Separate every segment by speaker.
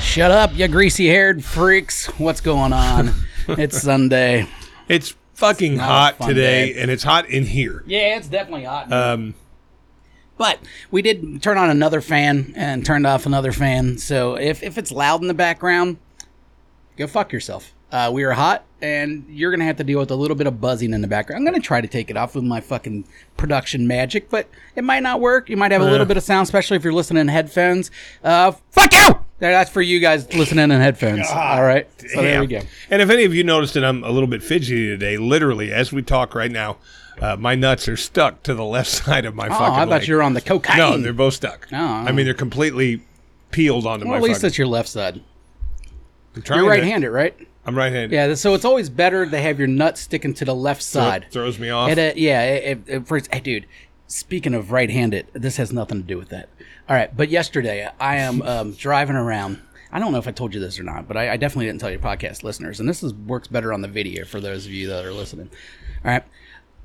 Speaker 1: Shut up, you greasy haired freaks. What's going on? it's Sunday.
Speaker 2: It's fucking
Speaker 1: not a
Speaker 2: hot
Speaker 1: fun
Speaker 2: today,
Speaker 1: day.
Speaker 2: and it's hot in here.
Speaker 1: Yeah, it's definitely hot.
Speaker 2: Um,
Speaker 1: but we did turn on another fan and turned off another fan. So if, if it's loud in the background, go fuck yourself. Uh, we are hot, and you're going to have to deal with a little bit of buzzing in the background. I'm going to try to take it off with my fucking production magic, but it might not work. You might have a little bit of sound, especially if you're listening in headphones. Uh, fuck you! There, That's for you guys listening in headphones. All right. So there we
Speaker 2: yeah.
Speaker 1: go.
Speaker 2: And if any of you noticed that I'm a little bit fidgety today, literally as we talk right now, uh, my nuts are stuck to the left side of my
Speaker 1: Oh,
Speaker 2: fucking.
Speaker 1: I thought
Speaker 2: leg.
Speaker 1: you were on the cocaine.
Speaker 2: No, they're both stuck.
Speaker 1: Oh.
Speaker 2: I mean, they're completely peeled onto
Speaker 1: well,
Speaker 2: my.
Speaker 1: at least
Speaker 2: fucking,
Speaker 1: that's your left side.
Speaker 2: I'm trying
Speaker 1: You're
Speaker 2: to-
Speaker 1: right-handed, right?
Speaker 2: I'm right-handed.
Speaker 1: Yeah. th- So it's always better to have your nut sticking to the left side.
Speaker 2: It throws me off.
Speaker 1: It, uh, yeah, it, it, it, first, hey, dude. Speaking of right-handed, this has nothing to do with that. All right, but yesterday I am um, driving around. I don't know if I told you this or not, but I, I definitely didn't tell your podcast listeners. And this is works better on the video for those of you that are listening. All right.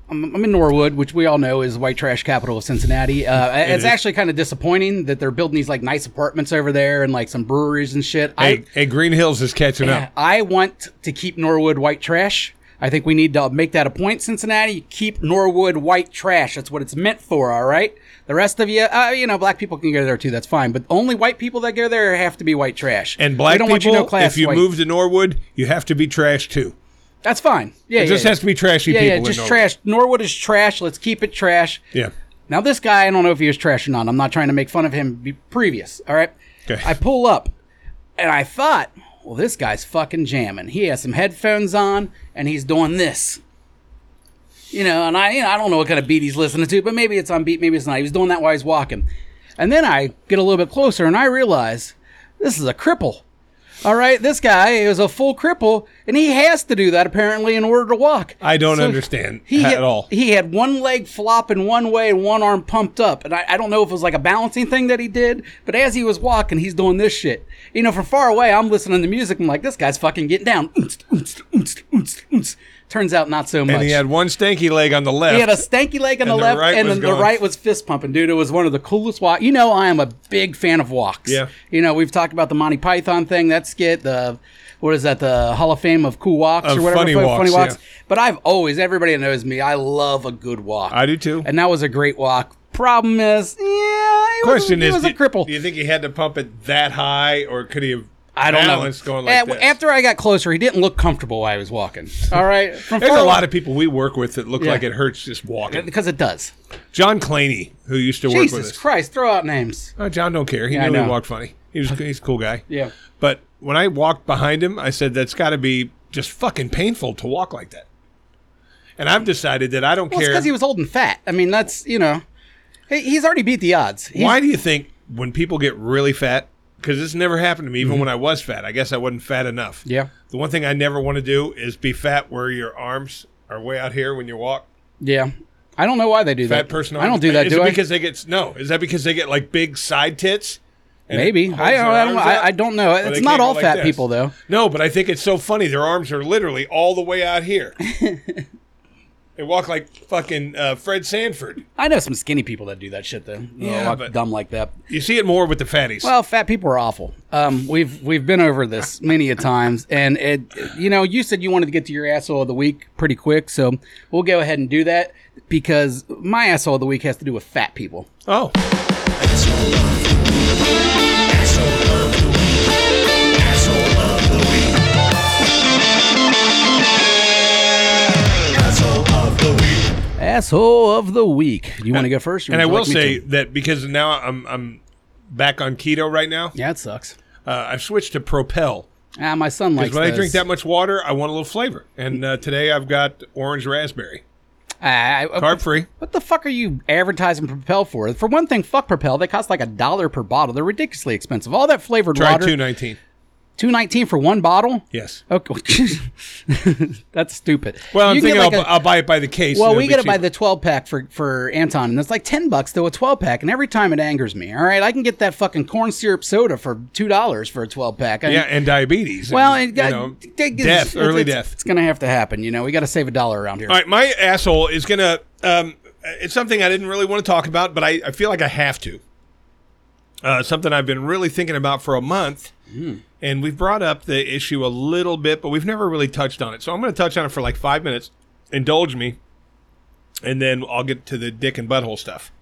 Speaker 1: I'm, I'm in Norwood, which we all know is white trash capital of Cincinnati. Uh, it's
Speaker 2: is.
Speaker 1: actually kind of disappointing that they're building these like nice apartments over there and like some breweries and shit. I
Speaker 2: hey, hey, Green Hills is catching up.
Speaker 1: I want to keep Norwood white trash. I think we need to make that a point, Cincinnati. Keep Norwood white trash. That's what it's meant for, all right? The rest of you, uh, you know, black people can go there too. That's fine. But only white people that go there have to be white trash.
Speaker 2: And black
Speaker 1: we don't
Speaker 2: people,
Speaker 1: want you no class
Speaker 2: if you
Speaker 1: white.
Speaker 2: move to Norwood, you have to be trash too.
Speaker 1: that's fine. Yeah,
Speaker 2: It just
Speaker 1: yeah,
Speaker 2: has to be trashy
Speaker 1: yeah,
Speaker 2: people.
Speaker 1: yeah,
Speaker 2: in
Speaker 1: just
Speaker 2: Norwood.
Speaker 1: trash. Norwood is trash. Let's keep it trash.
Speaker 2: Yeah.
Speaker 1: Now, this guy, I don't know if he was trash or not. I'm not trying to make fun of him be previous. All right.
Speaker 2: Okay.
Speaker 1: I pull up and I thought, well, this guy's fucking jamming. He has some headphones on and he's doing this. You know, and I, you know, I don't know what kind of beat he's listening to, but maybe it's on beat, maybe it's not. He was doing that while he's walking. And then I get a little bit closer and I realize this is a cripple. All right, this guy is a full cripple, and he has to do that apparently in order to walk.
Speaker 2: I don't
Speaker 1: So
Speaker 2: understand
Speaker 1: he
Speaker 2: at
Speaker 1: had,
Speaker 2: all.
Speaker 1: He had one leg flopping one way and one arm pumped up. And I, I don't know if it was like a balancing thing that he did, but as he was walking, he's doing this shit. You know, from far away, I'm listening to music. I'm like, this guy's fucking getting down. Oonst, oonst, oonst, oonst, oonst. Turns out not so much.
Speaker 2: and he had one stanky leg on the left.
Speaker 1: He had a stanky leg on the,
Speaker 2: the
Speaker 1: left,
Speaker 2: right
Speaker 1: and
Speaker 2: was
Speaker 1: then the
Speaker 2: going-
Speaker 1: right was fist pumping, dude. It was one of the coolest walks. You know, I am a big fan of walks.
Speaker 2: Yeah.
Speaker 1: You know, we've talked about the Monty Python thing, that skit, the what is that, the Hall of Fame of Cool Walks
Speaker 2: Of
Speaker 1: or whatever,
Speaker 2: funny
Speaker 1: fu-
Speaker 2: walks, yeah.
Speaker 1: But I've always, everybody that knows me, I love a good walk.
Speaker 2: I do too.
Speaker 1: And that was a great walk. Problem is, yeah, he
Speaker 2: question
Speaker 1: was,
Speaker 2: is,
Speaker 1: he was a
Speaker 2: do-
Speaker 1: cripple.
Speaker 2: Do you think he had to pump it that high, or could he have?
Speaker 1: I don't know.
Speaker 2: balanced Going like
Speaker 1: At-
Speaker 2: this?
Speaker 1: After I got closer, he didn't look comfortable while I was walking. All right, From
Speaker 2: There's
Speaker 1: far
Speaker 2: a
Speaker 1: away-
Speaker 2: lot of people we work with that look
Speaker 1: Yeah.
Speaker 2: like it hurts just walking.
Speaker 1: because it does.
Speaker 2: John Claney, who used to work
Speaker 1: Jesus
Speaker 2: with us.
Speaker 1: Christ, throw out names.
Speaker 2: Oh, John don't care. He
Speaker 1: I
Speaker 2: knew
Speaker 1: know.
Speaker 2: he walked funny. He was he's a cool guy.
Speaker 1: Yeah.
Speaker 2: But when I walked behind him, I said that's got to be just fucking painful to walk like that. And I've decided that I don't
Speaker 1: Well, it's
Speaker 2: care.
Speaker 1: because he was old and fat. I mean, that's you know, he, he's already beat the odds. He's-
Speaker 2: Why do you think when people get really fat? Because this never happened to me, even when I was fat. I guess I wasn't fat enough.
Speaker 1: Mm-hmm. Yeah.
Speaker 2: The one thing I never want to do is be fat where your arms are way out here when you walk.
Speaker 1: Yeah, I don't know why they do
Speaker 2: Fat
Speaker 1: that.
Speaker 2: person.
Speaker 1: I don't
Speaker 2: arms-
Speaker 1: do that.
Speaker 2: Is
Speaker 1: do
Speaker 2: it
Speaker 1: I?
Speaker 2: because they get no? Is that because they get like big side tits? And it
Speaker 1: Maybe.
Speaker 2: holds
Speaker 1: I,
Speaker 2: their
Speaker 1: I, don't,
Speaker 2: arms up?
Speaker 1: I, I don't know.
Speaker 2: Or they
Speaker 1: It's
Speaker 2: can't
Speaker 1: not
Speaker 2: go
Speaker 1: all
Speaker 2: like
Speaker 1: fat
Speaker 2: this?
Speaker 1: people though.
Speaker 2: No, but I think it's so funny. Their arms are literally all the way out here. they walk like fucking uh, Fred Sanford.
Speaker 1: I know some skinny people that do that shit though.
Speaker 2: Yeah,
Speaker 1: Yeah,
Speaker 2: but-
Speaker 1: dumb like that.
Speaker 2: You see it more with the fatties.
Speaker 1: Well, fat people are awful. Um, we've we've been over this many a times, and it, you know, you said you wanted to get to your asshole of the week pretty quick, so we'll go ahead and do that because my asshole of the week has to do with fat people.
Speaker 2: oh,
Speaker 1: Asshole of the week. Do you want to go first? or
Speaker 2: and
Speaker 1: would
Speaker 2: I
Speaker 1: you
Speaker 2: will
Speaker 1: like me
Speaker 2: say
Speaker 1: to?
Speaker 2: that because now I'm I'm back on keto right now.
Speaker 1: yeah, it sucks.
Speaker 2: Uh, I've switched to Propel.
Speaker 1: Ah, my son likes.
Speaker 2: Because when I
Speaker 1: those.
Speaker 2: drink that much water, I want a little flavor. And uh, today I've got orange raspberry,
Speaker 1: I, I-
Speaker 2: carb free.
Speaker 1: what the fuck are you advertising Propel for? For one thing, fuck Propel. They cost like a dollar per bottle. They're ridiculously expensive. All that flavored
Speaker 2: Try
Speaker 1: water,
Speaker 2: two nineteen.
Speaker 1: two nineteen for one bottle.
Speaker 2: Yes.
Speaker 1: Okay, that's stupid.
Speaker 2: Well, I'm
Speaker 1: You get
Speaker 2: thinking I'll,
Speaker 1: like a-
Speaker 2: bu- I'll buy it by the case.
Speaker 1: well,
Speaker 2: and
Speaker 1: we
Speaker 2: it'll
Speaker 1: gotta
Speaker 2: be
Speaker 1: buy
Speaker 2: cheaper.
Speaker 1: the twelve pack for for Anton, and it's like ten bucks though a twelve pack, and every time it angers me. All right, I can get that fucking corn syrup soda for two dollars for a twelve pack.
Speaker 2: yeah, and diabetes.
Speaker 1: Well,
Speaker 2: and,
Speaker 1: it got,
Speaker 2: you know,
Speaker 1: it- it's-
Speaker 2: death,
Speaker 1: it's-
Speaker 2: early
Speaker 1: it's-
Speaker 2: death.
Speaker 1: It's gonna have to happen. You know, we got to save a dollar around here.
Speaker 2: All right, my asshole is gonna. Um, it's something I didn't really want to talk about, but I, I feel like I have to. uh, something I've been really thinking about for a month.
Speaker 1: Hmm.
Speaker 2: And we've brought up the issue a little bit, but we've never really touched on it. So I'm going to touch on it for like five minutes. Indulge me. And then I'll get to the dick and butthole stuff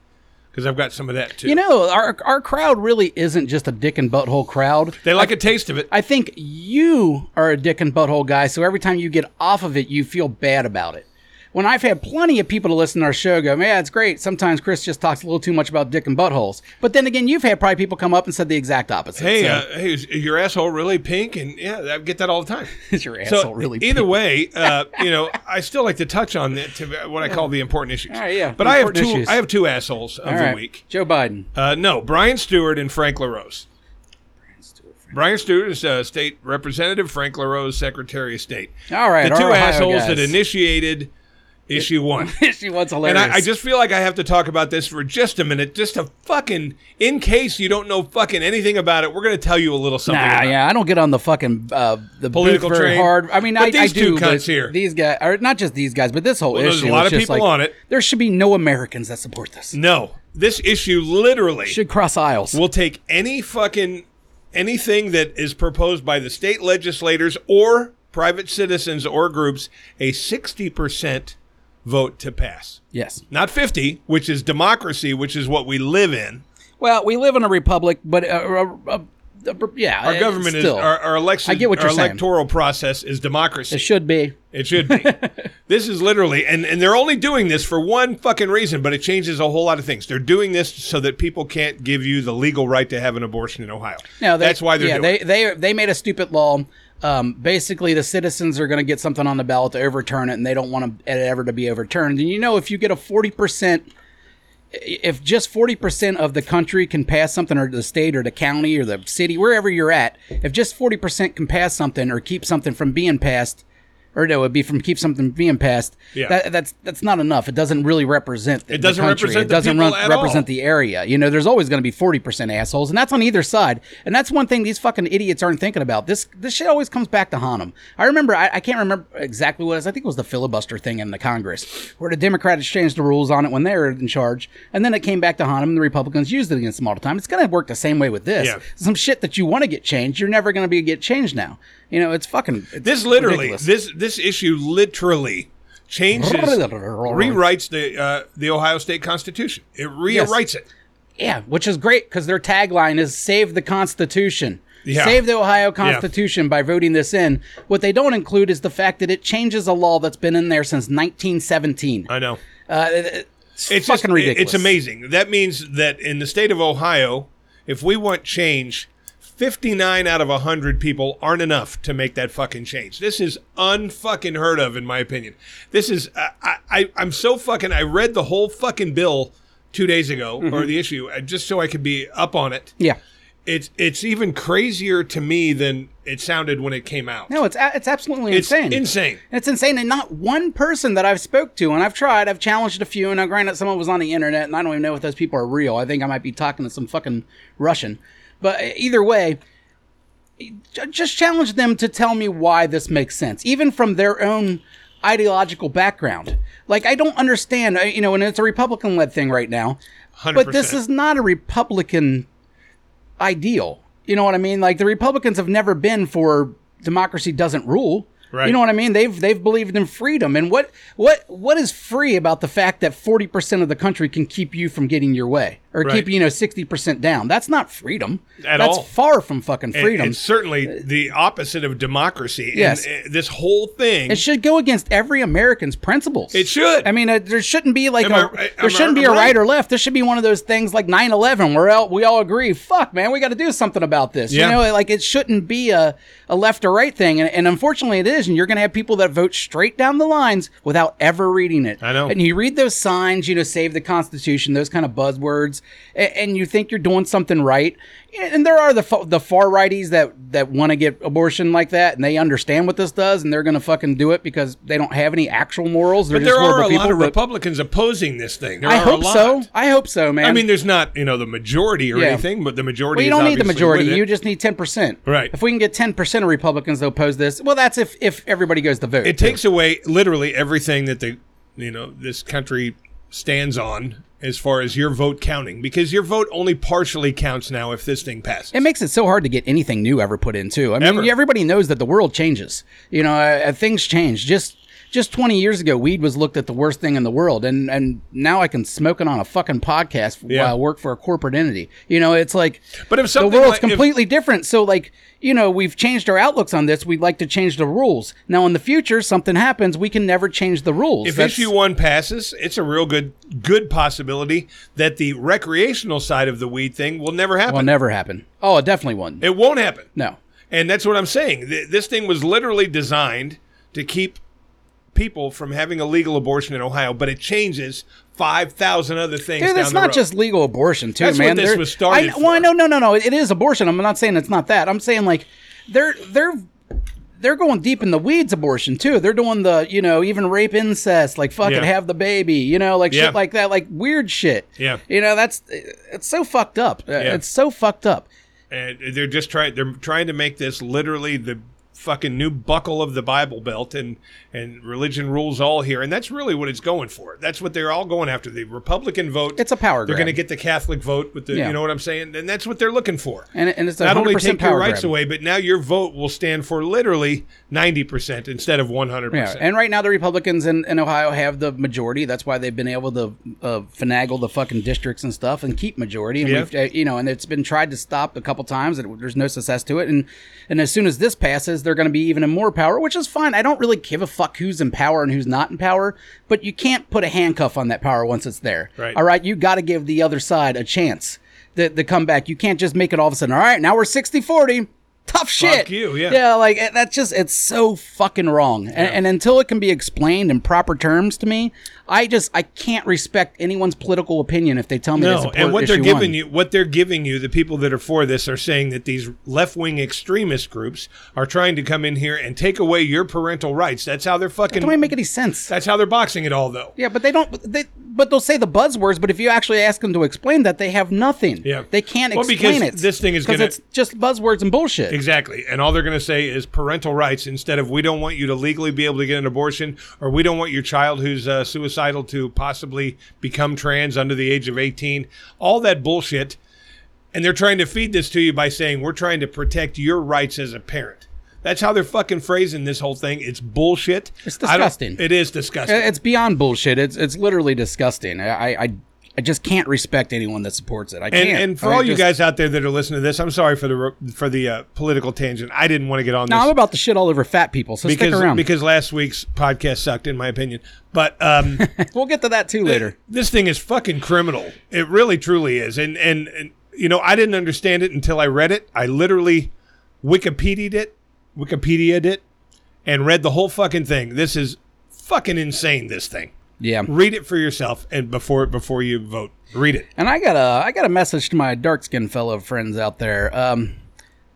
Speaker 2: because I've got some of that too.
Speaker 1: You know, our our crowd really isn't just a dick and butthole crowd.
Speaker 2: they like a taste of it.
Speaker 1: I think you are a dick and butthole guy, so every time you get off of it, you feel bad about it. When I've had plenty of people to listen to our show go, yeah, it's great. Sometimes Chris just talks a little too much about dick and buttholes. But then again, you've had probably people come up and said the exact opposite.
Speaker 2: hey,
Speaker 1: so,
Speaker 2: uh, hey, is your asshole really pink? And yeah, I get that all the time.
Speaker 1: is your asshole
Speaker 2: so
Speaker 1: really
Speaker 2: either way, uh, you know, I still like to touch on the, to what I call the important issues.
Speaker 1: All right, yeah,
Speaker 2: But I have two.
Speaker 1: important issues.
Speaker 2: I have two assholes of
Speaker 1: All
Speaker 2: the
Speaker 1: right.
Speaker 2: week.
Speaker 1: Joe Biden.
Speaker 2: Uh, no, Brian Stewart and Frank LaRose. Brian Stewart is uh, state representative, Frank LaRose, secretary of state.
Speaker 1: All right,
Speaker 2: The two
Speaker 1: our Ohio
Speaker 2: assholes
Speaker 1: guys.
Speaker 2: that initiated issue one.
Speaker 1: she wants hilarious.
Speaker 2: And I, I just feel like I have to talk about this for just a minute, just to fucking, in case you don't know fucking anything about it, we're going to tell you a little something.
Speaker 1: Nah,
Speaker 2: about it.
Speaker 1: yeah, I don't get on the fucking uh, the
Speaker 2: Political
Speaker 1: booth very
Speaker 2: train.
Speaker 1: hard. I mean,
Speaker 2: But
Speaker 1: I,
Speaker 2: these
Speaker 1: I
Speaker 2: two
Speaker 1: do, but
Speaker 2: cunts here.
Speaker 1: these guys, or not just these guys, but this whole issue.
Speaker 2: there's a lot
Speaker 1: is
Speaker 2: of
Speaker 1: just
Speaker 2: people
Speaker 1: like,
Speaker 2: on it.
Speaker 1: There should be no Americans that support this.
Speaker 2: No, this issue literally
Speaker 1: Should cross aisles.
Speaker 2: will take any fucking anything that is proposed by the state legislators or private citizens or groups a 60% vote to pass.
Speaker 1: yes.
Speaker 2: Not 50, which is democracy, which is what we live in.
Speaker 1: Well, we live in a republic, but uh, uh, uh, uh, yeah,
Speaker 2: Our government
Speaker 1: still,
Speaker 2: is our, our election
Speaker 1: I get what
Speaker 2: our
Speaker 1: you're saying.
Speaker 2: electoral process is democracy.
Speaker 1: it should be.
Speaker 2: It should be. this is literally, and, and they're only doing this for one fucking reason, but it changes a whole lot of things. They're doing this so that people can't give you the legal right to have an abortion in Ohio.
Speaker 1: No, they,
Speaker 2: that's why they're
Speaker 1: yeah,
Speaker 2: doing. it.
Speaker 1: they they they made a stupid law. Um, basically, the citizens are going to get something on the ballot to overturn it, and they don't want it ever to be overturned. And you know, if you get a forty percent, if just forty percent of the country can pass something, or the state, or the county, or the city, wherever you're at, if just forty percent can pass something or keep something from being passed. Or no, it'd be from keep something being passed.
Speaker 2: Yeah.
Speaker 1: That, that's that's not enough. It doesn't really represent. The,
Speaker 2: It doesn't
Speaker 1: the country.
Speaker 2: represent
Speaker 1: It
Speaker 2: the
Speaker 1: doesn't
Speaker 2: people
Speaker 1: run-
Speaker 2: at all.
Speaker 1: represent the area. You know, there's always going to be 40% assholes, and that's on either side. And that's one thing these fucking idiots aren't thinking about. This this shit always comes back to haunt them. I remember, I, I can't remember exactly what it was. I think it was the filibuster thing in the Congress, where the Democrats changed the rules on it when they were in charge, and then it came back to haunt them, and the Republicans used it against them all the time. It's going to work the same way with this.
Speaker 2: Yeah.
Speaker 1: Some shit that you want to get changed, you're never going to be get changed now. You know, it's fucking. It's
Speaker 2: this literally,
Speaker 1: ridiculous.
Speaker 2: this this issue literally changes, rewrites the uh, the Ohio state constitution. It rewrites it.
Speaker 1: Yeah, which is great because their tagline is "Save the Constitution."
Speaker 2: Yeah.
Speaker 1: Save the Ohio Constitution by voting this in. What they don't include is the fact that it changes a law that's been in there since 1917.
Speaker 2: I know.
Speaker 1: Uh, it's, fucking
Speaker 2: It's just- it-
Speaker 1: ridiculous.
Speaker 2: It's amazing. That means that in the state of Ohio, if we want change, 59 out of 100 people aren't enough to make that fucking change. This is unfucking heard of, in my opinion. This is, I, I- I, I'm so fucking, I read the whole fucking bill two days ago,
Speaker 1: Mm-hmm.
Speaker 2: or the issue, uh, just so I could be up on it.
Speaker 1: Yeah.
Speaker 2: It's, it's even crazier to me than it sounded when it came out.
Speaker 1: No, it's a- it's absolutely
Speaker 2: it's
Speaker 1: insane.
Speaker 2: insane.
Speaker 1: And It's insane, and not one person that I've spoke to, and I've tried, I've challenged a few, and I granted someone was on the internet, and I don't even know if those people are real. I think I might be talking to some fucking Russian, but either way, j- just challenge them to tell me why this makes sense, even from their own ideological background. Like I don't understand, I- you know, and it's a Republican-led thing right now,
Speaker 2: 100%.
Speaker 1: but this is not a Republican ideal. You know what I mean? Like the Republicans have never been for democracy doesn't rule.
Speaker 2: Right.
Speaker 1: You know what I mean? They've they've believed in freedom. And what what what is free about the fact that 40% of the country can keep you from getting your way or
Speaker 2: Right.
Speaker 1: keep you know 60% down? That's not freedom.
Speaker 2: At
Speaker 1: That's
Speaker 2: all.
Speaker 1: far from fucking
Speaker 2: It-
Speaker 1: freedom. Uh,
Speaker 2: It's certainly the opposite of democracy. And,
Speaker 1: Yes.
Speaker 2: uh, this whole thing.
Speaker 1: it should go against every American's principles.
Speaker 2: It should.
Speaker 1: I mean, uh, there shouldn't be like a,
Speaker 2: Am I- I- am I-
Speaker 1: there shouldn't be a
Speaker 2: am I
Speaker 1: right
Speaker 2: right?
Speaker 1: or left. There should be one of those things like 9/11 where all, we all agree, fuck man, we got to do something about this.
Speaker 2: Yeah.
Speaker 1: You know, like it shouldn't be a, a left or right thing, and, and unfortunately it is. And you're going to have people that vote straight down the lines without ever reading it.
Speaker 2: I know.
Speaker 1: And you read those signs, you know, save the Constitution, those kind of buzzwords, and, and you think you're doing something right. And there are the fa- the far righties that that want to get abortion like that, and they understand what this does, and they're going to fucking do it because they don't have any actual morals. They're
Speaker 2: But
Speaker 1: just
Speaker 2: there are
Speaker 1: horrible
Speaker 2: a
Speaker 1: people.
Speaker 2: lot of
Speaker 1: but-
Speaker 2: Republicans opposing this thing. There
Speaker 1: I
Speaker 2: are
Speaker 1: hope
Speaker 2: a lot.
Speaker 1: so. I hope so, man.
Speaker 2: I mean, there's not you know the majority or
Speaker 1: Yeah.
Speaker 2: anything, but the majority.
Speaker 1: Well, you
Speaker 2: is
Speaker 1: don't need the
Speaker 2: obviously
Speaker 1: majority.
Speaker 2: with it.
Speaker 1: You just need ten percent.
Speaker 2: Right.
Speaker 1: If we can get ten percent of Republicans to oppose this, well, that's if if everybody goes to vote.
Speaker 2: it takes away literally everything that the you know this country stands on as far as your vote counting because your vote only partially counts now if this thing passes.
Speaker 1: It makes it so hard to get anything new ever put in too. I mean,
Speaker 2: Ever.
Speaker 1: everybody knows that the world changes. You know, uh, uh, things change. Just just 20 years ago, weed was looked at the worst thing in the world, and and now I can smoke it on a fucking podcast
Speaker 2: Yeah.
Speaker 1: while I work for a corporate entity. You know, it's like
Speaker 2: But if
Speaker 1: the
Speaker 2: something
Speaker 1: world's
Speaker 2: like- if-
Speaker 1: completely different. So like you know, we've changed our outlooks on this. We'd like to change the rules. Now, in the future, something happens, we can never change the rules.
Speaker 2: if
Speaker 1: That's-
Speaker 2: issue one passes, it's a real good good possibility that the recreational side of the weed thing will never happen.
Speaker 1: will never happen. Oh, it definitely won't.
Speaker 2: it won't happen.
Speaker 1: no.
Speaker 2: And that's what I'm saying. Th- This thing was literally designed to keep people from having a legal abortion in Ohio, but it changes 5,000 other things
Speaker 1: Dude,
Speaker 2: down
Speaker 1: it's
Speaker 2: the
Speaker 1: not
Speaker 2: road.
Speaker 1: just legal abortion, too,
Speaker 2: That's what
Speaker 1: man.
Speaker 2: this was started
Speaker 1: I, Well,
Speaker 2: for.
Speaker 1: no, no, no, no. It is abortion. I'm not saying it's not that. I'm saying like they're they're they're going deep in the weeds abortion too. They're doing the you know even rape incest, like fucking
Speaker 2: Yeah.
Speaker 1: have the baby, you know, like
Speaker 2: Yeah.
Speaker 1: shit like that, like weird shit.
Speaker 2: Yeah.
Speaker 1: you know that's it's so fucked up. Uh, It's so fucked up.
Speaker 2: and they're just trying they're trying to make this literally the fucking new buckle of the bible belt and and religion rules all here and that's really what it's going for that's what they're all going after the republican vote
Speaker 1: It's a power
Speaker 2: they're
Speaker 1: grab.
Speaker 2: going to get the catholic vote with the
Speaker 1: Yeah.
Speaker 2: you know what i'm saying and that's what they're looking for
Speaker 1: And, and it's a
Speaker 2: not
Speaker 1: 100%
Speaker 2: only take
Speaker 1: power
Speaker 2: your rights
Speaker 1: grab.
Speaker 2: away but now your vote will stand for literally 90% instead of 100%
Speaker 1: Yeah, and right now the Republicans in, in Ohio have the majority. That's why they've been able to uh, finagle the fucking districts and stuff and keep majority. And
Speaker 2: Yeah.
Speaker 1: we've, uh, you know, and it's been tried to stop a couple times, and there's no success to it. And and as soon as this passes, they're going to be even in more power, which is fine. I don't really give a fuck who's in power and who's not in power, but you can't put a handcuff on that power once it's there.
Speaker 2: Right.
Speaker 1: All right, you got to give the other side a chance. The, the comeback. You can't just make it all of a sudden. All right, now we're 60 40. Tough shit
Speaker 2: Fuck you, yeah.
Speaker 1: yeah, like it- that's just it's so fucking wrong. And, and until it can be explained in proper terms to me, I just I can't respect anyone's political opinion if they tell me they
Speaker 2: no,
Speaker 1: support
Speaker 2: and what they're
Speaker 1: issue
Speaker 2: giving
Speaker 1: one.
Speaker 2: you, what they're giving you, the people that are for this are saying that these left-wing extremist groups are trying to come in here and take away your parental rights. That's how they're fucking.
Speaker 1: Don't even make any sense.
Speaker 2: That's how they're boxing it all, though.
Speaker 1: Yeah, but they don't. They but they'll say the buzzwords. But if you actually ask them to explain that, they have nothing.
Speaker 2: Yeah.
Speaker 1: they can't
Speaker 2: Well, because
Speaker 1: explain it.
Speaker 2: this thing is
Speaker 1: because
Speaker 2: gonna-
Speaker 1: it's just buzzwords and bullshit.
Speaker 2: Exactly, and all they're going to say is parental rights instead of we don't want you to legally be able to get an abortion, or we don't want your child who's uh, suicidal to possibly become trans under the age of eighteen. All that bullshit, and they're trying to feed this to you by saying we're trying to protect your rights as a parent. That's how they're fucking phrasing this whole thing. It's bullshit.
Speaker 1: It's
Speaker 2: I don't-
Speaker 1: disgusting.
Speaker 2: It is disgusting.
Speaker 1: It- Eh, It's beyond bullshit. It's it's literally disgusting. I I, I just can't respect anyone that supports it. I
Speaker 2: and,
Speaker 1: can't.
Speaker 2: and for
Speaker 1: I
Speaker 2: all you
Speaker 1: just-
Speaker 2: guys out there that are listening to this, I'm sorry for the ro- for the uh, political tangent. I didn't want to get on
Speaker 1: No,
Speaker 2: this.
Speaker 1: I'm about to shit all over fat people. So
Speaker 2: because
Speaker 1: stick around.
Speaker 2: because last week's podcast sucked in my opinion. But um,
Speaker 1: we'll get to that too later.
Speaker 2: this thing is fucking criminal. It really truly is. And, and and you know I didn't understand it until I read it. I literally Wikipedia'd it, Wikipedia'd it, and read the whole fucking thing. This is fucking insane. This thing.
Speaker 1: Yeah.
Speaker 2: Read it for yourself and before before you vote. Read it.
Speaker 1: And I got a I got a message to my dark skinned fellow friends out there. Um,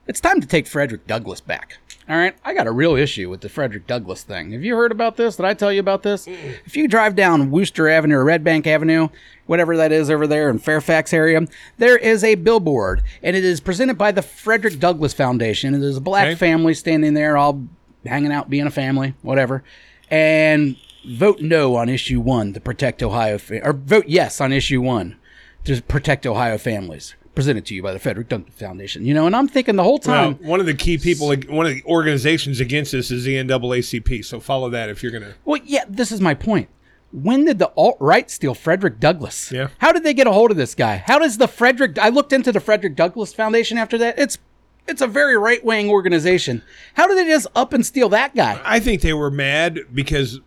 Speaker 1: it's time to take Frederick Douglass back. All right, I got a real issue with the Frederick Douglass thing. Have you heard about this? Did I tell you about this? If you drive down Wooster Avenue or Red Bank Avenue, whatever that is over there in Fairfax area, there is a billboard, and it is presented by the Frederick Douglass Foundation. And there's a black
Speaker 2: Okay.
Speaker 1: family standing there, all hanging out, being a family, whatever. And vote no on issue one to protect Ohio, fa- or vote yes on issue one to protect Ohio families. Presented to you by the Frederick Douglass Foundation. You know, and I'm thinking the whole
Speaker 2: Now,
Speaker 1: time.
Speaker 2: one of the key people, one of the organizations against this is the NAACP. So follow that if you're gonna.
Speaker 1: Well, yeah, this is my point. When did the alt right steal Frederick Douglass?
Speaker 2: Yeah.
Speaker 1: How did they get a hold of this guy? How does the Frederick? I looked into the Frederick Douglass Foundation after that. It's it's a very right wing organization. How did they just up and steal that guy?
Speaker 2: I think they were mad because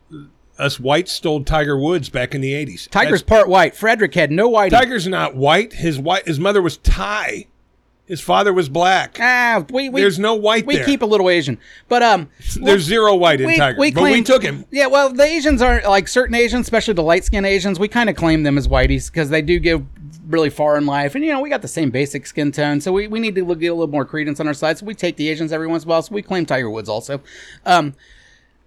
Speaker 2: us whites stole Tiger Woods back in the eighties.
Speaker 1: Tiger's part white. Frederick had no white.
Speaker 2: Tiger's not white. His white. His mother was Thai. His father was black.
Speaker 1: ah, we, we
Speaker 2: There's no white
Speaker 1: We
Speaker 2: there.
Speaker 1: keep a little Asian, but um,
Speaker 2: There's zero white in Tiger. but we
Speaker 1: claim-
Speaker 2: took him.
Speaker 1: Yeah, well, the Asians are like certain Asians, especially the light skinned Asians. We kind of claim them as whiteys because they do give really far in life, and you know we got the same basic skin tone, so we, we need to look- get a little more credence on our side. So we take the Asians every once in a while. So we claim Tiger Woods also. Um,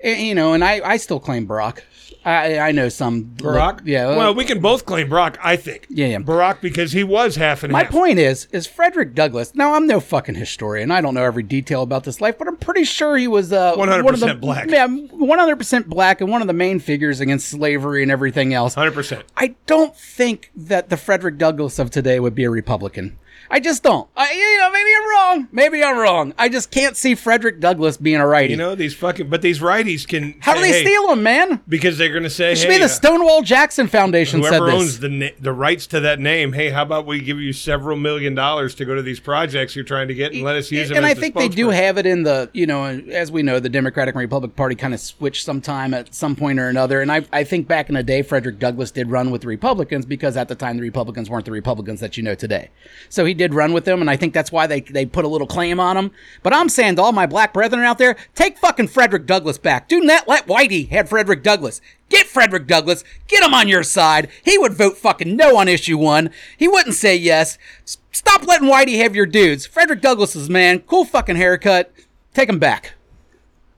Speaker 1: And, you know, and I, I still claim Barack. I, I know some
Speaker 2: Barack?
Speaker 1: yeah.
Speaker 2: Well, we can both claim Brock, I think.
Speaker 1: Yeah, yeah.
Speaker 2: Barack because he was half and
Speaker 1: My
Speaker 2: half.
Speaker 1: point is, is Frederick Douglass. Now I'm no fucking historian. I don't know every detail about this life, but I'm pretty sure he was uh, one
Speaker 2: 100%
Speaker 1: of the-
Speaker 2: black.
Speaker 1: Yeah, 100 percent black, and one of the main figures against slavery and everything else.
Speaker 2: 100%.
Speaker 1: I don't think that the Frederick Douglass of today would be a Republican. I just don't. I, you know, maybe I'm wrong. Maybe I'm wrong. I just can't see Frederick Douglass being a righty.
Speaker 2: You know, these fucking, but these righties can.
Speaker 1: How do
Speaker 2: say,
Speaker 1: they
Speaker 2: hey,
Speaker 1: steal him, man?
Speaker 2: Because they're going to say,
Speaker 1: It should
Speaker 2: hey,
Speaker 1: be
Speaker 2: uh,
Speaker 1: the Stonewall Jackson Foundation said
Speaker 2: whoever
Speaker 1: this.
Speaker 2: owns the na- the rights to that name, hey, how about we give you several million dollars to go to these projects you're trying to get and let us use them
Speaker 1: and
Speaker 2: as
Speaker 1: I
Speaker 2: the
Speaker 1: think they do
Speaker 2: spokesperson?
Speaker 1: have it in the you know as we know the Democratic and Republican Party kind of switched sometime at some point or another and I, I think back in the day Frederick Douglass did run with the Republicans because at the time the Republicans weren't the Republicans that you know today so he did run with them and I think that's why they they put a little claim on him but I'm saying to all my black brethren out there take fucking Frederick Douglass back do not let Whitey have Frederick Douglass Get Frederick Douglass. Get him on your side. He would vote fucking no on issue one. He wouldn't say yes. S- Stop letting Whitey have your dudes. Frederick Douglass is man. Cool fucking haircut. Take him back.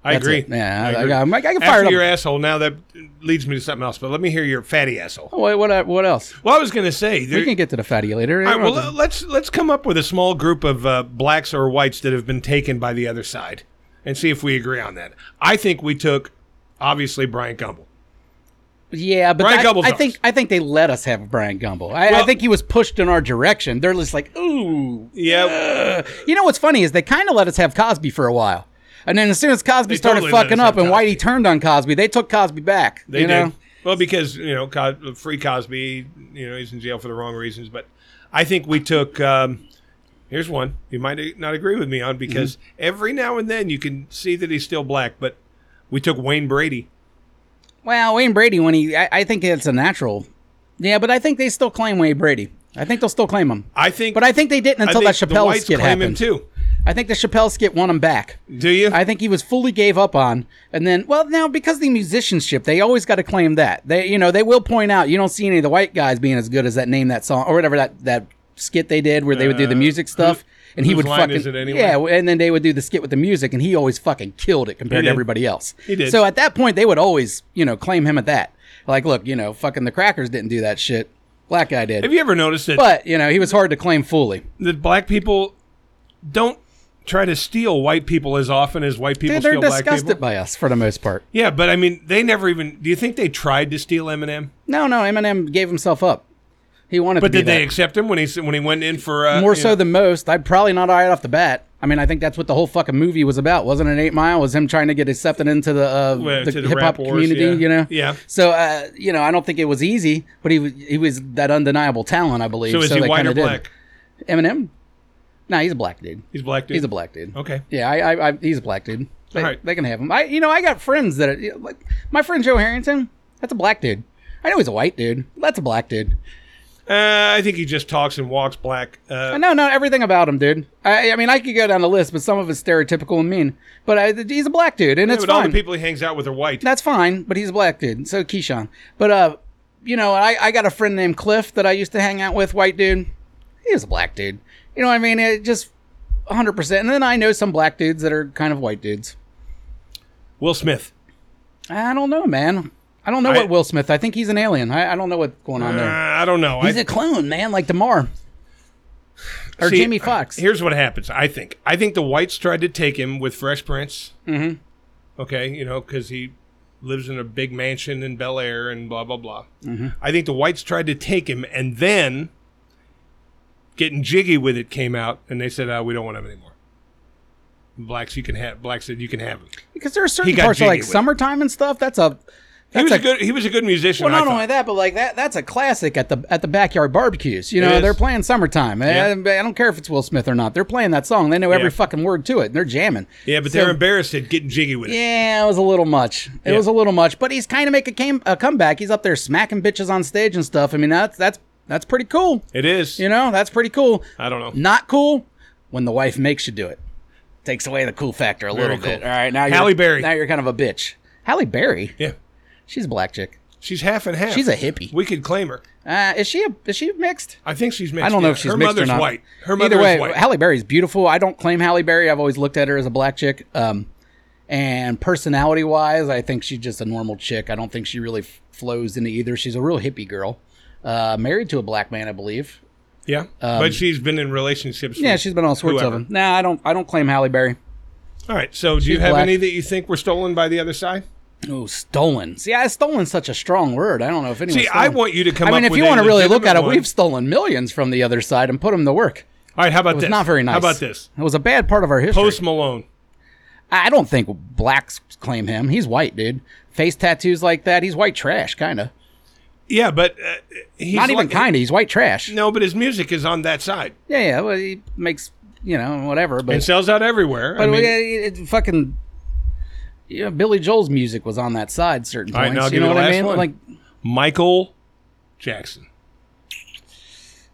Speaker 2: I
Speaker 1: That's
Speaker 2: agree.
Speaker 1: it. Yeah, I-
Speaker 2: agree.
Speaker 1: I- I'm- I can fire it
Speaker 2: After
Speaker 1: up.
Speaker 2: your asshole. Now that leads me to something else, but let me hear your fatty asshole.
Speaker 1: What what, what else?
Speaker 2: Well, I was going to say, there,
Speaker 1: We can get to the fatty later.
Speaker 2: All right, well, le- let's let's come up with a small group of uh, blacks or whites that have been taken by the other side, and see if we agree on that. I think we took, obviously, Brian Gumble.
Speaker 1: yeah, but
Speaker 2: uh, Brian
Speaker 1: I-
Speaker 2: Gumbel's
Speaker 1: I,
Speaker 2: ours.
Speaker 1: think I think they let us have Brian Gumble. I, I
Speaker 2: Well-
Speaker 1: think he was pushed in our direction. They're just like, ooh.
Speaker 2: Yeah,
Speaker 1: You know what's funny is they kind of let us have Cosby for a while. And then as soon as Cosby
Speaker 2: They
Speaker 1: started
Speaker 2: totally let
Speaker 1: fucking
Speaker 2: us
Speaker 1: up
Speaker 2: have
Speaker 1: and
Speaker 2: Cosby.
Speaker 1: Whitey turned on Cosby, they took Cosby back.
Speaker 2: they
Speaker 1: you
Speaker 2: did.
Speaker 1: know?
Speaker 2: Well, because you know, Co- free Cosby, you know, he's in jail for the wrong reasons. But I think we took. Um, here's one you might not agree with me on because
Speaker 1: Mm-hmm.
Speaker 2: every now and then you can see that he's still black, but we took Wayne Brady.
Speaker 1: Well, Wayne Brady, when he, I, I think it's a natural. Yeah, but I think they still claim Wayne Brady. I think they'll still claim him.
Speaker 2: I think,
Speaker 1: But I think they didn't
Speaker 2: I
Speaker 1: until that
Speaker 2: think the
Speaker 1: Chappelle
Speaker 2: whites
Speaker 1: skit
Speaker 2: claim him
Speaker 1: happened.
Speaker 2: too.
Speaker 1: I think the Chappelle skit won him back.
Speaker 2: Do you?
Speaker 1: I think he was fully gave up on, and then well now because of the musicianship they always got to claim that they you know they will point out you don't see any of the white guys being as good as that name that song or whatever that that skit they did where they would do the
Speaker 2: Uh,
Speaker 1: music stuff
Speaker 2: who-
Speaker 1: and he
Speaker 2: whose
Speaker 1: would
Speaker 2: line
Speaker 1: fucking
Speaker 2: is it anyway?
Speaker 1: yeah and then they would do the skit with the music and he always fucking killed it compared
Speaker 2: He
Speaker 1: to
Speaker 2: did.
Speaker 1: everybody else
Speaker 2: He did.
Speaker 1: so at that point they would always you know claim him at that like look you know fucking the crackers didn't do that shit black guy did
Speaker 2: have you ever noticed that?
Speaker 1: but you know he was hard to claim fully
Speaker 2: that black people don't try to steal white people as often as white people
Speaker 1: Dude, they're
Speaker 2: steal black people.
Speaker 1: disgusted by us for the most part
Speaker 2: yeah, but I mean, they never even. Do you think they tried to steal Eminem?
Speaker 1: No, no, Eminem gave himself up. He wanted
Speaker 2: But
Speaker 1: to be
Speaker 2: did they
Speaker 1: that.
Speaker 2: accept him when he s- when he went in for uh,
Speaker 1: more
Speaker 2: you
Speaker 1: so
Speaker 2: know-
Speaker 1: than most. I'd probably not right off the bat. I mean, I think that's what the whole fucking movie was about, wasn't it? Eight Mile was him trying to get accepted into the, uh,
Speaker 2: Well,
Speaker 1: the,
Speaker 2: to the
Speaker 1: hip hop
Speaker 2: rap wars,
Speaker 1: community,
Speaker 2: yeah.
Speaker 1: you know.
Speaker 2: Yeah.
Speaker 1: So, uh, you know, I don't think it was easy, but he was he was that undeniable talent, I believe.
Speaker 2: So is he
Speaker 1: they
Speaker 2: white
Speaker 1: kinda
Speaker 2: or
Speaker 1: did.
Speaker 2: black?
Speaker 1: Eminem? No, he's a black dude.
Speaker 2: He's black dude.
Speaker 1: He's a black dude.
Speaker 2: Okay.
Speaker 1: Yeah, I, I, I he's a black dude. They,
Speaker 2: All right.
Speaker 1: they can have him. I, you know, I got friends that are, like my friend Joe Harrington. That's a black dude. I know he's a white dude. That's a black dude.
Speaker 2: Uh, I think he just talks and walks black. Uh,
Speaker 1: No, no, everything about him, dude. I, I mean, I could go down the list, but some of it's stereotypical and mean. But I, he's a black dude, and it's
Speaker 2: but all the
Speaker 1: fine.
Speaker 2: people he hangs out with are white.
Speaker 1: That's fine, but he's a black dude. So Keyshawn. But uh, you know, I, I got a friend named Cliff that I used to hang out with, white dude. He was a black dude. You know what I mean? It just 100. percent And then I know some black dudes that are kind of white dudes.
Speaker 2: Will Smith.
Speaker 1: I don't know, man. I don't know
Speaker 2: I-
Speaker 1: what Will Smith. I think he's an alien. I, I don't know what's going on
Speaker 2: Uh,
Speaker 1: there.
Speaker 2: I don't know.
Speaker 1: He's
Speaker 2: I,
Speaker 1: a clone, man, like Damar or
Speaker 2: See,
Speaker 1: Jamie Foxx.
Speaker 2: Here's what happens. I think. I think the whites tried to take him with Fresh Prince. Mm-hmm. Okay, you know, because he lives in a big mansion in Bel Air and blah blah blah.
Speaker 1: Mm-hmm.
Speaker 2: I think the whites tried to take him, and then getting jiggy with it came out, and they said, "Oh, we don't want him anymore." Blacks, you can have. Blacks said, "You can have him."
Speaker 1: because there are certain
Speaker 2: got
Speaker 1: parts of
Speaker 2: jiggy
Speaker 1: like
Speaker 2: with it.
Speaker 1: summertime and stuff. That's a
Speaker 2: He was
Speaker 1: a-
Speaker 2: a good. He was a good musician.
Speaker 1: Well,
Speaker 2: I
Speaker 1: not
Speaker 2: thought.
Speaker 1: only that, but like that—that's a classic at the at the backyard barbecues. You
Speaker 2: It
Speaker 1: know,
Speaker 2: is.
Speaker 1: they're playing "Summertime." I- I, don't care if it's Will Smith or not; they're playing that song. They know every
Speaker 2: Yeah.
Speaker 1: fucking word to it. And they're jamming.
Speaker 2: yeah, but
Speaker 1: So-
Speaker 2: they're embarrassed at getting jiggy with it.
Speaker 1: Yeah, it was a little much. It
Speaker 2: Yeah.
Speaker 1: was a little much, but he's kind of making a, came, a comeback. He's up there smacking bitches on stage and stuff. I mean, that's that's that's pretty cool.
Speaker 2: It is.
Speaker 1: You know, that's pretty cool.
Speaker 2: I don't know.
Speaker 1: Not cool when the wife makes you do it. Takes away the cool factor a little
Speaker 2: cool.
Speaker 1: bit. All right, now you're
Speaker 2: Halle Berry.
Speaker 1: Now you're kind of a bitch. Halle Berry.
Speaker 2: Yeah,
Speaker 1: She's a black chick.
Speaker 2: she's half and half.
Speaker 1: She's a hippie.
Speaker 2: We could claim her.
Speaker 1: Uh, is she a, is she mixed?
Speaker 2: I think she's mixed.
Speaker 1: I don't know
Speaker 2: yeah.
Speaker 1: if she's
Speaker 2: her
Speaker 1: mixed
Speaker 2: mother's
Speaker 1: or not.
Speaker 2: white. Her
Speaker 1: Either
Speaker 2: mother
Speaker 1: way,
Speaker 2: is white.
Speaker 1: Halle Berry's beautiful. I don't claim Halle Berry. I've always looked at her as a black chick. Um, And personality wise, I think she's just a normal chick. I don't think she really f- flows into either. She's a real hippie girl, uh, married to a black man, I believe.
Speaker 2: Yeah, but she's been in relationships.
Speaker 1: Um, Yeah,
Speaker 2: with
Speaker 1: she's been on all sorts
Speaker 2: whoever.
Speaker 1: of them. Nah, I don't. I don't claim Halle Berry.
Speaker 2: All right. So, do you
Speaker 1: She's
Speaker 2: have
Speaker 1: black.
Speaker 2: any that you think were stolen by the other side?
Speaker 1: Oh, stolen. See, I stolen such a strong word. I don't know if anyone.
Speaker 2: See, I want you to come
Speaker 1: I mean,
Speaker 2: up
Speaker 1: if
Speaker 2: with
Speaker 1: you
Speaker 2: a
Speaker 1: want to really look
Speaker 2: legitimate
Speaker 1: at it,
Speaker 2: one.
Speaker 1: we've stolen millions from the other side and put them to work.
Speaker 2: All right, how about
Speaker 1: It's
Speaker 2: this?
Speaker 1: not very nice.
Speaker 2: How about this?
Speaker 1: It was a bad part of our history.
Speaker 2: Post Malone.
Speaker 1: I don't think blacks claim him. He's white, dude. Face tattoos like that. He's white trash, kind of.
Speaker 2: Yeah, but uh, he's
Speaker 1: Not even
Speaker 2: like-
Speaker 1: kind of. He's white trash.
Speaker 2: No, but his music is on that side
Speaker 1: Yeah, yeah. Well, he makes you know whatever, but
Speaker 2: and sells out everywhere.
Speaker 1: but
Speaker 2: I mean,
Speaker 1: yeah, it, it fucking yeah. Billy Joel's music was on that side. Certain
Speaker 2: All right,
Speaker 1: points.
Speaker 2: now I'll
Speaker 1: you
Speaker 2: give
Speaker 1: know
Speaker 2: you
Speaker 1: what I
Speaker 2: the last
Speaker 1: mean?
Speaker 2: one.
Speaker 1: Like
Speaker 2: Michael Jackson.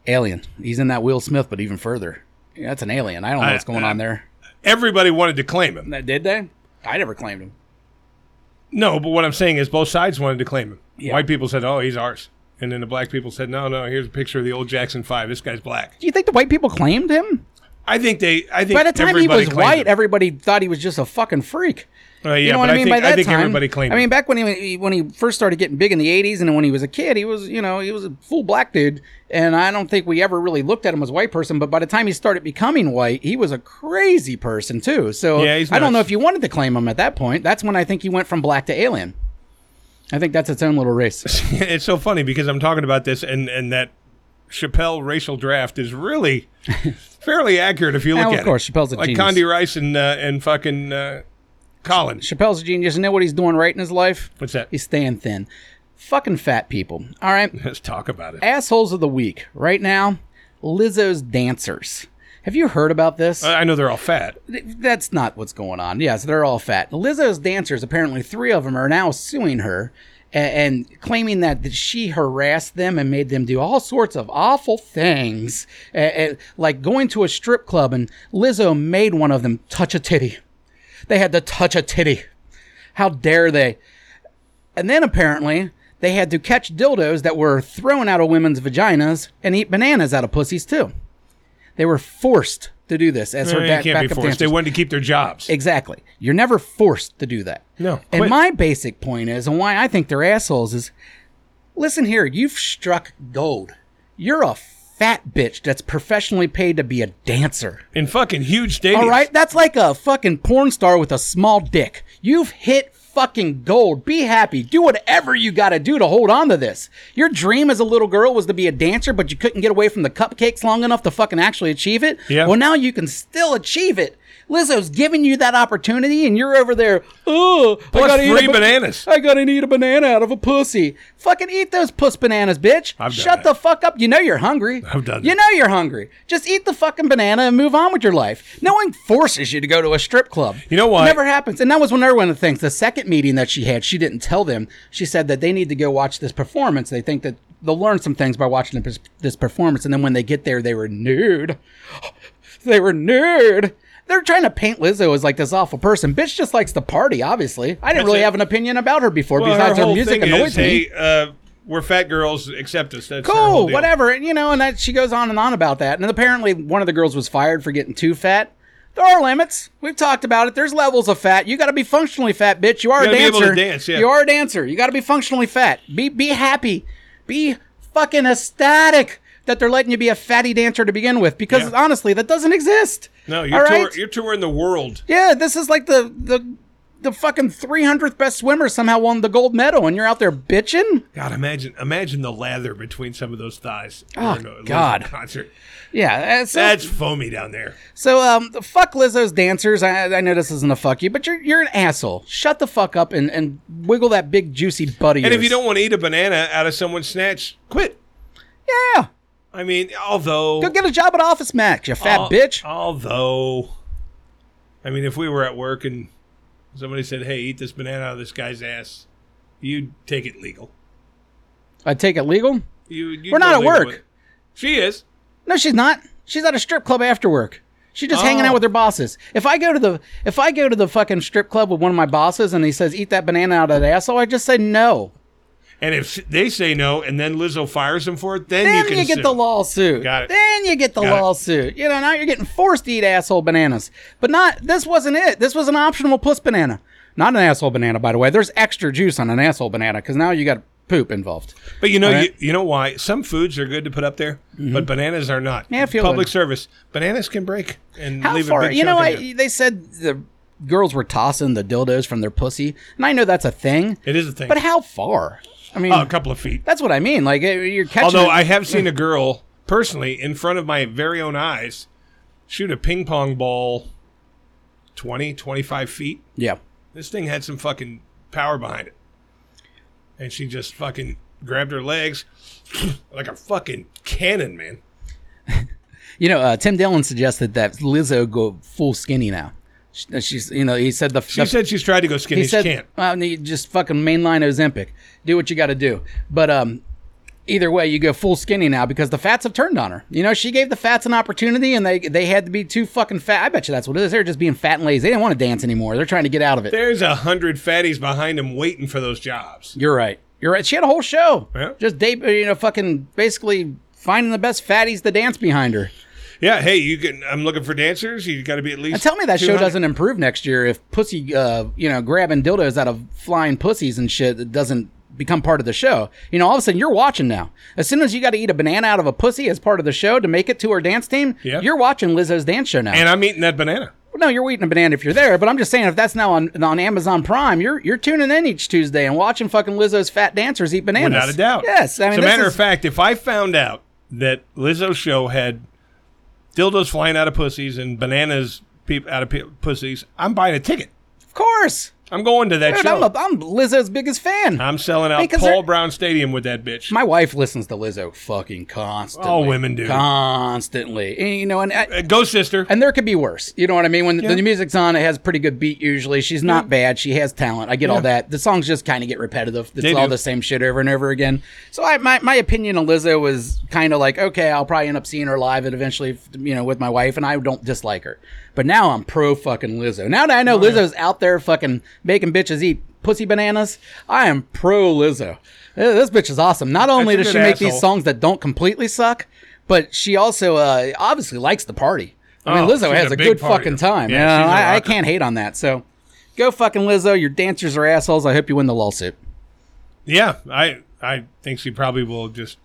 Speaker 1: Alien. He's in that Will Smith, but even further. Yeah, that's an alien. I don't know
Speaker 2: I-
Speaker 1: what's going
Speaker 2: I-
Speaker 1: on there.
Speaker 2: Everybody wanted to claim him.
Speaker 1: Did they? I never claimed him.
Speaker 2: No, but what I'm saying is both sides wanted to claim him.
Speaker 1: Yeah.
Speaker 2: White people said, "Oh, he's ours," and then the black people said, "No, no, here's a picture of the old Jackson Five. This guy's black."
Speaker 1: Do you think the white people claimed him?
Speaker 2: I think they. I think
Speaker 1: By the time he
Speaker 2: everybody
Speaker 1: was
Speaker 2: claimed
Speaker 1: white,
Speaker 2: him.
Speaker 1: everybody thought he was just a fucking freak.
Speaker 2: Uh, yeah,
Speaker 1: You know
Speaker 2: but
Speaker 1: what I mean?
Speaker 2: think,
Speaker 1: By that
Speaker 2: I think
Speaker 1: time,
Speaker 2: everybody claimed.
Speaker 1: I
Speaker 2: him.
Speaker 1: mean, back when he when he first started getting big in the '80s, and when he was a kid, he was you know he was a full black dude, and I don't think we ever really looked at him as a white person. But by the time he started becoming white, he was a crazy person too. So
Speaker 2: Yeah, he's
Speaker 1: I don't know
Speaker 2: nuts.
Speaker 1: if you wanted to claim him at that point. That's when I think he went from black to alien. I think that's its own little race.
Speaker 2: it's so funny because I'm talking about this and and that Chappelle racial draft is really fairly accurate if you look
Speaker 1: Now,
Speaker 2: at
Speaker 1: of course,
Speaker 2: it.
Speaker 1: Chappelle's a
Speaker 2: like
Speaker 1: genius.
Speaker 2: Condi Rice and uh, and fucking uh, Colin.
Speaker 1: Chappelle's a genius. You know what he's doing right in his life?
Speaker 2: What's that?
Speaker 1: He's staying thin. Fucking fat people. All right.
Speaker 2: Let's talk about it.
Speaker 1: Assholes of the week. Right now, Lizzo's dancers. Have you heard about this?
Speaker 2: Uh, I I know they're all fat.
Speaker 1: Th- That's not what's going on. Yes, they're all fat. Lizzo's dancers, apparently, three of them are now suing her a- and, claiming that, that she harassed them and made them do all sorts of awful things, a- a- like going to a strip club and Lizzo made one of them touch a titty. They had to touch a titty. How dare they? And then apparently they had to catch dildos that were thrown out of women's vaginas and eat bananas out of pussies too. They were forced to do this as her
Speaker 2: They
Speaker 1: da-
Speaker 2: Eh, can't
Speaker 1: backup
Speaker 2: be forced.
Speaker 1: dancers.
Speaker 2: They wanted to keep their jobs.
Speaker 1: Exactly. You're never forced to do that.
Speaker 2: No,
Speaker 1: And
Speaker 2: quit.
Speaker 1: my basic point is, and why I think they're assholes is, listen here, you've struck gold. You're a fat bitch that's professionally paid to be a dancer.
Speaker 2: in fucking huge stadiums.
Speaker 1: All right, that's like a fucking porn star with a small dick. You've hit fucking gold. Be happy. Do whatever you got to do to hold on to this. Your dream as a little girl was to be a dancer, but you couldn't get away from the cupcakes long enough to fucking actually achieve it.
Speaker 2: Yeah.
Speaker 1: Well, now you can still achieve it. Lizzo's giving you that opportunity, and you're over there. Ugh, I
Speaker 2: Plus
Speaker 1: gotta eat
Speaker 2: three
Speaker 1: a ba-
Speaker 2: bananas.
Speaker 1: I gotta eat a banana out of a pussy. Fucking eat those puss bananas, bitch.
Speaker 2: I've done
Speaker 1: Shut
Speaker 2: that.
Speaker 1: the fuck up. You know you're hungry.
Speaker 2: I've done
Speaker 1: You
Speaker 2: that.
Speaker 1: know you're hungry. Just eat the fucking banana and move on with your life. No one forces you to go to a strip club.
Speaker 2: You know what?
Speaker 1: It never happens. And that was one other one of the things. The second meeting that she had, she didn't tell them. She said that they need to go watch this performance. They think that they'll learn some things by watching this- this performance. And then when they get there, they were nude. They were nude. They're trying to paint Lizzo as like this awful person. Bitch just likes to party, obviously. I didn't really
Speaker 2: it.
Speaker 1: have an opinion about her before
Speaker 2: Well,
Speaker 1: besides
Speaker 2: her
Speaker 1: her,
Speaker 2: whole
Speaker 1: music
Speaker 2: thing
Speaker 1: annoys
Speaker 2: is,
Speaker 1: me.
Speaker 2: hey, uh, we're fat girls. Accept us. That's her whole
Speaker 1: cool,
Speaker 2: deal.
Speaker 1: Oh, whatever. And you know, and that she goes on and on about that. And apparently one of the girls was fired for getting too fat. There are limits. We've talked about it. There's levels of fat. You got to be functionally fat, bitch. You are a
Speaker 2: gotta be able
Speaker 1: dancer.
Speaker 2: to dance, yeah.
Speaker 1: You are a dancer. You got to be functionally fat. Be be happy. Be fucking ecstatic that they're letting you be a fatty dancer to begin with because
Speaker 2: Yeah.
Speaker 1: honestly, that doesn't exist.
Speaker 2: No,
Speaker 1: All
Speaker 2: you're,
Speaker 1: right?
Speaker 2: tour, you're touring the world.
Speaker 1: Yeah, this is like the the the fucking 300th best swimmer somehow won the gold medal and you're out there bitching?
Speaker 2: God, imagine imagine the lather between some of those thighs. during a Lizzo
Speaker 1: Oh, God.
Speaker 2: concert.
Speaker 1: Yeah, uh, so-
Speaker 2: That's foamy down there.
Speaker 1: So, um, the fuck Lizzo's dancers. I, I know this isn't a fuck you, but you're you're an asshole. Shut the fuck up and, and wiggle that big juicy butt of
Speaker 2: And if
Speaker 1: yours.
Speaker 2: you don't want to eat a banana out of someone's snatch, quit.
Speaker 1: yeah,
Speaker 2: I mean, although
Speaker 1: go get a job at Office Max, you fat
Speaker 2: al-
Speaker 1: bitch.
Speaker 2: Although, I mean, if we were at work and somebody said, "Hey, eat this banana out of this guy's ass," you'd take it legal.
Speaker 1: I take it legal.
Speaker 2: You, you'd
Speaker 1: We're
Speaker 2: go
Speaker 1: not at
Speaker 2: legal
Speaker 1: work.
Speaker 2: with it. She is.
Speaker 1: No, she's not. She's at a strip club after work. She's just hanging
Speaker 2: Oh.
Speaker 1: out with her bosses. If I go to the if I go to the fucking strip club with one of my bosses and he says eat that banana out of that asshole, I just say no.
Speaker 2: And if they say no, and then Lizzo fires them for it, then,
Speaker 1: Then
Speaker 2: you
Speaker 1: you,
Speaker 2: can
Speaker 1: get
Speaker 2: sue.
Speaker 1: the lawsuit.
Speaker 2: Got it.
Speaker 1: Then you get the
Speaker 2: Got it.
Speaker 1: lawsuit. You know, now you're getting forced to eat asshole bananas. But not this wasn't it. This was an optional puss banana. Not an asshole banana, by the way. There's extra juice on an asshole banana because now you got poop involved.
Speaker 2: But you know,
Speaker 1: Alright.
Speaker 2: you, you know why? Some foods are good to put up there, but bananas are not.
Speaker 1: Mm-hmm. Yeah, I feel
Speaker 2: public
Speaker 1: it.
Speaker 2: service. Bananas can break and
Speaker 1: How
Speaker 2: leave a
Speaker 1: far?
Speaker 2: big
Speaker 1: You know,
Speaker 2: chunk
Speaker 1: I,
Speaker 2: in you.
Speaker 1: they said the girls were tossing the dildos from their pussy, and I know that's a thing.
Speaker 2: It is a thing.
Speaker 1: But how far? I mean,
Speaker 2: Oh, a couple of feet.
Speaker 1: that's what I mean. Like eh, you're catching.
Speaker 2: Although
Speaker 1: it-
Speaker 2: I have seen a girl personally in front of my very own eyes shoot a ping pong ball 20, 25 feet.
Speaker 1: yeah.
Speaker 2: This thing had some fucking power behind it. And she just fucking grabbed her legs like a fucking cannon, man.
Speaker 1: You know, uh, Tim Dillon suggested that Lizzo go full skinny now. She- She's, you know, he said the.
Speaker 2: She said she's tried to go skinny.
Speaker 1: he said,
Speaker 2: she can't.
Speaker 1: well, you just fucking mainline Ozempic. Do what you got to do. But um, either way, you go full skinny now because the fats have turned on her. You know, she gave the fats an opportunity, and they they had to be too fucking fat. I bet you that's what it is. They're just being fat and lazy. They didn't want to dance anymore. They're trying to get out of it.
Speaker 2: There's a hundred fatties behind him waiting for those jobs.
Speaker 1: You're right. You're right. She had a whole show.
Speaker 2: Yeah.
Speaker 1: Just date, you know, fucking basically finding the best fatties to dance behind her.
Speaker 2: Yeah, hey, you can. I'm looking for dancers. You got to be at least.
Speaker 1: And tell me that show
Speaker 2: 200.
Speaker 1: doesn't improve next year if pussy, uh, you know, grabbing dildos out of flying pussies and shit that doesn't become part of the show. You know, all of a sudden you're watching now. As soon as you got to eat a banana out of a pussy as part of the show to make it to her dance team,
Speaker 2: Yeah.
Speaker 1: you're watching Lizzo's dance show now.
Speaker 2: And I'm eating that banana.
Speaker 1: no, you're eating a banana if you're there, but I'm just saying if that's now on on Amazon Prime, you're you're tuning in each Tuesday and watching fucking Lizzo's fat dancers eat bananas.
Speaker 2: Without a doubt.
Speaker 1: Yes, I mean,
Speaker 2: As a
Speaker 1: this
Speaker 2: matter
Speaker 1: is-
Speaker 2: of fact, if I found out that Lizzo's show had dildos flying out of pussies and bananas peep out of pe- pussies, I'm buying a ticket.
Speaker 1: of course.
Speaker 2: I'm going to that
Speaker 1: Dude,
Speaker 2: show.
Speaker 1: I'm, a, I'm Lizzo's biggest fan.
Speaker 2: I'm selling out
Speaker 1: Because
Speaker 2: Paul
Speaker 1: they're-
Speaker 2: Brown Stadium with that bitch.
Speaker 1: My wife listens to Lizzo fucking constantly.
Speaker 2: All women do.
Speaker 1: Constantly. And, you know, and
Speaker 2: Uh, Go, sister.
Speaker 1: and there could be worse. You know what I mean? When the music's on, it has a pretty good beat usually. She's not bad. She has talent. I get all that. The songs just kind of get repetitive. It's
Speaker 2: They
Speaker 1: all
Speaker 2: do.
Speaker 1: the same shit over and over again. So I, my, my opinion on Lizzo was kind of like, okay, I'll probably end up seeing her live and eventually, you know, with my wife, and I don't dislike her. But now I'm pro fucking Lizzo. Now that I
Speaker 2: Oh,
Speaker 1: know Lizzo's out there fucking making bitches eat pussy bananas, I am pro Lizzo. Eh, This bitch is awesome. Not only
Speaker 2: a
Speaker 1: does she
Speaker 2: good
Speaker 1: make these
Speaker 2: asshole.
Speaker 1: songs that don't completely suck, but she also uh, obviously likes the party. I mean,
Speaker 2: Oh,
Speaker 1: Lizzo
Speaker 2: she's
Speaker 1: has
Speaker 2: a
Speaker 1: a,
Speaker 2: big
Speaker 1: good
Speaker 2: partier.
Speaker 1: fucking time.
Speaker 2: Yeah,
Speaker 1: Yeah,
Speaker 2: she's a
Speaker 1: I, I
Speaker 2: rocker.
Speaker 1: can't hate on that. So go fucking Lizzo. Your dancers are assholes. I hope you win the lawsuit.
Speaker 2: Yeah, I I think she probably will just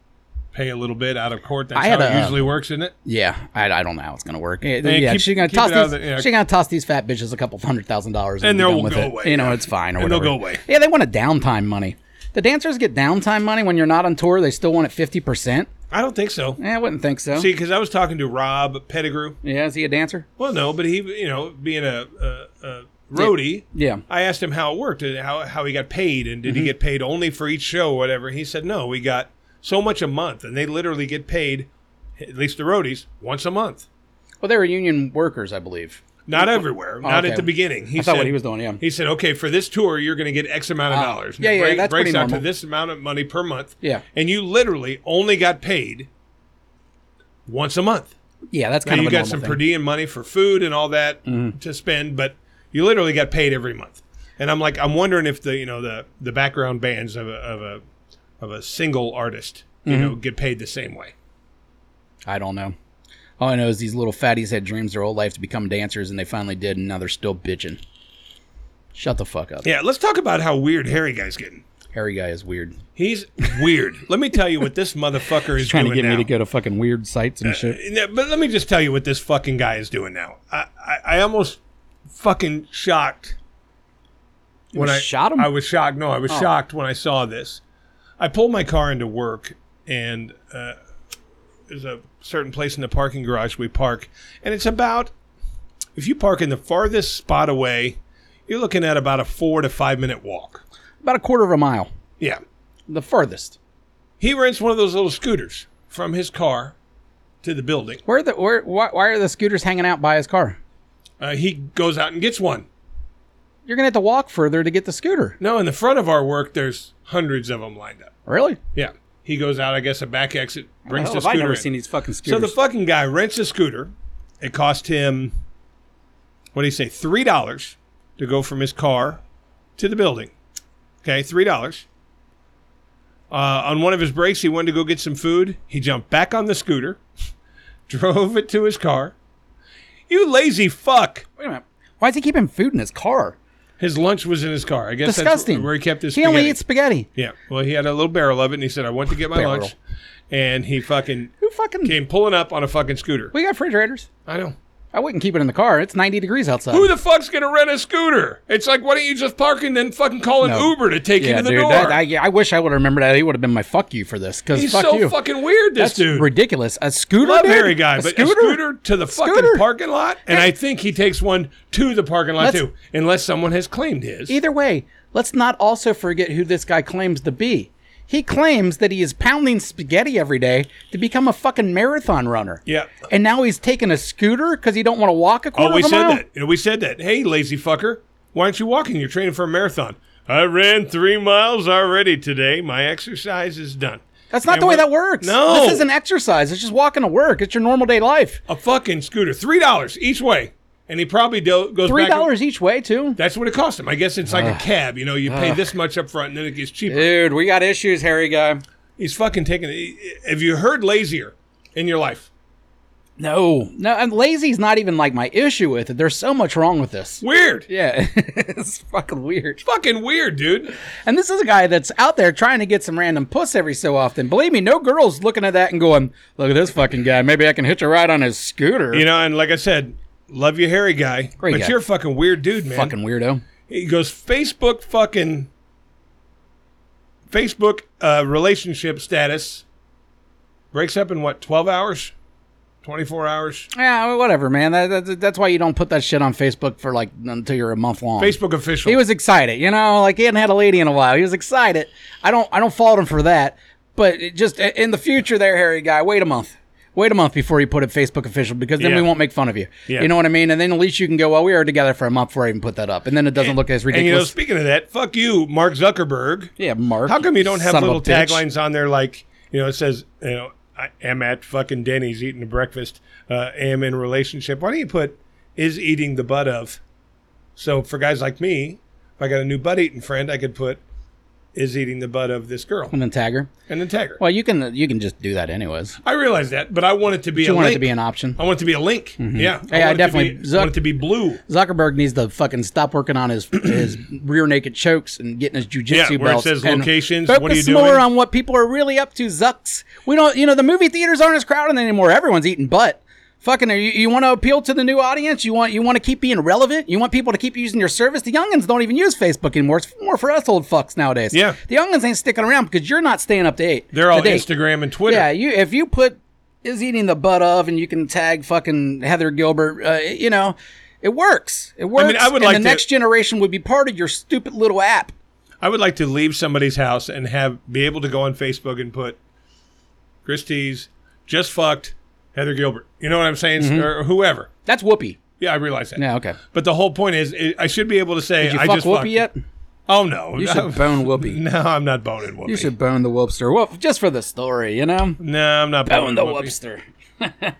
Speaker 2: pay a little bit out of court. That's
Speaker 1: I had
Speaker 2: how it
Speaker 1: a-
Speaker 2: usually works, isn't it?
Speaker 1: Yeah, I, I don't know how it's gonna work. Yeah,
Speaker 2: Man,
Speaker 1: yeah,
Speaker 2: keep-
Speaker 1: she's gonna
Speaker 2: keep
Speaker 1: toss
Speaker 2: it out of
Speaker 1: these.
Speaker 2: the- yeah.
Speaker 1: She's gonna toss these fat bitches a couple hundred thousand dollars,
Speaker 2: And
Speaker 1: be
Speaker 2: they'll
Speaker 1: done with
Speaker 2: go
Speaker 1: it.
Speaker 2: away,
Speaker 1: You know,
Speaker 2: yeah.
Speaker 1: it's fine or
Speaker 2: And they'll
Speaker 1: whatever.
Speaker 2: go away.
Speaker 1: Yeah, they want a downtime money. The dancers get downtime money when you're not on tour. They still want it fifty percent.
Speaker 2: I don't think so.
Speaker 1: Yeah, I wouldn't think so.
Speaker 2: See, because I was talking to Rob Pettigrew.
Speaker 1: yeah, is he a dancer?
Speaker 2: Well, no, but he, you know, being a, a, a roadie,
Speaker 1: Yeah. Mm-hmm.
Speaker 2: I asked him how it worked and how, how he got paid and did he get paid only for each show or whatever. He said, no, we got so much a month and they literally get paid, at least the roadies, once a month.
Speaker 1: Well, they were union workers, I believe.
Speaker 2: Not everywhere, not
Speaker 1: okay.
Speaker 2: at the beginning. He
Speaker 1: I thought
Speaker 2: said,
Speaker 1: what he was doing. Yeah.
Speaker 2: He said, okay, for this tour, you're going to get X amount of dollars. And
Speaker 1: yeah,
Speaker 2: it
Speaker 1: yeah,
Speaker 2: break-
Speaker 1: that's
Speaker 2: breaks
Speaker 1: pretty
Speaker 2: out
Speaker 1: normal.
Speaker 2: to this amount of money per month.
Speaker 1: Yeah.
Speaker 2: And you literally only got paid once a month.
Speaker 1: Yeah, that's
Speaker 2: Now,
Speaker 1: kind
Speaker 2: you
Speaker 1: of a
Speaker 2: got
Speaker 1: normal
Speaker 2: some
Speaker 1: thing. Mm-hmm.
Speaker 2: per diem money for food and all that to spend, but you literally got paid every month. And I'm like, I'm wondering if the you know the the background bands of a of a of a single artist you know
Speaker 1: Mm-hmm.
Speaker 2: get paid the same way.
Speaker 1: I don't know. All I know is these little fatties had dreams their whole life to become dancers, and they finally did, and now they're still bitching. Shut the fuck up.
Speaker 2: Yeah, let's talk about how weird Harry guy's getting.
Speaker 1: Harry guy is weird.
Speaker 2: He's weird. Let me tell you what this motherfucker is
Speaker 1: Trying to
Speaker 2: doing
Speaker 1: get
Speaker 2: now.
Speaker 1: me to go to fucking weird sites and shit.
Speaker 2: Yeah, but let me just tell you what this fucking guy is doing now. I, I, I almost fucking shocked when
Speaker 1: was
Speaker 2: I
Speaker 1: shot him? Oh.
Speaker 2: I was shocked. No, I was shocked when I saw this. I pulled my car into work, and uh, there's a certain place in the parking garage we park, and it's about if you park in the farthest spot away, you're looking at about a four to five minute walk.
Speaker 1: About a quarter of a mile,
Speaker 2: Yeah,
Speaker 1: the furthest.
Speaker 2: he rents one of those little scooters from his car to the building.
Speaker 1: Where the where why, why are the scooters hanging out by his car?
Speaker 2: Uh, he goes out and gets one.
Speaker 1: You're gonna have to walk further to get the scooter.
Speaker 2: No, in the front of our work, there's hundreds of them lined up.
Speaker 1: Really?
Speaker 2: Yeah. He goes out, I guess, a back exit, brings
Speaker 1: Hell,
Speaker 2: the
Speaker 1: have I
Speaker 2: scooter.
Speaker 1: never
Speaker 2: in.
Speaker 1: seen these fucking
Speaker 2: so
Speaker 1: scooters?
Speaker 2: the fucking guy rents a scooter. It cost him, what do you say, $3 to go from his car to the building. Okay, $3. Uh, on one of his breaks, he wanted to go get some food. He jumped back on the scooter, drove it to his car. You lazy fuck.
Speaker 1: Wait a minute. Why is he keeping food in his car?
Speaker 2: His lunch was in his car. I guess that's
Speaker 1: Disgusting.
Speaker 2: where he kept his
Speaker 1: He
Speaker 2: spaghetti.
Speaker 1: only eats spaghetti.
Speaker 2: yeah. Well, he had a little barrel of it, and he said, "I went to get my
Speaker 1: Barrel.
Speaker 2: lunch," and he fucking
Speaker 1: Who fucking?
Speaker 2: came pulling up on a fucking scooter.
Speaker 1: We got refrigerators.
Speaker 2: I know.
Speaker 1: I wouldn't keep it in the car. It's 90 degrees outside.
Speaker 2: Who the fuck's gonna rent a scooter? It's like, why don't you just park and then fucking call an
Speaker 1: No.
Speaker 2: Uber to take you
Speaker 1: yeah,
Speaker 2: to the
Speaker 1: dude.
Speaker 2: door?
Speaker 1: That, I, I wish I would remember that. He would have been my fuck you for this. Because
Speaker 2: He's
Speaker 1: fuck
Speaker 2: so
Speaker 1: you.
Speaker 2: fucking weird. This
Speaker 1: That's
Speaker 2: dude.
Speaker 1: ridiculous. A scooter.
Speaker 2: Love
Speaker 1: dude?
Speaker 2: Harry guy,
Speaker 1: A
Speaker 2: but
Speaker 1: scooter?
Speaker 2: a scooter to the fucking
Speaker 1: Scooter?
Speaker 2: parking lot, and I think he takes one to the parking lot
Speaker 1: Let's-
Speaker 2: too, unless someone has claimed his.
Speaker 1: Either way, let's not also forget who this guy claims to be. He claims that he is pounding spaghetti every day to become a fucking marathon runner.
Speaker 2: Yeah.
Speaker 1: And now he's taking a scooter because he don't want to walk a quarter
Speaker 2: Oh, we
Speaker 1: of a
Speaker 2: said
Speaker 1: mile.
Speaker 2: that. And we said that. Hey, lazy fucker, why aren't you walking? You're training for a marathon. I ran three miles already today. My exercise is done.
Speaker 1: That's not
Speaker 2: And
Speaker 1: the way
Speaker 2: we're-
Speaker 1: that works.
Speaker 2: No.
Speaker 1: This isn't exercise. It's just walking to work. It's your normal day life.
Speaker 2: A fucking scooter, three dollars each way, and he probably do- goes
Speaker 1: Three
Speaker 2: back and-
Speaker 1: dollars each way, too.
Speaker 2: That's what it cost him. I guess it's like a cab. You know, you pay this much up front, and then it gets cheaper.
Speaker 1: Dude, we got issues, Harry guy.
Speaker 2: He's fucking taking. it. Have you heard lazier in your life?
Speaker 1: No, no, and lazy's not even like my issue with it. There's so much wrong with this.
Speaker 2: Weird.
Speaker 1: Yeah, it's fucking weird.
Speaker 2: Fucking weird, dude.
Speaker 1: And this is a guy that's out there trying to get some random puss every so often. Believe me, no girl's looking at that and going, "Look at this fucking guy. Maybe I can hitch a ride on his scooter."
Speaker 2: You know, and like I said, love you, hairy guy.
Speaker 1: Great
Speaker 2: but
Speaker 1: guy.
Speaker 2: you're a fucking weird dude, man.
Speaker 1: fucking weirdo.
Speaker 2: He goes Facebook fucking Facebook uh, relationship status breaks up in what twelve hours, twenty four hours.
Speaker 1: Yeah, well, whatever, man. That, that, that's why you don't put that shit on Facebook for like until you're a month long.
Speaker 2: Facebook official.
Speaker 1: He was excited, you know, like he hadn't had a lady in a while. He was excited. I don't, I don't fault him for that. But it just in the future, there, Harry guy, wait a month, wait a month before you put it Facebook official because then
Speaker 2: Yeah.
Speaker 1: we won't make fun of you.
Speaker 2: Yeah.
Speaker 1: You know what I mean? And then at least you can go, well, we were together for a month before I even put that up, and then it doesn't look as
Speaker 2: and you know,
Speaker 1: ridiculous.
Speaker 2: speaking of that, fuck you, Mark Zuckerberg.
Speaker 1: yeah, Mark.
Speaker 2: How come you don't have
Speaker 1: son of a
Speaker 2: little
Speaker 1: bitch.
Speaker 2: taglines on there like you know it says you know I am at fucking Denny's eating a breakfast, uh, am in a relationship. Why don't you put is eating the butt of? So for guys like me, if I got a new butt eating friend, I could put is eating the butt of this girl
Speaker 1: And then tagger.
Speaker 2: and then tag her.
Speaker 1: Well, you can you can just do that anyways.
Speaker 2: I realize that, but I want it to be
Speaker 1: You
Speaker 2: a
Speaker 1: want
Speaker 2: link.
Speaker 1: it to be an option.
Speaker 2: I want it to be a link. Yeah,
Speaker 1: I
Speaker 2: want it to be-
Speaker 1: definitely- Zuck-
Speaker 2: want it to be blue.
Speaker 1: Zuckerberg needs to fucking stop working on his his rear naked chokes and getting his
Speaker 2: Yeah,
Speaker 1: jujitsu
Speaker 2: where it
Speaker 1: belts.
Speaker 2: says
Speaker 1: and
Speaker 2: locations,
Speaker 1: Focus
Speaker 2: what are you
Speaker 1: more
Speaker 2: doing?
Speaker 1: on what people are really up to, Zucks. We don't, you know, the movie theaters aren't as crowded anymore. Everyone's eating butt. Fucking, you, you want to appeal to the new audience? You want you want to keep being relevant? You want people to keep using your service? The youngins don't even use Facebook anymore. It's more for us old fucks nowadays.
Speaker 2: Yeah.
Speaker 1: the youngins ain't sticking around because you're not staying up to eight.
Speaker 2: They're all
Speaker 1: to date.
Speaker 2: Instagram and Twitter.
Speaker 1: Yeah, you if you put is eating the butt of, and you can tag fucking Heather Gilbert. Uh, you know, it works. It works.
Speaker 2: I would
Speaker 1: and
Speaker 2: like
Speaker 1: the
Speaker 2: to-
Speaker 1: next generation would be part of your stupid little app.
Speaker 2: I would like to leave somebody's house and have be able to go on Facebook and put Christie's just fucked Heather Gilbert. You know what I'm saying, or whoever.
Speaker 1: That's Whoopi.
Speaker 2: Yeah, I realize that.
Speaker 1: Mm-hmm. Yeah, okay.
Speaker 2: But the whole point is, i I should be able to say
Speaker 1: Did you
Speaker 2: I
Speaker 1: fuck
Speaker 2: just
Speaker 1: Whoopi yet?
Speaker 2: fucked. Oh no,
Speaker 1: You should bone Whoopi.
Speaker 2: no, I'm not boning Whoopi.
Speaker 1: You should bone the Whoopster. Whoop, just for the story, you know.
Speaker 2: No, I'm not
Speaker 1: Bone
Speaker 2: boning
Speaker 1: the
Speaker 2: Whoopi.
Speaker 1: Whoopster.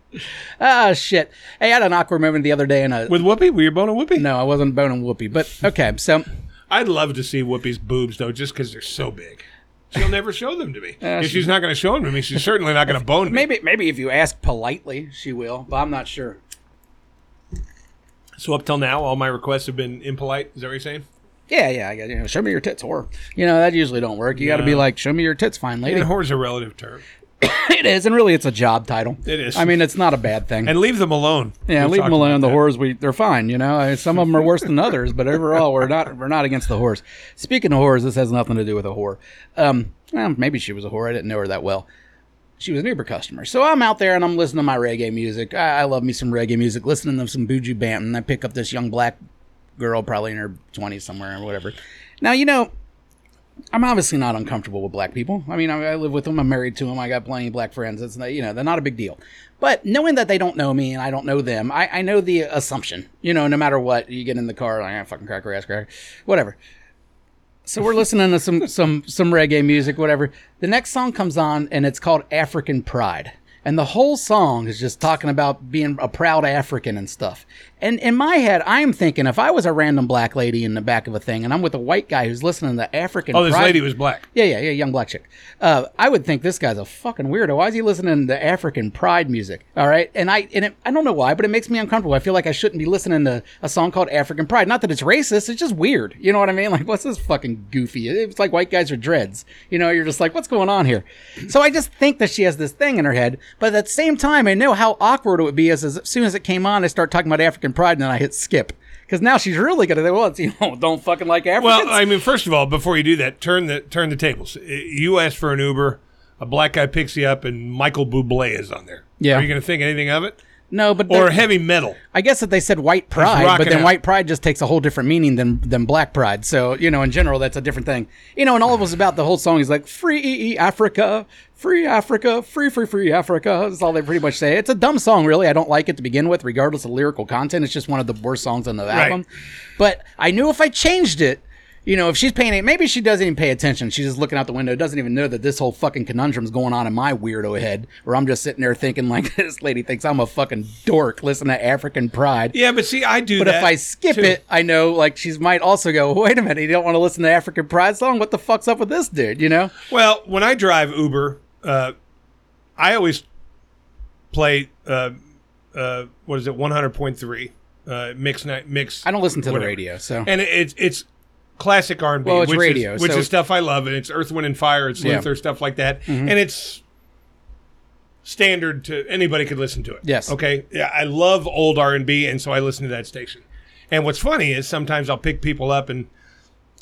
Speaker 1: ah, shit. Hey, I had an awkward moment the other day, and a,
Speaker 2: With Whoopi, were you boning Whoopi?
Speaker 1: no, I wasn't boning Whoopi, but okay. So
Speaker 2: I'd love to see Whoopi's boobs though, just because they're so big. She'll never show them to me. if she's not going to show them to me, she's certainly not going to bone me.
Speaker 1: maybe maybe if you ask politely, she will, but I'm not sure.
Speaker 2: So up till now, all my requests have been impolite. Is that what you're saying?
Speaker 1: Yeah, yeah, I got you know, show me your tits, whore. You know, that usually don't work. You got to be like, show me your tits, fine lady.
Speaker 2: And whore's a relative term.
Speaker 1: it is, and really, it's a job title.
Speaker 2: It is.
Speaker 1: I mean, it's not a bad thing.
Speaker 2: And leave them alone.
Speaker 1: yeah,
Speaker 2: We'll
Speaker 1: leave
Speaker 2: talk
Speaker 1: them alone. The
Speaker 2: about
Speaker 1: whores, we they're fine. You know, I- some of them are worse than others, but overall, we're not we're not against the whores. Speaking of whores, this has nothing to do with a whore. Um, well, maybe she was a whore. I didn't know her that well. She was an Uber customer. So I'm out there and I'm listening to my reggae music. I, I love me some reggae music. Listening to some Buju Banton. I pick up this young black girl, probably in her 20s somewhere or whatever. Now, you know, I'm obviously not uncomfortable with black people. I mean, I, I live with them. I'm married to them. I got plenty of black friends. It's not, you know, they're not a big deal. But knowing that they don't know me and I don't know them, I, I know the assumption. You know, no matter what, you get in the car, like, ah, fucking cracker ass cracker, whatever. So we're listening to some some some reggae music, whatever. The next song comes on and it's called African Pride. And the whole song is just talking about being a proud African and stuff. And in my head, I am thinking if I was a random black lady in the back of a thing, and I'm with a white guy who's listening to African.
Speaker 2: Oh, this
Speaker 1: pride-
Speaker 2: lady was black.
Speaker 1: Yeah, yeah, yeah, young black chick. Uh, I would think this guy's a fucking weirdo. Why is he listening to African pride music? All right, and I and it, I don't know why, but it makes me uncomfortable. I feel like I shouldn't be listening to a song called African Pride. Not that it's racist, it's just weird. You know what I mean? Like, what's this fucking goofy? It's like white guys are dreads. You know, you're just like, what's going on here? So I just think that she has this thing in her head, but at the same time, I know how awkward it would be as, as soon as it came on, I start talking about African pride, and then I hit skip. Because now she's really gonna think, well, it's, you know, don't fucking like Africans.
Speaker 2: Well, I mean, first of all, before you do that, turn the turn the tables. I- You ask for an Uber, a black guy picks you up, and Michael Bublé is on there.
Speaker 1: Yeah.
Speaker 2: Are you going to think anything of it?
Speaker 1: no, but
Speaker 2: Or
Speaker 1: there-
Speaker 2: heavy metal?
Speaker 1: I guess that they said white pride,
Speaker 2: rocking
Speaker 1: but then
Speaker 2: out.
Speaker 1: white pride just takes a whole different meaning than than black pride. So you know, in general, that's a different thing. You know, and all of us about the whole song is like "Free e e Africa, Free Africa, Free Free Free Africa." That's all they pretty much say. It's a dumb song, really. I don't like it to begin with, regardless of lyrical content. It's just one of the worst songs on the album. But I knew if I changed it. You know, if she's paying it, maybe she doesn't even pay attention. She's just looking out the window, doesn't even know that this whole fucking conundrum's going on in my weirdo head, or I'm just sitting there thinking like this lady thinks I'm a fucking dork. Listen to African Pride.
Speaker 2: Yeah, but see, I do
Speaker 1: But
Speaker 2: that.
Speaker 1: if I skip
Speaker 2: too.
Speaker 1: it, I know like she's might also go, wait a minute, you don't want to listen to African Pride song? What the fuck's up with this dude? You know?
Speaker 2: Well, when I drive Uber, uh, I always play uh, uh, what is it, one hundred point three uh, mix night mix.
Speaker 1: I don't listen to the
Speaker 2: whatever.
Speaker 1: radio, so
Speaker 2: and it, it's it's classic R and B,
Speaker 1: Well, it's
Speaker 2: which
Speaker 1: radio,
Speaker 2: is, which
Speaker 1: so-
Speaker 2: is stuff I love, and it's Earth, Wind and Fire, it's
Speaker 1: Yeah. Mm-hmm.
Speaker 2: Luther stuff like that, and it's standard to anybody could listen to it.
Speaker 1: Yes.
Speaker 2: Okay. Yeah, I love old R and B, and so I listen to that station. And what's funny is sometimes I'll pick people up and.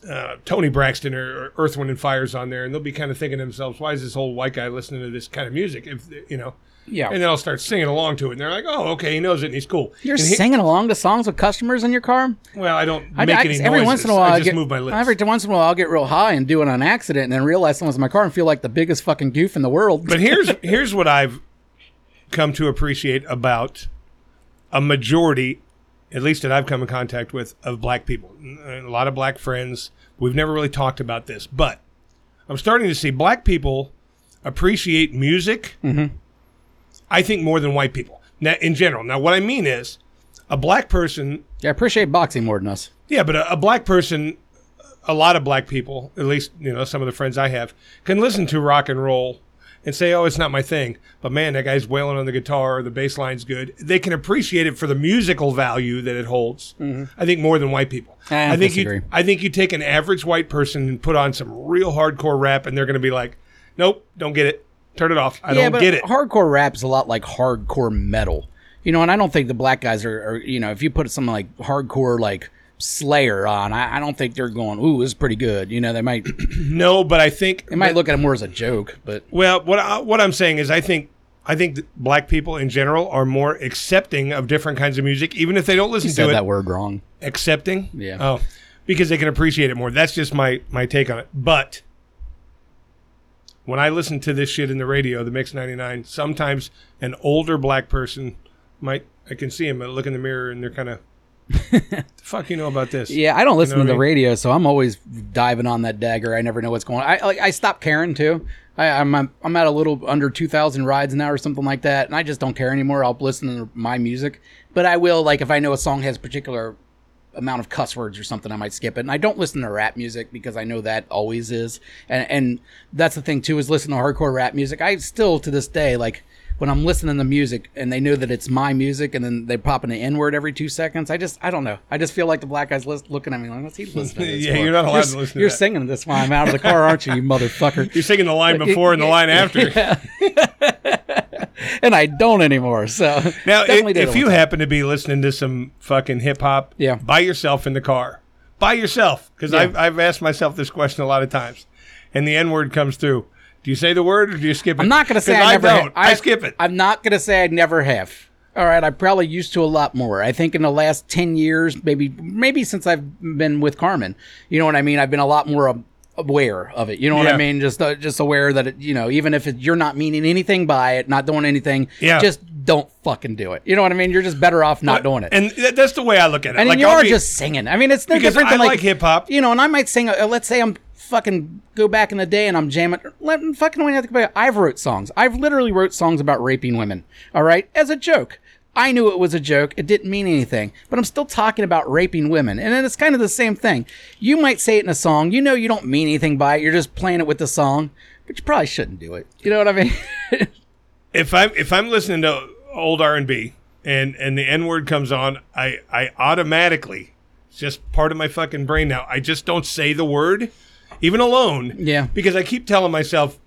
Speaker 2: Uh, Tony Braxton or, or Earth, Wind, and Fire's on there, and they'll be kind of thinking to themselves, "Why is this old white guy listening to this kind of music?" If you know,
Speaker 1: yeah.
Speaker 2: and uh, then I'll start singing along to it, and they're like, "Oh, okay, he knows it, and he's cool."
Speaker 1: You're
Speaker 2: And he-
Speaker 1: singing along to songs with customers in your car?
Speaker 2: well, I don't
Speaker 1: I-
Speaker 2: make
Speaker 1: I
Speaker 2: any
Speaker 1: just-
Speaker 2: noises.
Speaker 1: every once in a while,
Speaker 2: I
Speaker 1: I'll
Speaker 2: just
Speaker 1: get,
Speaker 2: move my lips.
Speaker 1: Every once in a while, I'll get real high and do it on accident, and then realize someone's in my car and feel like the biggest fucking goof in the world.
Speaker 2: But here's here's what I've come to appreciate about a majority, at least that I've come in contact with, of black people. A lot of black friends. We've never really talked about this, but I'm starting to see black people appreciate music. I think more than white people. Now, in general. Now, what I mean is, a black person
Speaker 1: yeah, I appreciate boxing more than us.
Speaker 2: yeah, but a, a black person, a lot of black people, at least you know some of the friends I have, can listen to rock and roll and say, "Oh, it's not my thing," but man, that guy's wailing on the guitar, the bass line's good. They can appreciate it for the musical value that it holds. I think more than white people.
Speaker 1: Mm-hmm. I
Speaker 2: think
Speaker 1: disagree.
Speaker 2: you, I think you take an average white person and put on some real hardcore rap, and they're going to be like, "Nope, don't get it. Turn it off. I
Speaker 1: yeah,
Speaker 2: don't
Speaker 1: but
Speaker 2: get it."
Speaker 1: hardcore rap's a lot like hardcore metal. You know, and I don't think the black guys are, are you know, if you put something like hardcore like Slayer on, I, I don't think they're going, ooh, this is pretty good. You know, they might
Speaker 2: no, but I think
Speaker 1: they might look at it more as a joke, but
Speaker 2: Well, what I, what I'm saying is, I think I think that black people in general are more accepting of different kinds of music, even if they don't listen
Speaker 1: said
Speaker 2: to it.
Speaker 1: that word wrong.
Speaker 2: Accepting,
Speaker 1: Yeah.
Speaker 2: Oh, because they can appreciate it more. That's just my my take on it. But when I listen to this shit in the radio, the Mix 99, sometimes an older black person might I can see him I look in the mirror and they're kind of, fuck you know about this?
Speaker 1: Yeah, I don't listen
Speaker 2: what
Speaker 1: to the
Speaker 2: I mean?
Speaker 1: radio, so I'm always diving on that dagger. I never know what's going on. I like, I stopped caring too. I, I'm I'm at a little under two thousand rides now or something like that, and I just don't care anymore. I'll listen to my music, but I will like if I know a song has a particular amount of cuss words or something, I might skip it. And I don't listen to rap music because I know that always is. And and that's the thing too is listen to hardcore rap music. I still to this day like when I'm listening to music and they know that it's my music and then they pop in the N word every two seconds. I just I don't know. I just feel like the black guy's lis- looking at me like what's he listening? to this
Speaker 2: Yeah,
Speaker 1: for?"
Speaker 2: you're not allowed
Speaker 1: you're,
Speaker 2: to listen to
Speaker 1: You're
Speaker 2: that.
Speaker 1: singing this while I'm out of the car, aren't you, you motherfucker?
Speaker 2: You're singing the line before and the line after.
Speaker 1: And I don't anymore. So
Speaker 2: Now, i-
Speaker 1: definitely did it
Speaker 2: if
Speaker 1: one
Speaker 2: you
Speaker 1: time.
Speaker 2: happen to be listening to some fucking hip hop,
Speaker 1: Yeah.
Speaker 2: by yourself in the car, by yourself, because
Speaker 1: Yeah.
Speaker 2: I've, I've asked myself this question a lot of times, and the N word comes through. Do you say the word or do you skip it?
Speaker 1: I'm not going to say
Speaker 2: 'Cause
Speaker 1: I, never
Speaker 2: don't.
Speaker 1: Have.
Speaker 2: I, skip it.
Speaker 1: I'm not going to say I never have. All right, I probably used to a lot more. I think in the last 10 years, maybe maybe since I've been with Carmen. You know what I mean? I've been a lot more ab- aware of it. You know what I
Speaker 2: Yeah.
Speaker 1: mean? Just uh, just aware that it, you know, even if it, you're not meaning anything by it, not doing anything,
Speaker 2: Yeah.
Speaker 1: just don't fucking do it. You know what I mean? You're just better off not doing it.
Speaker 2: and th- that's the way I look at it.
Speaker 1: And
Speaker 2: like,
Speaker 1: then you
Speaker 2: I'll
Speaker 1: are
Speaker 2: be-
Speaker 1: just singing. I mean, it's no
Speaker 2: Because
Speaker 1: different
Speaker 2: I
Speaker 1: than
Speaker 2: like hip-hop.
Speaker 1: You know, and I might sing. A, uh, let's say I'm fucking go back in the day and I'm jamming. Let fucking when I think about it, I've wrote songs. I've literally wrote songs about raping women. All right, as a joke. I knew it was a joke. It didn't mean anything, but I'm still talking about raping women. And then it's kind of the same thing. You might say it in a song. You know you don't mean anything by it. You're just playing it with the song, but you probably shouldn't do it. You know what I mean?
Speaker 2: if I'm if I'm listening to old R and B and and the N word comes on, I I automatically it's just part of my fucking brain now. I just don't say the word, even alone.
Speaker 1: Yeah.
Speaker 2: Because I keep telling myself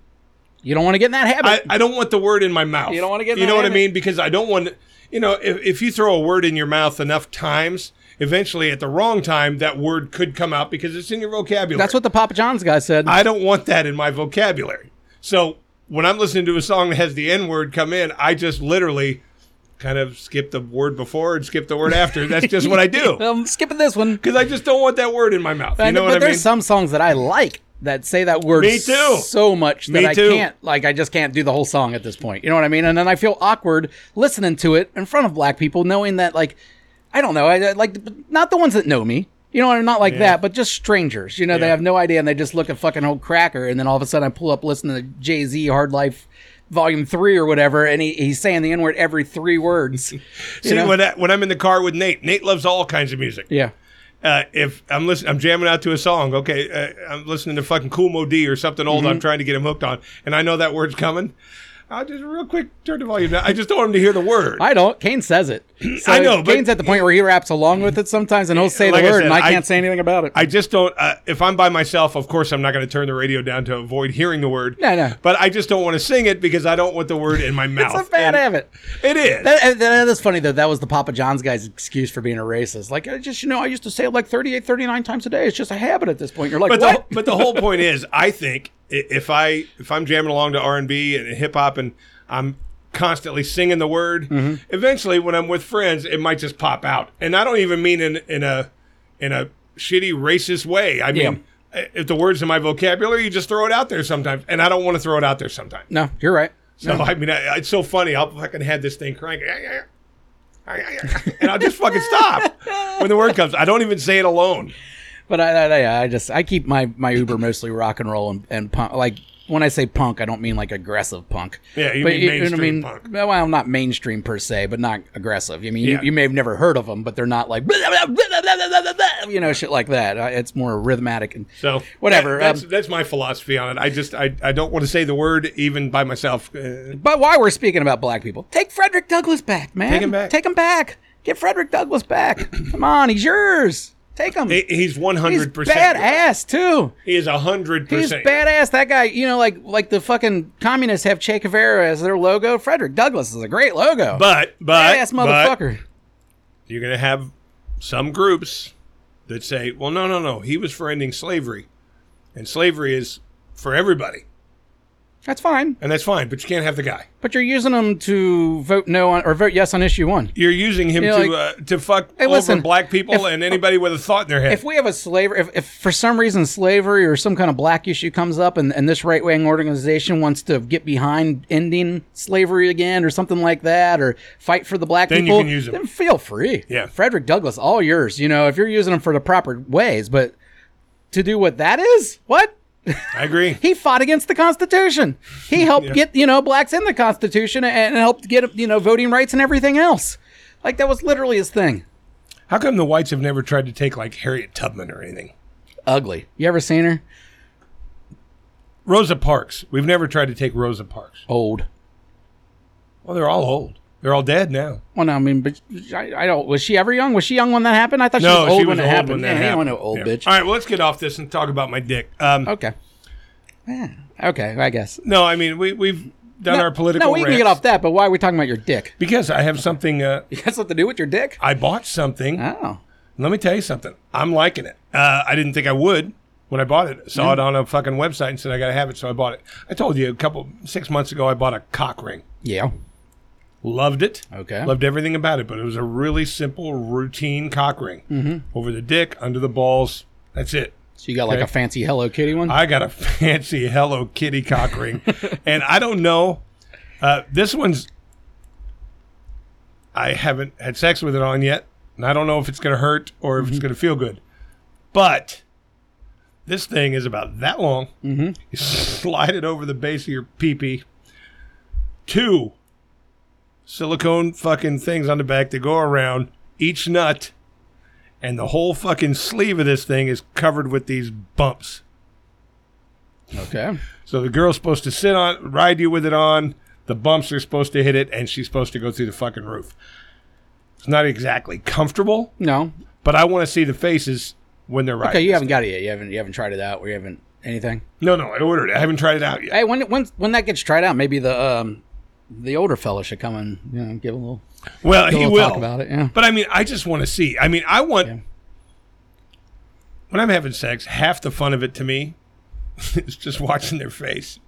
Speaker 1: you don't want to get in that habit.
Speaker 2: I, I don't want the word in my mouth.
Speaker 1: You don't wanna get in
Speaker 2: You
Speaker 1: that
Speaker 2: know what I
Speaker 1: habit.
Speaker 2: mean? Because I don't want you know if if you throw a word in your mouth enough times. Eventually, at the wrong time, that word could come out because it's in your vocabulary.
Speaker 1: That's what the Papa John's guy said.
Speaker 2: I don't want that in my vocabulary. So when I'm listening to a song that has the N word come in, I just literally kind of skip the word before and skip the word after. That's just what I do
Speaker 1: I'm Um, skipping this one.
Speaker 2: because I just don't want that word in my mouth. You
Speaker 1: And-
Speaker 2: know
Speaker 1: but
Speaker 2: what I
Speaker 1: there's
Speaker 2: mean?
Speaker 1: some songs that I like that say that word
Speaker 2: Me too.
Speaker 1: so much that
Speaker 2: Me
Speaker 1: I
Speaker 2: too.
Speaker 1: can't like I just can't do the whole song at this point. You know what I mean? And then I feel awkward listening to it in front of black people, knowing that like I don't know, I I- like not the ones that know me. You know, I'm not like that, but just strangers. You know, they
Speaker 2: Yeah.
Speaker 1: have no idea, and they just look at fucking old cracker, and then all of a sudden I pull up listening to Jay Z Hard Life, Volume Three or whatever, and he, he's saying the N word every three words. You
Speaker 2: See,
Speaker 1: know?
Speaker 2: when, I, when I'm in the car with Nate, Nate loves all kinds of music.
Speaker 1: yeah,
Speaker 2: Uh, if I'm listening, I'm jamming out to a song. Okay, uh, I'm listening to fucking Cool Mo D or something old.
Speaker 1: Mm-hmm.
Speaker 2: I'm trying to get him hooked on, and I know that word's coming. I'll just real quick turn the volume down. I just don't want him to hear the word.
Speaker 1: I don't. Kane says it. So
Speaker 2: I know, but-
Speaker 1: Kane's at the point where he raps along with it sometimes, and he'll say
Speaker 2: Like I
Speaker 1: the word,
Speaker 2: said,
Speaker 1: and I
Speaker 2: I-
Speaker 1: can't say anything about it.
Speaker 2: I just don't. Uh, if I'm by myself, of course, I'm not going to turn the radio down to avoid hearing the word.
Speaker 1: No, no.
Speaker 2: But I just don't want to sing it because I don't want the word in my mouth.
Speaker 1: it's a bad
Speaker 2: And
Speaker 1: habit.
Speaker 2: It is.
Speaker 1: That, that- that is funny though. That was the Papa John's guy's excuse for being a racist. Like, I just you know, I used to say it like 38, 39 times a day. It's just a habit at this point. You're like,
Speaker 2: but the,
Speaker 1: what?
Speaker 2: but the whole point is, I think i- if I if I'm jamming along to R and B and hip hop and I'm constantly singing the word,
Speaker 1: Mm-hmm.
Speaker 2: eventually when I'm with friends, it might just pop out, and I don't even mean in in a in a shitty racist way. I mean. i- If the word's in my vocabulary, you just throw it out there sometimes, and I don't want to throw it out there sometimes.
Speaker 1: no, you're right.
Speaker 2: So I mean, I, it's so funny. I'll fucking have this thing crank, and I'll just fucking stop when the word comes. I don't even say it alone.
Speaker 1: But I, I, I- I just I keep my my Uber mostly rock and roll and, and punk. Like when I say punk, I don't mean like aggressive punk.
Speaker 2: Yeah, you
Speaker 1: but
Speaker 2: mean
Speaker 1: know what
Speaker 2: mainstream punk.
Speaker 1: Well, not mainstream per se, but not aggressive. You mean
Speaker 2: Yeah.
Speaker 1: you, you may have never heard of them, but they're not like blah, blah, blah, blah, blah, blah, blah, blah, you know shit like that. Uh, It's more rhythmatic and
Speaker 2: So
Speaker 1: Whatever,
Speaker 2: that- that's
Speaker 1: um,
Speaker 2: that's my philosophy on it. I just I, I don't want to say the word even by myself. Uh,
Speaker 1: But why we're speaking about black people, take Frederick Douglass back, man.
Speaker 2: Take him back.
Speaker 1: Take him back. Get Frederick Douglass back. Come on, he's yours. Take him.
Speaker 2: he- he's one
Speaker 1: he's
Speaker 2: hundred percent.
Speaker 1: badass too.
Speaker 2: He is hundred
Speaker 1: He's
Speaker 2: percent.
Speaker 1: badass. That guy, you know, like like the fucking communists have Che Guevara as their logo. Frederick Douglass is a great logo.
Speaker 2: But but
Speaker 1: badass
Speaker 2: but
Speaker 1: motherfucker.
Speaker 2: you're gonna have some groups that say, well, no, no, no. He was for ending slavery, and slavery is for everybody,
Speaker 1: That's fine,
Speaker 2: and that's fine. But you can't have the guy.
Speaker 1: but you're using him to vote no on or vote yes on issue one.
Speaker 2: You're using him
Speaker 1: You know,
Speaker 2: to uh, to fuck over
Speaker 1: listen,
Speaker 2: black
Speaker 1: if-
Speaker 2: people and anybody with a thought in their head.
Speaker 1: if we have a slavery, if, if for some reason slavery or some kind of black issue comes up and, and this right wing organization wants to get behind ending slavery again or something like that or fight for the black
Speaker 2: Then you
Speaker 1: people,
Speaker 2: can use 'em.
Speaker 1: then feel free.
Speaker 2: Yeah.
Speaker 1: Frederick Douglass, all yours. You know, if you're using them for the proper ways, but to do what that is, what?
Speaker 2: I agree.
Speaker 1: He fought against the Constitution. He helped get you know blacks in the Constitution and, and helped get you know voting rights and everything else. Like that was literally his thing.
Speaker 2: How come the whites have never tried to take like Harriet Tubman or anything?
Speaker 1: Ugly. You ever seen her?
Speaker 2: Rosa Parks. We've never tried to take Rosa Parks.
Speaker 1: Old.
Speaker 2: Well, they're all old. They're all dead now.
Speaker 1: Well, no, I mean, but I, I don't. Was she ever young? Was she young when that happened? I thought she was old when it happened. yeah, I don't know, old
Speaker 2: Yeah.
Speaker 1: bitch.
Speaker 2: All right, well, let's get off this and talk about my dick. Um,
Speaker 1: Okay. Yeah. Okay, I guess.
Speaker 2: No, I mean we we've done our political.
Speaker 1: No, we can
Speaker 2: rants
Speaker 1: get off that. But why are we talking about your dick?
Speaker 2: because I have something. Uh,
Speaker 1: You got something to do with your dick?
Speaker 2: I bought something.
Speaker 1: Oh,
Speaker 2: Let me tell you something. I'm liking it. Uh, I didn't think I would when I bought it. Saw
Speaker 1: Mm-hmm.
Speaker 2: it on a fucking website and said I gotta have it, so I bought it. I told you a couple six months ago I bought a cock ring.
Speaker 1: yeah.
Speaker 2: Loved it.
Speaker 1: Okay.
Speaker 2: Loved everything about it, but it was a really simple routine cock ring over the dick, under the balls. That's it.
Speaker 1: So you got like a fancy Hello Kitty one?
Speaker 2: I got a fancy Hello Kitty cock ring, and I don't know. Uh, this one's I haven't had sex with it on yet, and I don't know if it's going to hurt or if it's going to feel good. But this thing is about that long. You slide it over the base of your pee pee. Two silicone fucking things on the back that go around each nut, and the whole fucking sleeve of this thing is covered with these bumps.
Speaker 1: Okay.
Speaker 2: So the girl's supposed to sit on, ride you with it on. The bumps are supposed to hit it, and she's supposed to go through the fucking roof. It's not exactly comfortable,
Speaker 1: No.
Speaker 2: but I want to see the faces when they're riding.
Speaker 1: Okay, you
Speaker 2: this
Speaker 1: haven't got it yet. You haven't you haven't tried it out. or you haven't anything.
Speaker 2: No, no, I ordered it. I haven't tried it out yet.
Speaker 1: Hey, when when when that gets tried out, maybe the um the older fella should come and you know give a little
Speaker 2: Well, he
Speaker 1: we'll
Speaker 2: will.
Speaker 1: talk about it, yeah.
Speaker 2: But I mean, I just want to see. I mean, I want.
Speaker 1: Yeah.
Speaker 2: When I'm having sex, half the fun of it to me is just watching their face.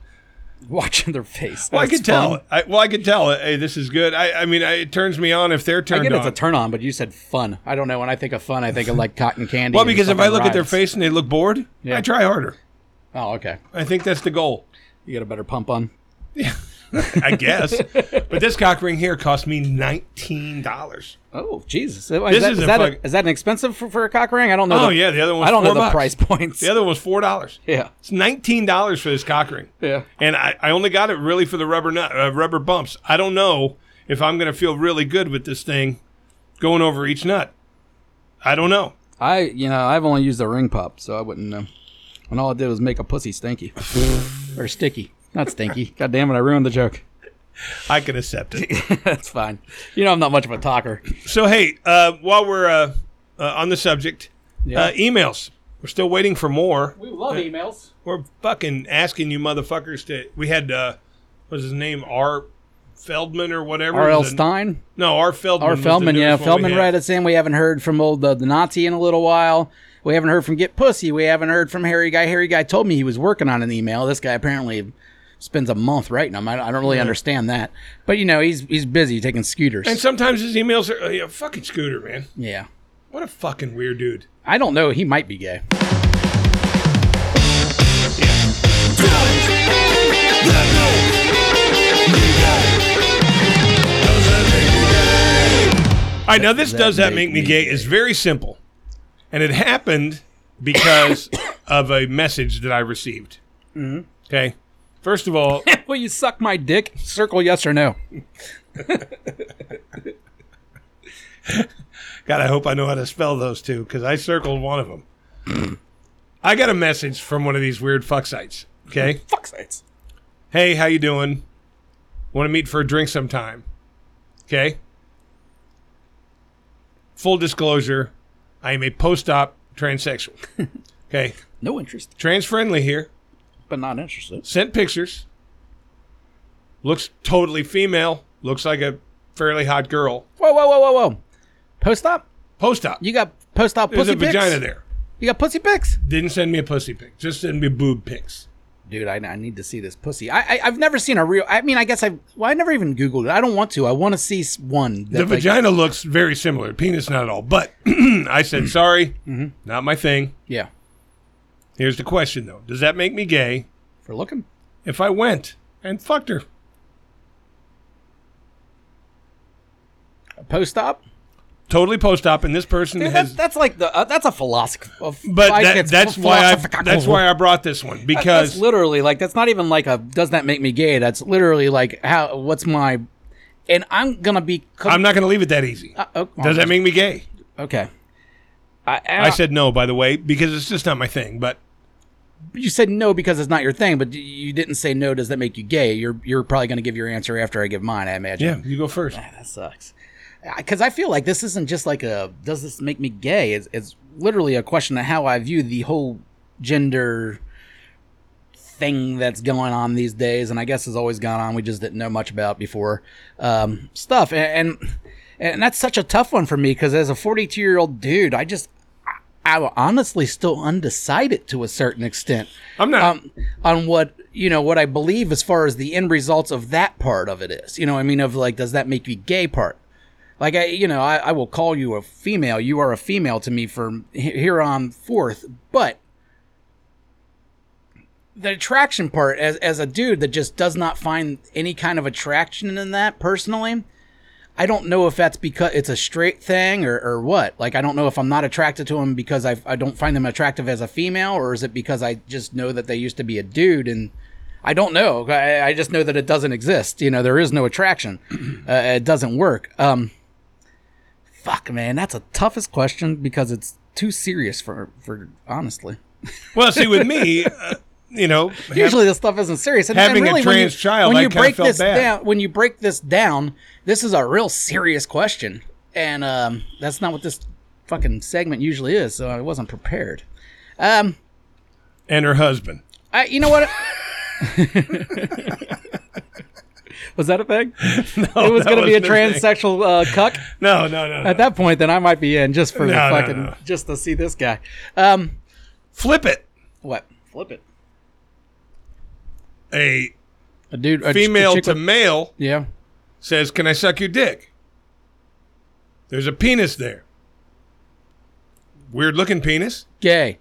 Speaker 1: watching their face.
Speaker 2: Well, I
Speaker 1: That's
Speaker 2: can tell.
Speaker 1: fun.
Speaker 2: I, well, I can tell. Hey, this is good. I, I mean, I, it turns me on if they're
Speaker 1: I
Speaker 2: turned
Speaker 1: get
Speaker 2: on.
Speaker 1: it's a turn on, but you said fun. I don't know. When I think of fun, I think of like cotton candy.
Speaker 2: well,
Speaker 1: and
Speaker 2: because if I
Speaker 1: fucking
Speaker 2: look at their
Speaker 1: rides.
Speaker 2: face and they look bored,
Speaker 1: Yeah.
Speaker 2: I try harder.
Speaker 1: Oh, okay.
Speaker 2: I think that's the goal.
Speaker 1: You got a better pump on.
Speaker 2: I guess. but this cock ring here cost me nineteen dollars.
Speaker 1: Oh Jesus! Is that,
Speaker 2: is
Speaker 1: is,
Speaker 2: a
Speaker 1: that a-
Speaker 2: fuck-
Speaker 1: is that an expensive for, for a cock ring? I don't know.
Speaker 2: Oh
Speaker 1: the,
Speaker 2: yeah, the other one.
Speaker 1: I don't know the
Speaker 2: bucks.
Speaker 1: price points.
Speaker 2: The other one was four dollars.
Speaker 1: yeah,
Speaker 2: It's nineteen dollars for this cock ring.
Speaker 1: yeah.
Speaker 2: and I, I only got it really for the rubber nut, uh, rubber bumps. I don't know if I'm going to feel really good with this thing going over each nut. I don't know.
Speaker 1: I you know I've only used a ring pop, so I wouldn't know. And all I did was make a pussy stinky or sticky, not stinky. God damn it! I ruined the joke.
Speaker 2: I can accept it.
Speaker 1: That's fine. You know I'm not much of a talker.
Speaker 2: so hey, uh, while we're uh, uh, on the subject,
Speaker 1: Yeah.
Speaker 2: uh, emails. We're still waiting for more.
Speaker 1: we love emails.
Speaker 2: We're fucking asking you motherfuckers to. We had uh, what was his name R. Feldman or whatever.
Speaker 1: R.L.
Speaker 2: Is it-
Speaker 1: Stein
Speaker 2: No, R. Feldman.
Speaker 1: or
Speaker 2: was the
Speaker 1: Feldman, yeah,
Speaker 2: newest one we
Speaker 1: Feldman
Speaker 2: had.
Speaker 1: read us in. We haven't heard from old uh, the Nazi in a little while. We haven't heard from Get Pussy. We haven't heard from Harry Guy. Harry Guy told me he was working on an email. This guy apparently spends a month writing them. I, I don't really understand that, but you know he's he's busy taking scooters.
Speaker 2: And sometimes his emails are uh, yeah, fucking scooter man.
Speaker 1: yeah,
Speaker 2: What a fucking weird dude.
Speaker 1: I don't know. He might be gay.
Speaker 2: All right, now this
Speaker 1: that
Speaker 2: does that
Speaker 1: make
Speaker 2: make me
Speaker 1: me
Speaker 2: gay is very simple, and it happened because of a message that I received. Mm-hmm. Okay, first of all,
Speaker 1: Will you suck my dick? Circle yes or no.
Speaker 2: God, I hope I know how to spell those two because I circled one of them. Mm-hmm. I got a message from one of these weird fuck sites. Okay,
Speaker 1: Fuck sites.
Speaker 2: hey, how you doing? Want to meet for a drink sometime? Okay. Full disclosure, I am a post-op transsexual. Okay,
Speaker 1: No interest,
Speaker 2: trans friendly here.
Speaker 1: but not interested.
Speaker 2: sent pictures. Looks totally female. Looks like a fairly hot girl.
Speaker 1: Whoa, whoa, whoa, whoa, whoa. Post op?
Speaker 2: Post op.
Speaker 1: You got post op
Speaker 2: There's
Speaker 1: pussy
Speaker 2: a
Speaker 1: pics?
Speaker 2: vagina there.
Speaker 1: You got pussy pics?
Speaker 2: Didn't send me a pussy pic. Just send me boob pics.
Speaker 1: Dude, I, I need to see this pussy. I, I I've never seen a real. I mean, I guess I. Well, I never even googled it. I don't want to. I want to see s- one. That,
Speaker 2: The
Speaker 1: like-
Speaker 2: vagina looks very similar. Penis not at all. But I
Speaker 1: Mm-hmm.
Speaker 2: said sorry, not my thing.
Speaker 1: Yeah,
Speaker 2: Here's the question though: Does that make me gay
Speaker 1: for looking.
Speaker 2: if I went and fucked her?
Speaker 1: Post op.
Speaker 2: Totally post op, and this person
Speaker 1: Dude,
Speaker 2: has.
Speaker 1: that's, that's like the. Uh, that's a philosophy.
Speaker 2: but that, that's why I that's why I brought this one because
Speaker 1: That's literally like that's not even like a does that make me gay? That's literally like how what's my and I'm gonna be
Speaker 2: I'm not going to leave it that easy.
Speaker 1: oh,
Speaker 2: Does that make me gay?
Speaker 1: okay? I, I,
Speaker 2: I said no, by the way, because it's just not my thing. But
Speaker 1: you said no because it's not your thing, but you didn't say no. Does that make you gay? You're you're probably gonna give your answer after I give mine. I imagine.
Speaker 2: yeah, you go first.
Speaker 1: that sucks. Because I feel like this isn't just like a does this make me gay? It's, it's literally a question of how I view the whole gender thing that's going on these days, and I guess has always gone on. We just didn't know much about before um, stuff, and, and and that's such a tough one for me because as a 42 year old dude, I just I, I'm honestly still undecided to a certain extent
Speaker 2: I'm not.
Speaker 1: um, on what you know what I believe as far as the end results of that part of it is. You know, what I mean, of like, does that make you gay part? Like I, you know, I, I will call you a female. You are a female to me from he- here on forth. But the attraction part, as as a dude that just does not find any kind of attraction in that personally, I don't know if that's because it's a straight thing or, or what. Like, I don't know if I'm not attracted to them because I, I don't find them attractive as a female, or is it because I just know that they used to be a dude and I don't know. I, I just know that it doesn't exist. You know, there is no attraction. Uh, it doesn't work. Um, fuck, man, that's a toughest question because it's too serious for for honestly.
Speaker 2: Well, see, with me, uh, you know, have-
Speaker 1: Usually this stuff isn't serious. And,
Speaker 2: having a
Speaker 1: and really, when
Speaker 2: trans
Speaker 1: you,
Speaker 2: child,
Speaker 1: when
Speaker 2: I
Speaker 1: you
Speaker 2: kinda
Speaker 1: break
Speaker 2: felt
Speaker 1: this
Speaker 2: bad.
Speaker 1: down, when you break this down, this is a real serious question, and um, that's not what this fucking segment usually is. So I wasn't prepared. Um,
Speaker 2: and her husband.
Speaker 1: I, you know what? was that a thing?
Speaker 2: No,
Speaker 1: it was
Speaker 2: that
Speaker 1: going to be a
Speaker 2: wasn't her thing.
Speaker 1: transsexual uh, cuck.
Speaker 2: No, no, no. no.
Speaker 1: At that point, then I might be in just for the
Speaker 2: No, no,
Speaker 1: fucking
Speaker 2: no.
Speaker 1: just to see this guy. Um,
Speaker 2: Flip it.
Speaker 1: what? Flip it.
Speaker 2: A
Speaker 1: A dude, a ch- a
Speaker 2: female
Speaker 1: chick
Speaker 2: to
Speaker 1: with-
Speaker 2: male
Speaker 1: yeah.
Speaker 2: says, "Can I suck your dick?" There's a penis there. Weird looking penis.
Speaker 1: Gay.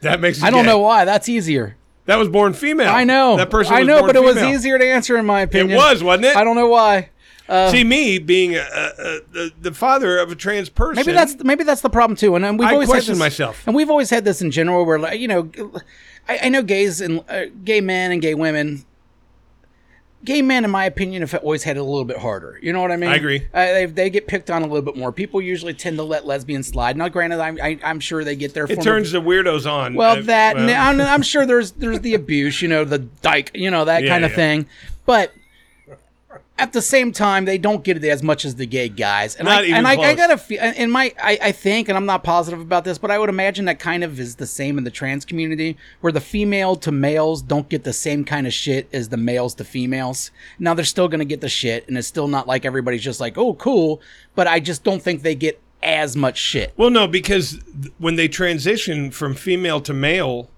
Speaker 2: That makes. It
Speaker 1: I don't
Speaker 2: gay.
Speaker 1: know why. That's easier.
Speaker 2: That was born female.
Speaker 1: I know.
Speaker 2: That person.
Speaker 1: I
Speaker 2: was
Speaker 1: know,
Speaker 2: born
Speaker 1: but it was
Speaker 2: female.
Speaker 1: easier to answer in my
Speaker 2: It
Speaker 1: opinion.
Speaker 2: was, wasn't it?
Speaker 1: I don't know why.
Speaker 2: See me being a, a, a, the, the father of a trans person.
Speaker 1: Maybe that's maybe that's the problem too. And, and we've
Speaker 2: I
Speaker 1: always had
Speaker 2: question
Speaker 1: this-
Speaker 2: myself.
Speaker 1: And we've always had this in general, where like you know, I, I know gays and uh, gay men and gay women. Gay men, in my opinion, have always had it a little bit harder. You know what I mean?
Speaker 2: I agree.
Speaker 1: Uh, they, they get picked on a little bit more. People usually tend to let lesbians slide. Now, granted, I'm, I, I'm sure they get their.
Speaker 2: it turns the weirdos on.
Speaker 1: Well,
Speaker 2: Uh,
Speaker 1: that and
Speaker 2: well,
Speaker 1: I'm, I'm sure there's there's the abuse, you know, the dyke, you know, that
Speaker 2: Yeah,
Speaker 1: kind of
Speaker 2: yeah.
Speaker 1: thing. But at the same time, they don't get it as much as the gay guys, and
Speaker 2: Not
Speaker 1: I
Speaker 2: even
Speaker 1: and I, I
Speaker 2: close.
Speaker 1: gotta feel in my I, I think, and I'm not positive about this, but I would imagine that kind of is the same in the trans community, where the female to males don't get the same kind of shit as the males to females. Now they're still gonna get the shit, and it's still not like everybody's just like, oh, cool, but I just don't think they get as much shit.
Speaker 2: well, no, because th- when they transition from female to male,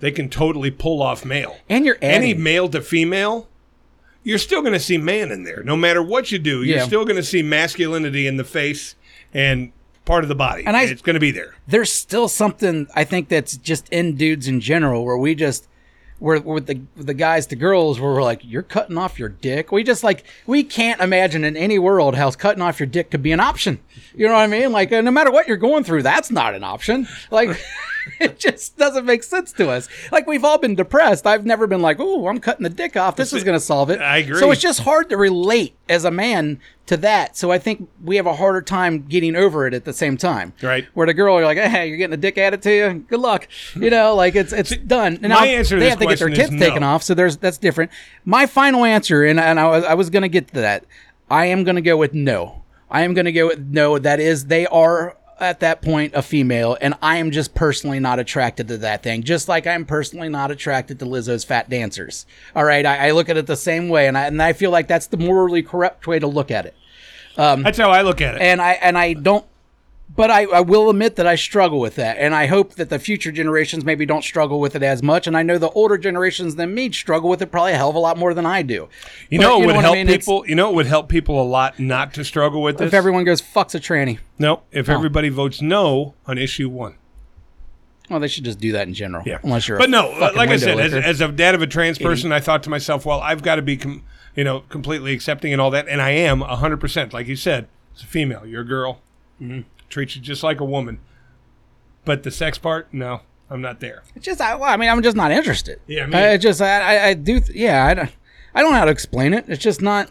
Speaker 2: they can totally pull off male.
Speaker 1: And you're adding,
Speaker 2: Any male to female, you're still going to see man in there, no matter what you do. You're
Speaker 1: Yeah.
Speaker 2: still going to see masculinity in the face and part of the body.
Speaker 1: And I-
Speaker 2: it's going to be there.
Speaker 1: there's still something I think that's just in dudes in general where we just where where with the with the guys to girls where we're like you're cutting off your dick. We just like we can't imagine in any world how cutting off your dick could be an option. You know what I mean? Like uh, no matter what you're going through, that's not an option. Like it just doesn't make sense to us. Like we've all been depressed. I've never been like, "Oh, I'm cutting the dick off. This is going to solve it."
Speaker 2: I agree.
Speaker 1: So it's just hard to relate as a man to that. So I think we have a harder time getting over it at the same time.
Speaker 2: Right.
Speaker 1: Where the girl, you're like, hey, you're getting a dick added to you. Good luck. You know, like it's it's done. And now
Speaker 2: my answer to
Speaker 1: they
Speaker 2: this
Speaker 1: have to get their
Speaker 2: question is
Speaker 1: tits taken
Speaker 2: no.
Speaker 1: off, so there's that's different. My final answer, and and I was I was gonna get to that. I am gonna go with no. I am gonna go with no. That is, they are at that point a female, and I am just personally not attracted to that thing. Just like I'm personally not attracted to Lizzo's fat dancers. All right, I, I look at it the same way, and I and I feel like that's the morally correct way to look at it
Speaker 2: That's how I look at it.
Speaker 1: Mm-hmm. and I and I don't. But I, I will admit that I struggle with that, and I hope that the future generations maybe don't struggle with it as much. And I know the older generations than me struggle with it probably a hell of a lot more than I do.
Speaker 2: you
Speaker 1: But
Speaker 2: know, it would
Speaker 1: what I
Speaker 2: help
Speaker 1: mean? It's-
Speaker 2: people. You know, it would help people a lot not to struggle with this.
Speaker 1: if everyone goes fucks a tranny.
Speaker 2: no, if everybody votes no on issue one.
Speaker 1: Well, they should just do that in general.
Speaker 2: Yeah.
Speaker 1: Unless you're, a
Speaker 2: But no, uh,
Speaker 1: fucking
Speaker 2: like I
Speaker 1: window
Speaker 2: said, as,
Speaker 1: licker.
Speaker 2: as a dad of a trans person, I thought to myself, well, I've got to be, com- you know, completely accepting and all that, and I am hundred percent. Like you said, it's a female, you're a girl,
Speaker 1: Mm-hmm.
Speaker 2: treats you just like a woman. But the sex part, no, I'm not there.
Speaker 1: It's just I, well, I mean, I'm just not interested.
Speaker 2: Yeah, me
Speaker 1: I, I just I, I, I do. Th- yeah, I don't. I don't know how to explain it. It's just not.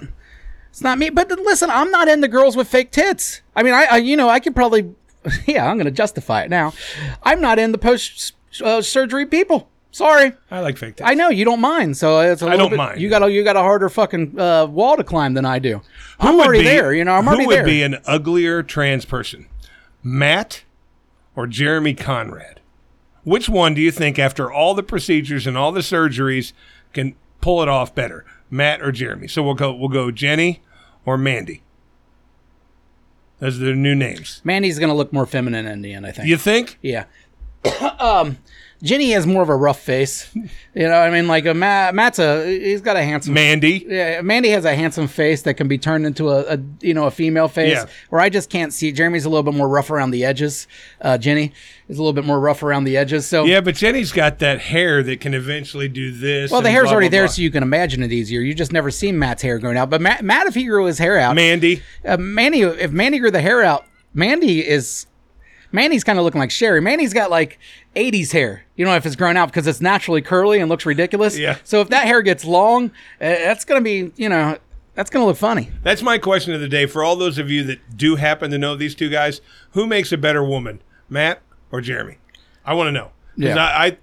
Speaker 1: It's not me. But then, listen, I'm not into girls with fake tits. I mean, I, I you know I could probably. Yeah, I'm going to justify it now. I'm not in the post uh, surgery people. Sorry,
Speaker 2: I like fake. Tits.
Speaker 1: I know you don't mind. So it's a little
Speaker 2: don't
Speaker 1: bit-
Speaker 2: mind.
Speaker 1: You got a you got a harder fucking uh, wall to climb than I do. I'm
Speaker 2: would
Speaker 1: already
Speaker 2: be-
Speaker 1: there. You know, I'm already
Speaker 2: who would
Speaker 1: there.
Speaker 2: be an uglier trans person, Matt or Jeremy Conrad? Which one do you think, after all the procedures and all the surgeries, can pull it off better, Matt or Jeremy? So we'll go. We'll go Jenny or Mandy. Those are their new names.
Speaker 1: Mandy's going to look more feminine in the end. I think.
Speaker 2: You think?
Speaker 1: Yeah. um, Jenny has more of a rough face. You know, what I mean, like a Ma- Matt's a he's got a handsome.
Speaker 2: Mandy.
Speaker 1: yeah, Mandy has a handsome face that can be turned into a, a you know a female face.
Speaker 2: Yeah.
Speaker 1: Where I just can't see. Jeremy's a little bit more rough around the edges. Uh, Jenny is a little bit more rough around the edges. So
Speaker 2: Yeah, but Jenny's got that hair that can eventually do this.
Speaker 1: Well, the
Speaker 2: and
Speaker 1: hair's
Speaker 2: blah,
Speaker 1: already
Speaker 2: blah,
Speaker 1: there,
Speaker 2: blah.
Speaker 1: so you can imagine it easier. You just never seen Matt's hair growing out. But Matt, Matt if he grew his hair out,
Speaker 2: Mandy.
Speaker 1: uh, Mandy, if Mandy grew the hair out, Mandy is Manny's kind of looking like Sherry. Manny's got like 80s hair. You don't know if it's grown out because it's naturally curly and looks ridiculous.
Speaker 2: Yeah.
Speaker 1: So if that hair gets long, uh, that's going to be, you know, that's going to look funny.
Speaker 2: That's my question of the day for all those of you that do happen to know these two guys. Who makes a better woman, Matt or Jeremy? I want to know. 'Cause
Speaker 1: Yeah.
Speaker 2: I, I,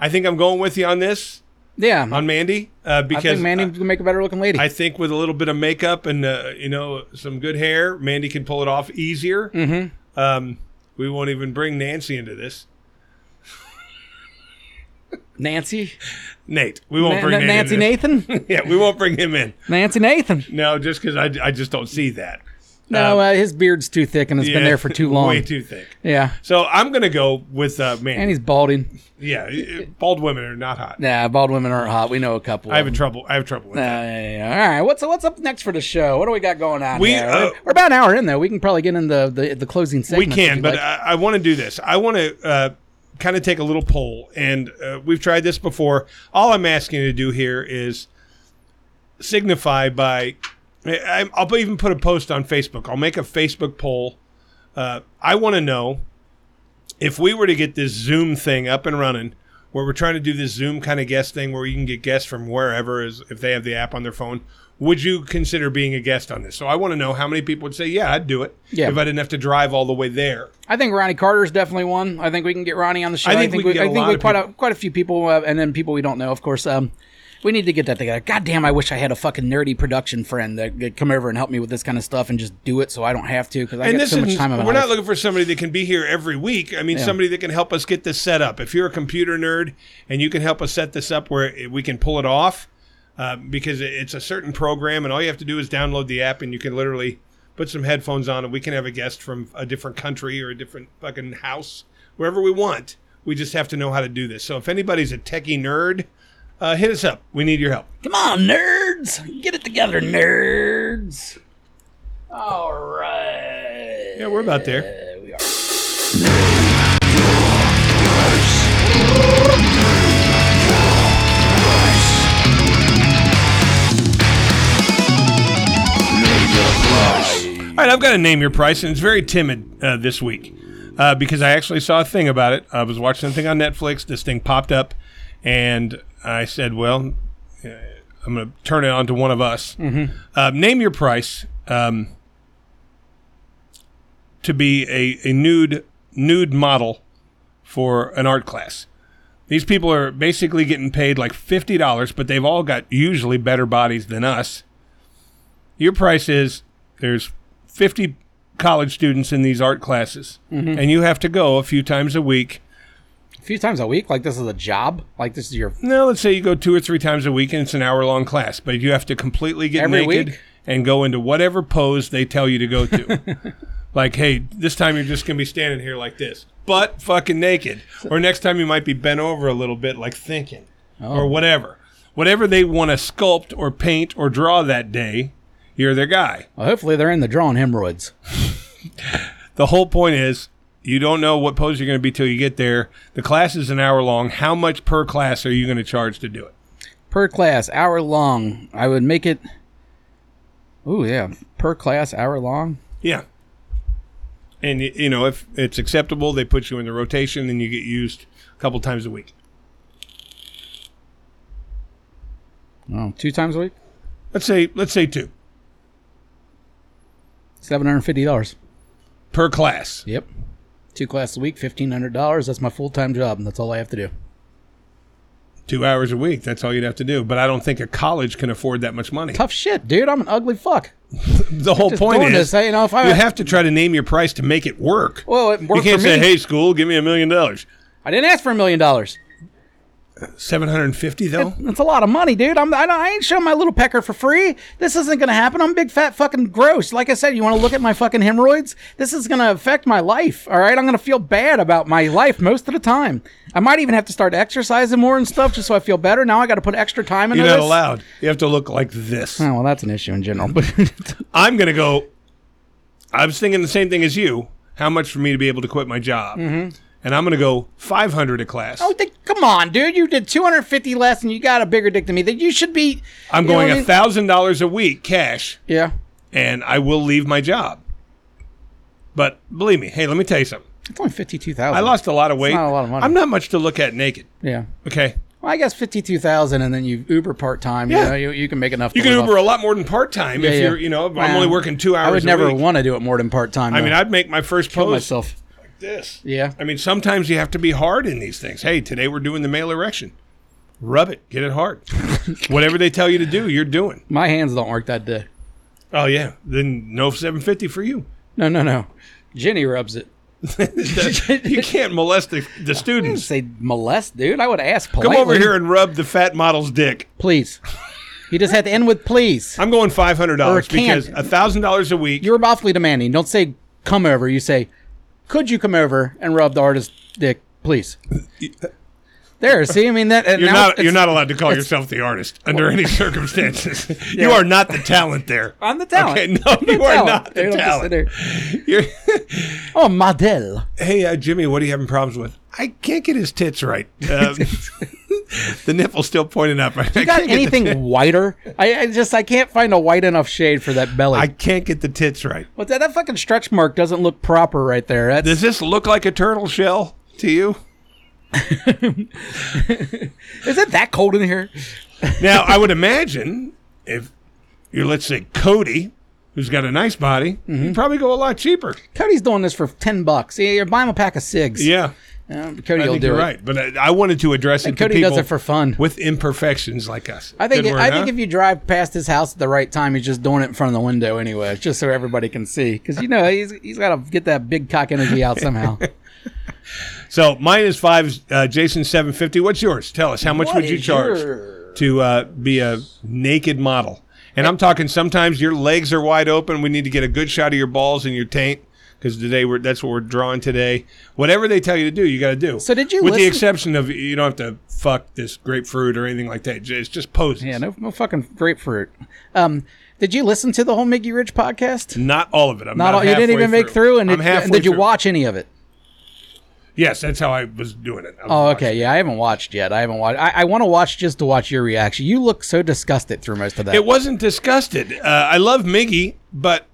Speaker 2: I think I'm going with you on this,
Speaker 1: Yeah.
Speaker 2: on Mandy, uh,
Speaker 1: I
Speaker 2: because
Speaker 1: think Manny
Speaker 2: I-
Speaker 1: can make a better looking lady.
Speaker 2: I think with a little bit of makeup and uh, you know some good hair, Mandy can pull it off easier. Mm-hmm. Um, we won't even bring Nancy into this.
Speaker 1: Nancy.
Speaker 2: Nate, we won't
Speaker 1: Na-
Speaker 2: bring
Speaker 1: Na-
Speaker 2: Nate
Speaker 1: Nancy
Speaker 2: into this.
Speaker 1: Nathan.
Speaker 2: Yeah, we won't bring him in.
Speaker 1: Nancy Nathan.
Speaker 2: No, just because I, I just don't see that.
Speaker 1: No, uh, his beard's too thick and it's
Speaker 2: Um, Yeah,
Speaker 1: been there for too long.
Speaker 2: way too thick.
Speaker 1: Yeah.
Speaker 2: So I'm gonna go with uh,
Speaker 1: And
Speaker 2: Mandy.
Speaker 1: he's balding.
Speaker 2: Yeah, uh, bald women are not hot.
Speaker 1: Nah, bald women aren't hot. We know a couple.
Speaker 2: I have
Speaker 1: of
Speaker 2: a trouble. I have trouble with
Speaker 1: Uh,
Speaker 2: that.
Speaker 1: yeah, yeah. all right. What's what's up next for the show? What do we got going on?
Speaker 2: We,
Speaker 1: here?
Speaker 2: uh,
Speaker 1: We're about an hour in though. We can probably get in the the, the closing
Speaker 2: We
Speaker 1: segment.
Speaker 2: can, but uh, I, I want to do this. I want to uh, kind of take a little poll, and uh, we've tried this before. All I'm asking you to do here is signify by. I, I'm- I'll even put a post on Facebook. I'll make a Facebook poll. Uh, I want to know if we were to get this Zoom thing up and running, where we're trying to do this Zoom kind of guest thing, where you can get guests from wherever is if they have the app on their phone. Would you consider being a guest on this? So I want to know how many people would say, "Yeah, I'd do it
Speaker 1: Yeah.
Speaker 2: if I didn't have to drive all the way there."
Speaker 1: I think Ronnie Carter's definitely one. I think we can get Ronnie on the show.
Speaker 2: I think we can get
Speaker 1: I
Speaker 2: a
Speaker 1: think
Speaker 2: lot
Speaker 1: we
Speaker 2: of
Speaker 1: quite a
Speaker 2: people.
Speaker 1: quite a few people, uh, and then people we don't know, of course. Um, we need to get that together. God damn, I wish I had a fucking nerdy production friend that could come over and help me with this kind of stuff and just do it, so I don't have to because I
Speaker 2: and
Speaker 1: got
Speaker 2: this
Speaker 1: so
Speaker 2: is
Speaker 1: much time.
Speaker 2: we're
Speaker 1: on my
Speaker 2: not
Speaker 1: life.
Speaker 2: looking for somebody that can be here every week. I mean, somebody that can help us get this set up. If you're a computer nerd and you can help us set this up where it- we can pull it off, uh, because it- it's a certain program, and all you have to do is download the app, and you can literally put some headphones on, and we can have a guest from a different country or a different fucking house, wherever we want. We just have to know how to do this. So if anybody's a techie nerd, uh, hit us up. We need your help.
Speaker 1: Come on, nerds, get it together, nerds. All right.
Speaker 2: Yeah, we're about there.
Speaker 1: we are.
Speaker 2: All right, I've got to name your price, and it's very timid uh, this week uh, because I actually saw a thing about it. I was watching something on Netflix. This thing popped up, and I said, "Well, uh, I'm going to turn it on to one of us." Mm-hmm. Uh, name your price um, to be a, a nude nude model for an art class. These people are basically getting paid like fifty dollars, but they've all got usually better bodies than us. Your price is there's 50 college students in these art classes
Speaker 1: Mm-hmm.
Speaker 2: and you have to go a few times a week
Speaker 1: A few times a week, like this is a job. Like this is your
Speaker 2: now let's say you go two or three times a week and it's an hour long class but you have to completely get
Speaker 1: Every
Speaker 2: naked
Speaker 1: week?
Speaker 2: and go into whatever pose they tell you to go to like hey this time you're just going to be standing here like this butt fucking naked or next time you might be bent over a little bit like thinking
Speaker 1: Oh.
Speaker 2: or whatever whatever they want to sculpt or paint or draw that day you're their guy
Speaker 1: Well, hopefully they're in the drawing hemorrhoids.
Speaker 2: The whole point is you don't know what pose you're going to be till you get there. The class is an hour long. How much per class are you going to charge to do it?
Speaker 1: Per class, hour long. I would make it. Ooh, yeah. Per class, hour long.
Speaker 2: Yeah. And y- you know, if it's acceptable, they put you in the rotation and you get used a couple times a week.
Speaker 1: Oh, two times a week?
Speaker 2: Let's say let's say two
Speaker 1: $750.
Speaker 2: per class.
Speaker 1: Yep. Two classes a week, $1,500. That's my full time job, and that's all I have to do.
Speaker 2: 2 hours a week. That's all you'd have to do. But I don't think a college can afford that much money.
Speaker 1: Tough shit, dude. I'm an ugly fuck.
Speaker 2: The whole
Speaker 1: Just
Speaker 2: point
Speaker 1: doing
Speaker 2: is
Speaker 1: this, you know, if I.
Speaker 2: you have to try to name your price to make it work.
Speaker 1: well, it
Speaker 2: you
Speaker 1: worked
Speaker 2: can't
Speaker 1: for me.
Speaker 2: say, "Hey, school, give me a million dollars."
Speaker 1: I didn't ask for a million dollars.
Speaker 2: 750 though?
Speaker 1: That's a lot of money, dude. I'm, I, don't, I ain't showing my little pecker for free. This isn't going to happen. I'm big, fat, fucking gross. Like I said, you want to look at my fucking hemorrhoids? This is going to affect my life, all right? I'm going to feel bad about my life most of the time. I might even have to start exercising more and stuff just so I feel better. Now I got to put extra time into
Speaker 2: You're not
Speaker 1: this.
Speaker 2: allowed. You have to look like this.
Speaker 1: Oh, well, that's an issue in general. But
Speaker 2: I'm going to go. I was thinking the same thing as you. How much for me to be able to quit my job?
Speaker 1: Mm-hmm.
Speaker 2: And I'm going to go 500 a class.
Speaker 1: I think, Oh, come on, dude. You did 250 less and you got a bigger dick than me. That you should be.
Speaker 2: I'm
Speaker 1: you know
Speaker 2: going
Speaker 1: what I mean?
Speaker 2: $1,000 a week cash,
Speaker 1: Yeah.
Speaker 2: and I will leave my job. But believe me, hey, let me tell you something.
Speaker 1: It's only fifty-two thousand.
Speaker 2: I lost a lot of weight.
Speaker 1: not a lot of money.
Speaker 2: I'm not much to look at naked.
Speaker 1: Yeah.
Speaker 2: Okay.
Speaker 1: Well, I guess fifty-two thousand, and then you Uber part-time.
Speaker 2: Yeah.
Speaker 1: You know, you, you can make enough.
Speaker 2: You
Speaker 1: to
Speaker 2: can
Speaker 1: live
Speaker 2: Uber
Speaker 1: off-
Speaker 2: a lot more than part time
Speaker 1: Yeah,
Speaker 2: if
Speaker 1: yeah.
Speaker 2: you're, you know, I'm
Speaker 1: Well,
Speaker 2: only working two hours.
Speaker 1: I would
Speaker 2: a
Speaker 1: never
Speaker 2: week.
Speaker 1: want to do it more than part-time.
Speaker 2: I mean,
Speaker 1: though.
Speaker 2: I'd make my first
Speaker 1: Kill
Speaker 2: post
Speaker 1: myself.
Speaker 2: like this.
Speaker 1: Yeah.
Speaker 2: I mean, sometimes you have to be hard in these things. Hey, today we're doing the male erection. Rub it, get it hard. Whatever they tell you to do, you're doing.
Speaker 1: My hands don't work that day.
Speaker 2: Oh yeah, then no 750 for you.
Speaker 1: No, no, no. Jenny rubs it.
Speaker 2: you can't molest the, the
Speaker 1: I didn't
Speaker 2: students.
Speaker 1: say molest, dude. I would ask politely.
Speaker 2: Come over here and rub the fat model's dick.
Speaker 1: please. you just had to end with please.
Speaker 2: I'm going five hundred dollars
Speaker 1: Or can't.
Speaker 2: because thousand dollars a week.
Speaker 1: You're awfully demanding. Don't say come over. You say, could you come over and rub the artist's dick, please? There. See, I mean that. and
Speaker 2: You're
Speaker 1: now
Speaker 2: not.
Speaker 1: it's-
Speaker 2: You're not allowed to call yourself the artist under any circumstances. You are not the talent there.
Speaker 1: I'm the talent.
Speaker 2: Okay, no, you are
Speaker 1: talent.
Speaker 2: not
Speaker 1: They
Speaker 2: the
Speaker 1: don't
Speaker 2: talent.
Speaker 1: consider-
Speaker 2: You're,
Speaker 1: Oh, Madel.
Speaker 2: hey, uh, Jimmy, what are you having problems with? I can't get his tits right. Um, the nipple's still pointing up. I
Speaker 1: You got
Speaker 2: can't get the tit-
Speaker 1: anything whiter? I, I just I can't find a white enough shade for that belly.
Speaker 2: I can't get the tits right.
Speaker 1: but that, that fucking stretch mark doesn't look proper right there. That's,
Speaker 2: Does this look like a turtle shell to you?
Speaker 1: is it that cold in here?
Speaker 2: Now, I would imagine if you're, let's say, Cody, who's got a nice body, you'd probably go a lot cheaper.
Speaker 1: Cody's doing this for ten bucks. Yeah, you're buying him a pack of cigs.
Speaker 2: Yeah.
Speaker 1: Um, Cody
Speaker 2: I
Speaker 1: will
Speaker 2: think
Speaker 1: do
Speaker 2: you're
Speaker 1: it.
Speaker 2: right, but I, I wanted to address it. to
Speaker 1: Cody
Speaker 2: people
Speaker 1: does it for fun.
Speaker 2: with imperfections like us.
Speaker 1: I think
Speaker 2: Good word,
Speaker 1: I
Speaker 2: huh?
Speaker 1: think if you drive past his house at the right time, he's just doing it in front of the window anyway, just so everybody can see. Because you know he's he's got to get that big cock energy out somehow.
Speaker 2: so. Mine is five. Uh, Jason seven fifty. What's yours? Tell us how much would you charge to uh, be a naked model? And I'm talking. Sometimes your legs are wide open. We need to get a good shot of your balls and your taint because today we're that's what we're drawing today. Whatever they tell you to do, you got to do.
Speaker 1: So did you
Speaker 2: With the
Speaker 1: listen-
Speaker 2: exception of you don't have to fuck this grapefruit or anything like that. It's just poses.
Speaker 1: Yeah, no, no fucking grapefruit. Um, did you listen to the whole Mickey Rich podcast?
Speaker 2: Not all of it. I'm
Speaker 1: Not
Speaker 2: not
Speaker 1: all, you didn't
Speaker 2: halfway
Speaker 1: even make through, and
Speaker 2: I'm
Speaker 1: did, and
Speaker 2: halfway
Speaker 1: did you
Speaker 2: through.
Speaker 1: watch any of it?
Speaker 2: Yes, that's how I was doing it. I was
Speaker 1: Oh,
Speaker 2: watching.
Speaker 1: okay. Yeah, I haven't watched yet. I haven't watched. I, I want to watch just to watch your reaction. You look so disgusted through most of that.
Speaker 2: It wasn't disgusted. Uh, I love Miggy, but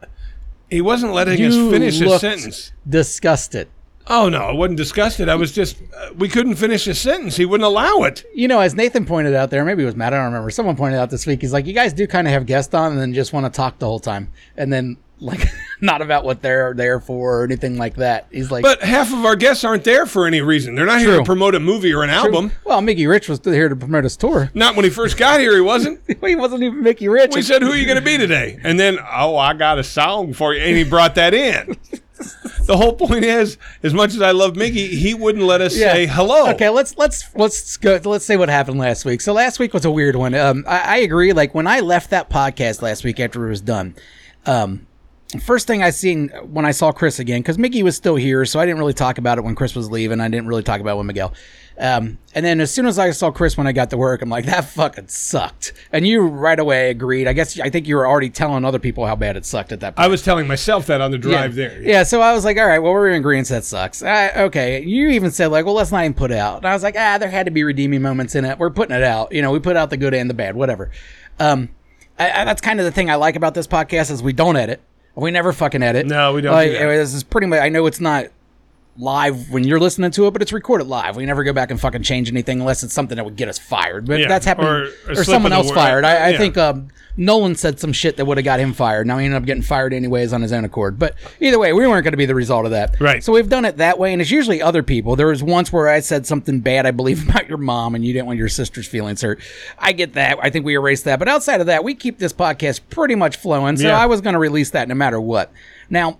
Speaker 2: he wasn't letting us
Speaker 1: You
Speaker 2: finish his
Speaker 1: looked
Speaker 2: sentence.
Speaker 1: disgusted.
Speaker 2: Oh no, I wasn't disgusted. I was just uh, we couldn't finish his sentence. He wouldn't allow it.
Speaker 1: You know, as Nathan pointed out there, maybe it was Matt, I don't remember. Someone pointed out this week, he's like, you guys do kind of have guests on and then just want to talk the whole time. And then, like, not about what they're there for or anything like that. He's like,
Speaker 2: But half of our guests aren't there for any reason. They're not here to
Speaker 1: True.
Speaker 2: promote a movie or an album.
Speaker 1: well, Mickey Rich was here to promote his tour.
Speaker 2: Not when he first got here, he wasn't.
Speaker 1: he wasn't even Mickey Rich.
Speaker 2: We said, "Who are you going to be today?" And then, "Oh, I got a song for you," and he brought that in. The whole point is, as much as I love Miggy, he wouldn't let us
Speaker 1: Yeah.
Speaker 2: say hello.
Speaker 1: Okay, let's let's let's go. Let's say what happened last week. So last week was a weird one. Um, I, I agree. Like when I left that podcast last week after it was done, um, first thing I seen when I saw Chris again because Mickey was still here, so I didn't really talk about it when Chris was leaving. I didn't really talk about it with Miguel. Um, and then as soon as I saw Chris when I got to work, I'm like, that fucking sucked. And you right away agreed. I guess I think you were already telling other people how bad it sucked at that point.
Speaker 2: I was telling myself that on the drive there.
Speaker 1: Yeah. so I was like, all right, well, we're in agreement. That sucks. I, okay. You even said, like, well, let's not even put it out. And I was like, ah, there had to be redeeming moments in it. We're putting it out. You know, we put out the good and the bad, whatever. Um, I, I, that's kind of the thing I like about this podcast is we don't edit. We never fucking edit.
Speaker 2: No, we don't do
Speaker 1: Like,
Speaker 2: that.
Speaker 1: this is pretty much, I know it's not live when you're listening to it, but it's recorded live. We never go back and fucking change anything unless it's something that would get us fired. But
Speaker 2: Yeah,
Speaker 1: that's happened
Speaker 2: or-
Speaker 1: or,
Speaker 2: or slip
Speaker 1: someone
Speaker 2: of the
Speaker 1: else
Speaker 2: word.
Speaker 1: fired. I, I
Speaker 2: Yeah.
Speaker 1: think um, Nolan said some shit that would have got him fired. Now he ended up getting fired anyways on his own accord. But either way, we weren't going to be the result of that.
Speaker 2: Right.
Speaker 1: So we've done it that way, and it's usually other people. There was once where I said something bad, I believe, about your mom, and you didn't want your sister's feelings hurt. I get that. I think we erased that. But outside of that, we keep this podcast pretty much flowing. So
Speaker 2: Yeah.
Speaker 1: I was going to release that no matter what. Now,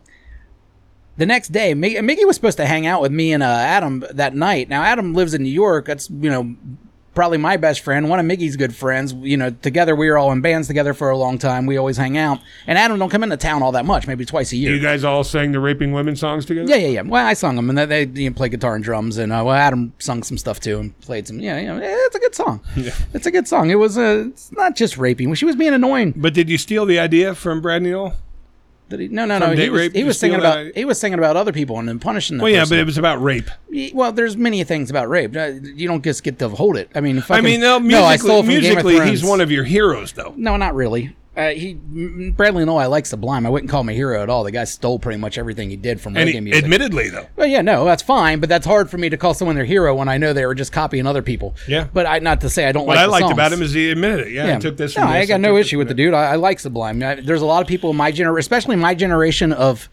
Speaker 1: the next day, Mi- Mickey was supposed to hang out with me and uh, Adam that night. Now, Adam lives in New York. That's, you know, probably my best friend, one of Mickey's good friends. You know, together we were all in bands together for a long time. We always hang out. And Adam don't come into town all that much, maybe twice a year.
Speaker 2: You guys all sang the raping women songs together.
Speaker 1: Yeah, yeah, yeah. Well, I sung them, and they, they you know, play guitar and drums, and uh, well, Adam sung some stuff too, and played some. Yeah, yeah. eh, It's a good song. It's a good song. It was uh, it's not just raping. She was being annoying.
Speaker 2: But did you steal the idea from Brad Neal?
Speaker 1: Did he- No, no, no. He
Speaker 2: date
Speaker 1: was,
Speaker 2: rape,
Speaker 1: he
Speaker 2: you
Speaker 1: was singing
Speaker 2: steal that
Speaker 1: about
Speaker 2: idea?
Speaker 1: he was singing about other people and then punishing them.
Speaker 2: Well, yeah, but it was about rape.
Speaker 1: well, there's many things about rape. Uh, You don't just get to hold it. I mean,
Speaker 2: I
Speaker 1: fucking,
Speaker 2: mean, no, musically,
Speaker 1: I stole it from Game of
Speaker 2: musically he's
Speaker 1: Thrones.
Speaker 2: one of your heroes, though.
Speaker 1: No, not really. Uh, he M- Bradley Noel, I like Sublime. I wouldn't call him a hero at all. The guy stole pretty much everything he did from
Speaker 2: And
Speaker 1: reggae
Speaker 2: he-
Speaker 1: music.
Speaker 2: admittedly, though,
Speaker 1: well, yeah, no, that's fine, but that's hard for me to call someone their hero when I know they were just copying other people.
Speaker 2: Yeah.
Speaker 1: but I not to say I don't
Speaker 2: what
Speaker 1: like.
Speaker 2: I
Speaker 1: the
Speaker 2: liked
Speaker 1: songs.
Speaker 2: about him is he admitted it. Yeah, I took this.
Speaker 1: No,
Speaker 2: from
Speaker 1: I
Speaker 2: this,
Speaker 1: got no
Speaker 2: took this
Speaker 1: issue with the
Speaker 2: from
Speaker 1: dude. I, I like Sublime. I, there's a lot of people in my generation, especially my generation of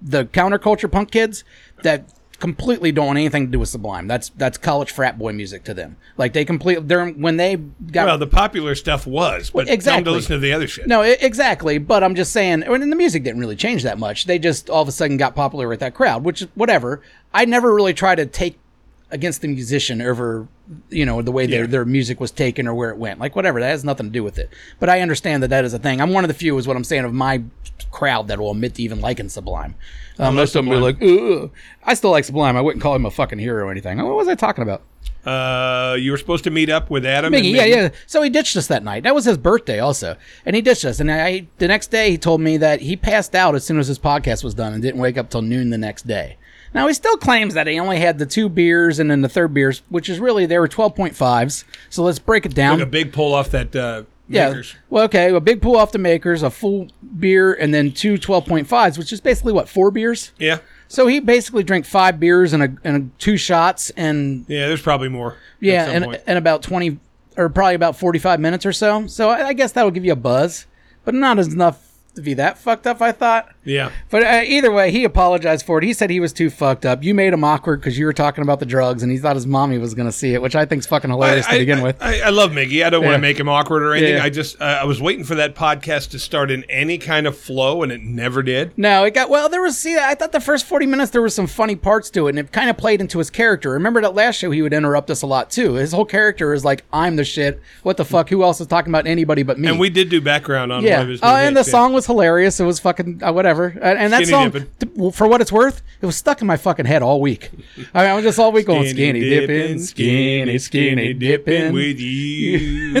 Speaker 1: the counterculture punk kids, that completely don't want anything to do with Sublime. That's that's college frat boy music to them. Like they completely they're when they got
Speaker 2: that. Well, the popular stuff was, but come
Speaker 1: exactly.
Speaker 2: to listen to the other shit.
Speaker 1: no, i exactly. But I'm just saying, I mean, the music didn't really change that much. They just all of a sudden got popular with that crowd, which is whatever. I never really try to take against the musician over, you know, the way their, their music was taken or where it went. Like, whatever. That has nothing to do with it. But I understand that that is a thing. I'm one of the few, is what I'm saying, of my crowd that will admit to even liking Sublime. Uh, most of them are like, Ugh. I still like Sublime. I wouldn't call him a fucking hero or anything. What was I talking about?
Speaker 2: Uh, you were supposed to meet up with Adam. and
Speaker 1: Biggie, yeah,
Speaker 2: Miggy.
Speaker 1: yeah. So he ditched us that night. That was his birthday, also, and he ditched us. And I, the next day, he told me that he passed out as soon as his podcast was done and didn't wake up till noon the next day. Now he still claims that he only had the two beers and then the third beers, which is really they were twelve point fives. So let's break it down.
Speaker 2: Took a big pull off that. Uh,
Speaker 1: yeah.
Speaker 2: Makers.
Speaker 1: Well, okay, a big pull off the makers, a full beer, and then two 12.5s, which is basically what four beers.
Speaker 2: yeah,
Speaker 1: So he basically drank five beers and a, and a, two shots and
Speaker 2: yeah. There's probably more. at
Speaker 1: yeah,
Speaker 2: some
Speaker 1: and
Speaker 2: point.
Speaker 1: and about twenty or probably about forty five minutes or so. So I, I guess that'll give you a buzz, but not enough to be that fucked up. I thought.
Speaker 2: yeah.
Speaker 1: But uh, either way, he apologized for it. He said he was too fucked up. You made him awkward because you were talking about the drugs, and he thought his mommy was going to see it, which I think's fucking hilarious
Speaker 2: I-
Speaker 1: to begin
Speaker 2: I,
Speaker 1: with.
Speaker 2: I, I love Miggy. I don't want
Speaker 1: Yeah.
Speaker 2: to make him awkward or anything.
Speaker 1: Yeah.
Speaker 2: I just uh, I was waiting for that podcast to start in any kind of flow, and it never did.
Speaker 1: No, it got well. There was see, I thought the first forty minutes there was some funny parts to it, and it kind of played into his character. Remember that last show he would interrupt us a lot too. His whole character is like, "I'm the shit. What the fuck? Who else is talking about anybody but me?"
Speaker 2: And we did do background on um, one
Speaker 1: Yeah.
Speaker 2: of his.
Speaker 1: Oh,
Speaker 2: new
Speaker 1: and the
Speaker 2: hits, yeah.
Speaker 1: song was hilarious. It was fucking uh, whatever. Uh, and that
Speaker 2: Skinny
Speaker 1: song, t-
Speaker 2: dipping.
Speaker 1: for what it's worth, it was stuck in my fucking head all week. I mean, I was just all week going skinny, dipping, skinny, skinny dipping.
Speaker 2: with you.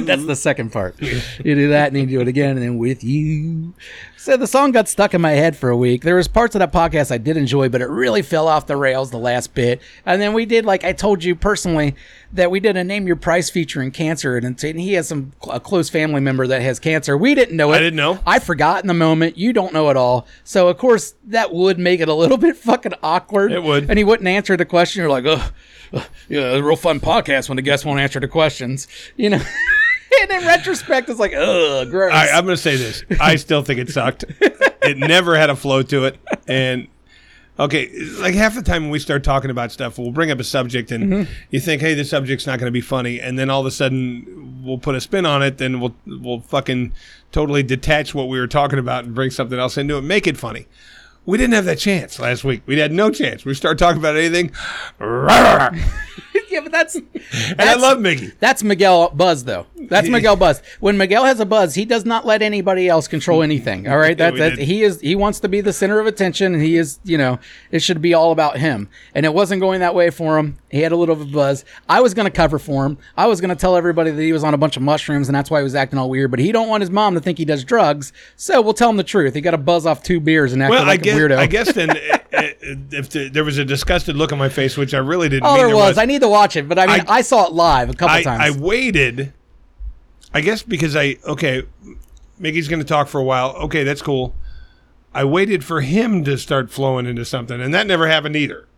Speaker 1: That's the second part. you do that and then you do it again and then with you. So the song got stuck in my head for a week. There was parts of that podcast I did enjoy, but it really fell off the rails the last bit. And then we did, like I told you personally, that we did a name your price featuring cancer, and, and he has some a close family member that has cancer. We didn't know it.
Speaker 2: didn't know.
Speaker 1: I forgot in the moment. You don't know it all. So of course that would make it a little bit fucking awkward.
Speaker 2: It would.
Speaker 1: And he wouldn't answer the question. You're like, oh, yeah, it's a real fun podcast when the guests won't answer the questions. You know. and in retrospect, it's like, ugh, gross.
Speaker 2: I, I'm going to say this. I still think it sucked. it never had a flow to it. And okay, like half the time when we start talking about stuff, we'll bring up a subject and
Speaker 1: Mm-hmm.
Speaker 2: you think, hey, this subject's not going to be funny, and then all of a sudden we'll put a spin on it, then we'll we'll fucking totally detach what we were talking about and bring something else into it, make it funny. We didn't have that chance last week. We had no chance. We start talking about anything. and
Speaker 1: yeah, but that's.
Speaker 2: I
Speaker 1: that's-
Speaker 2: love Mickey.
Speaker 1: That's Miguel Buzz, though. That's Miguel Buzz. When Miguel has a buzz, he does not let anybody else control anything. All right, that,
Speaker 2: we
Speaker 1: that
Speaker 2: did.
Speaker 1: he is he wants to be the center of attention, and he is you know it should be all about him. And it wasn't going that way for him. He had a little of a buzz. I was going to cover for him. I was going to tell everybody that he was on a bunch of mushrooms, and that's why he was acting all weird. But he don't want his mom to think he does drugs, so we'll tell him the truth. He got a buzz off two beers and acted
Speaker 2: Well, I
Speaker 1: like
Speaker 2: guess,
Speaker 1: a weirdo.
Speaker 2: I guess then, uh, uh, if the, there was a disgusted look on my face, which I really didn't
Speaker 1: Oh,
Speaker 2: mean
Speaker 1: there was. I need to watch it, but I mean, I,
Speaker 2: I-
Speaker 1: saw it live a couple
Speaker 2: I, I
Speaker 1: times.
Speaker 2: waited. I guess because I okay, Mickey's going to talk for a while. Okay, that's cool. I waited for him to start flowing into something, and that never happened either.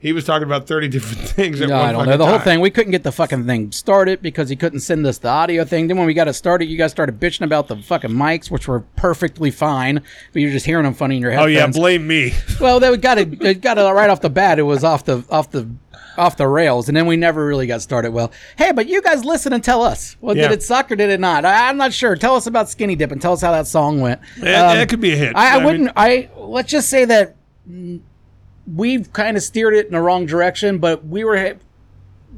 Speaker 2: He was talking about thirty different things at
Speaker 1: No,
Speaker 2: one
Speaker 1: I don't
Speaker 2: fucking
Speaker 1: know. The whole
Speaker 2: time.
Speaker 1: thing, we couldn't get the fucking thing started because he couldn't send us the audio thing. Then when we got it started, you guys started bitching about the fucking mics, which were perfectly fine, but you're just hearing them funny in your
Speaker 2: Oh
Speaker 1: headphones.
Speaker 2: yeah, blame me.
Speaker 1: well, they got it. It got it right off the bat. It was off the off the off the rails, and then we never really got started well. Hey, but you guys listen and tell us. Well,
Speaker 2: Yeah.
Speaker 1: did it suck or did it not? I, I'm not sure. Tell us about Skinny Dip and tell us how that song went.
Speaker 2: That- that could be a hit.
Speaker 1: Um, I, I,
Speaker 2: mean,
Speaker 1: wouldn't. I let's just say that mm, we've kind of steered it in the wrong direction, but we were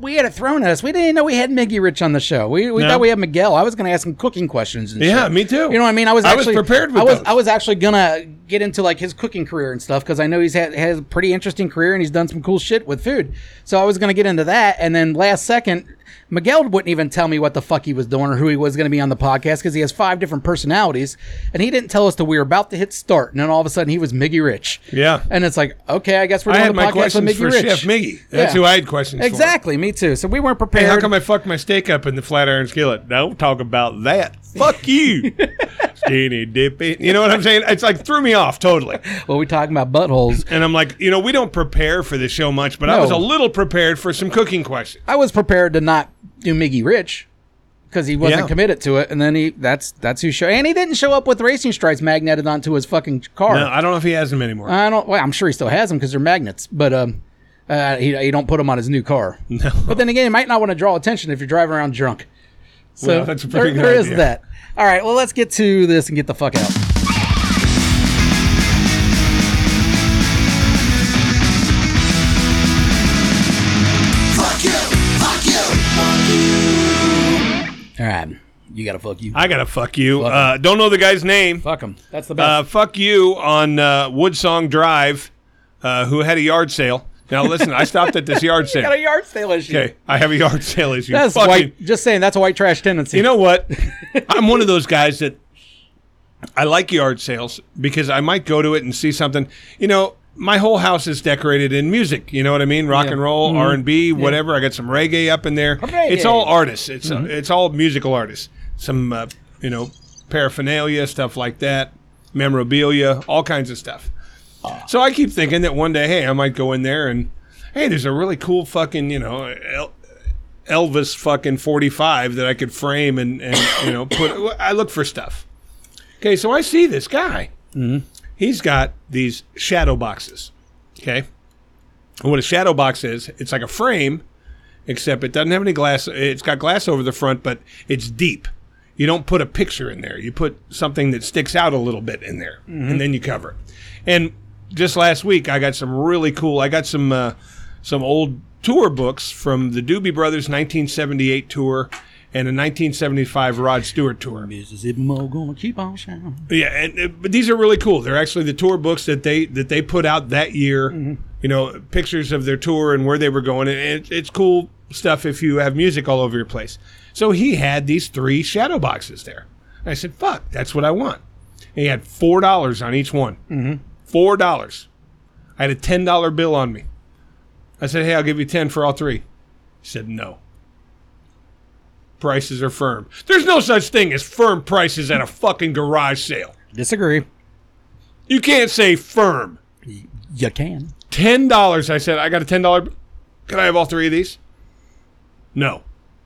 Speaker 1: we had it thrown at us. We didn't know we had Miggy Rich on the show. We, we
Speaker 2: No.
Speaker 1: thought we had Miguel. I was going to ask him cooking questions. And
Speaker 2: Yeah,
Speaker 1: shit.
Speaker 2: me too.
Speaker 1: You know what I mean? I was
Speaker 2: I was
Speaker 1: actually
Speaker 2: prepared with
Speaker 1: I was
Speaker 2: those.
Speaker 1: I was actually gonna get into like his cooking career and stuff because I know he's had has a pretty interesting career and he's done some cool shit with food. So I was gonna get into that, and then last second. Miguel wouldn't even tell me what the fuck he was doing or who he was going to be on the podcast because he has five different personalities, and he didn't tell us that we were about to hit start, and then all of a sudden he was Miggy Rich.
Speaker 2: Yeah.
Speaker 1: and it's like, okay, I guess we're doing
Speaker 2: I had
Speaker 1: the
Speaker 2: my
Speaker 1: podcast with
Speaker 2: questions
Speaker 1: Miggy
Speaker 2: for
Speaker 1: Rich.
Speaker 2: Chef Miggy. That's
Speaker 1: Yeah.
Speaker 2: who I had questions for.
Speaker 1: Exactly, me too. So we weren't prepared.
Speaker 2: Hey, how come I fucked my steak up in the flat iron skillet? Don't talk about that. Fuck you. Skinny dippy. You know what I'm saying? It's like threw me off totally.
Speaker 1: Well, we talking about buttholes.
Speaker 2: And I'm like, you know, we don't prepare for this show much, but I
Speaker 1: No.
Speaker 2: was a little prepared for some cooking questions.
Speaker 1: I was prepared to not do Miggy Rich because he wasn't
Speaker 2: Yeah.
Speaker 1: committed to it, and then he that's that's who show and he didn't show up with racing stripes magneted onto his fucking car.
Speaker 2: No, I don't know if he has them anymore.
Speaker 1: I don't. Well, I'm sure he still has them because they're magnets, but um, uh, he he don't put them on his new car. No. But then again, you might not want to draw attention if you're driving around drunk. So
Speaker 2: Well, that's a pretty
Speaker 1: there-
Speaker 2: good
Speaker 1: there is
Speaker 2: idea.
Speaker 1: that. All right. Well, let's get to this and get the fuck out. All right, you gotta fuck you.
Speaker 2: I gotta fuck you.
Speaker 1: Fuck
Speaker 2: uh, don't know the guy's name.
Speaker 1: fuck him. That's the best.
Speaker 2: Uh, fuck you on uh, Woodsong Drive, uh, who had a yard sale. Now listen, I stopped at this yard
Speaker 1: got a
Speaker 2: sale.
Speaker 1: yard sale issue.
Speaker 2: Uh, Okay, I have a yard sale issue.
Speaker 1: That's
Speaker 2: Fucking-
Speaker 1: white. Just saying, that's a white trash tendency.
Speaker 2: You know what? I'm one of those guys that I like yard sales because I might go to it and see something. You know, my whole house is decorated in music. You know what I mean? Rock and roll, R and B, whatever. I got some reggae up in there.
Speaker 1: Hooray.
Speaker 2: It's all artists. It's uh, it's all musical artists. Some uh, you know paraphernalia, stuff like that, memorabilia, all kinds of stuff. So I keep thinking that one day, hey, I might go in there and hey, there's a really cool fucking you know El- Elvis fucking 45 that I could frame and, and you know, put. I look for stuff. Okay, so I see this guy. Mm-hmm. He's got these shadow boxes. Okay. And what a shadow box is, it's like a frame, except it doesn't have any glass. It's got glass over the front, but it's deep. You don't put a picture in there. You put something that sticks out a little bit in there, and then you cover it. And just last week, I got some really cool. I got some uh, some old tour books from the Doobie Brothers 1978 tour and a 1975 Rod Stewart tour.
Speaker 1: Mississippi Mo gonna keep on shining.
Speaker 2: Yeah, and, uh, but these are really cool. They're actually the tour books that they that they put out that year. You know, pictures of their tour and where they were going, and it, it's cool stuff if you have music all over your place. So he had these three shadow boxes there. And I said, "Fuck, that's what I want." And he had four dollars on each one. Mm-hmm. Four dollars. I had a ten dollar bill on me. I said, "Hey, I'll give you ten for all three. He said, "No." Prices are firm. There's no such thing as firm prices at a fucking garage sale.
Speaker 1: Disagree.
Speaker 2: You can't say firm.
Speaker 1: You can.
Speaker 2: Ten dollars. I said I got a ten dollar. Can I have all three of these? No,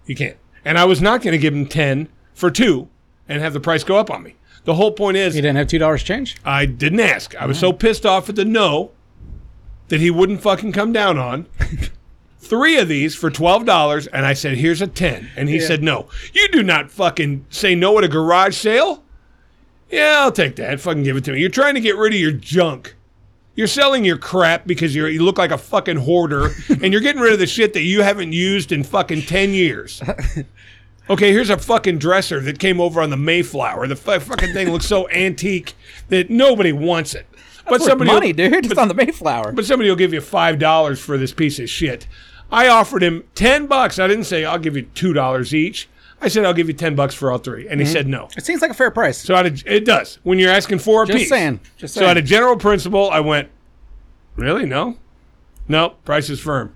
Speaker 2: you can't. And I was not going to give him ten for two and have the price go up on me. The whole point
Speaker 1: You
Speaker 2: is
Speaker 1: didn't have two dollars change.
Speaker 2: I didn't ask. I was so pissed off at the no that he wouldn't fucking come down on. Three of these for twelve dollars, and I said, "Here's a 10. And he said, "No, you do not fucking say no at a garage sale." Yeah, I'll take that. Fucking give it to me. You're trying to get rid of your junk. You're selling your crap because you're, you look like a fucking hoarder, and you're getting rid of the shit that you haven't used in fucking ten years. Okay, here's a fucking dresser that came over on the Mayflower. The fu- fucking thing looks so antique that nobody wants it. but
Speaker 1: It's worth
Speaker 2: Oh, somebody,
Speaker 1: money, dude. It's on the Mayflower.
Speaker 2: but somebody will give you five dollars for this piece of shit. I offered him ten bucks. I didn't say I'll give you two dollars each. I said I'll give you ten bucks for all three,
Speaker 1: Mm-hmm.
Speaker 2: and he said no.
Speaker 1: it seems like a fair price.
Speaker 2: So out of, it does when you're asking for a
Speaker 1: Just
Speaker 2: piece.
Speaker 1: saying. Just
Speaker 2: So
Speaker 1: saying.
Speaker 2: at a general principle, I went, really no, no price is firm.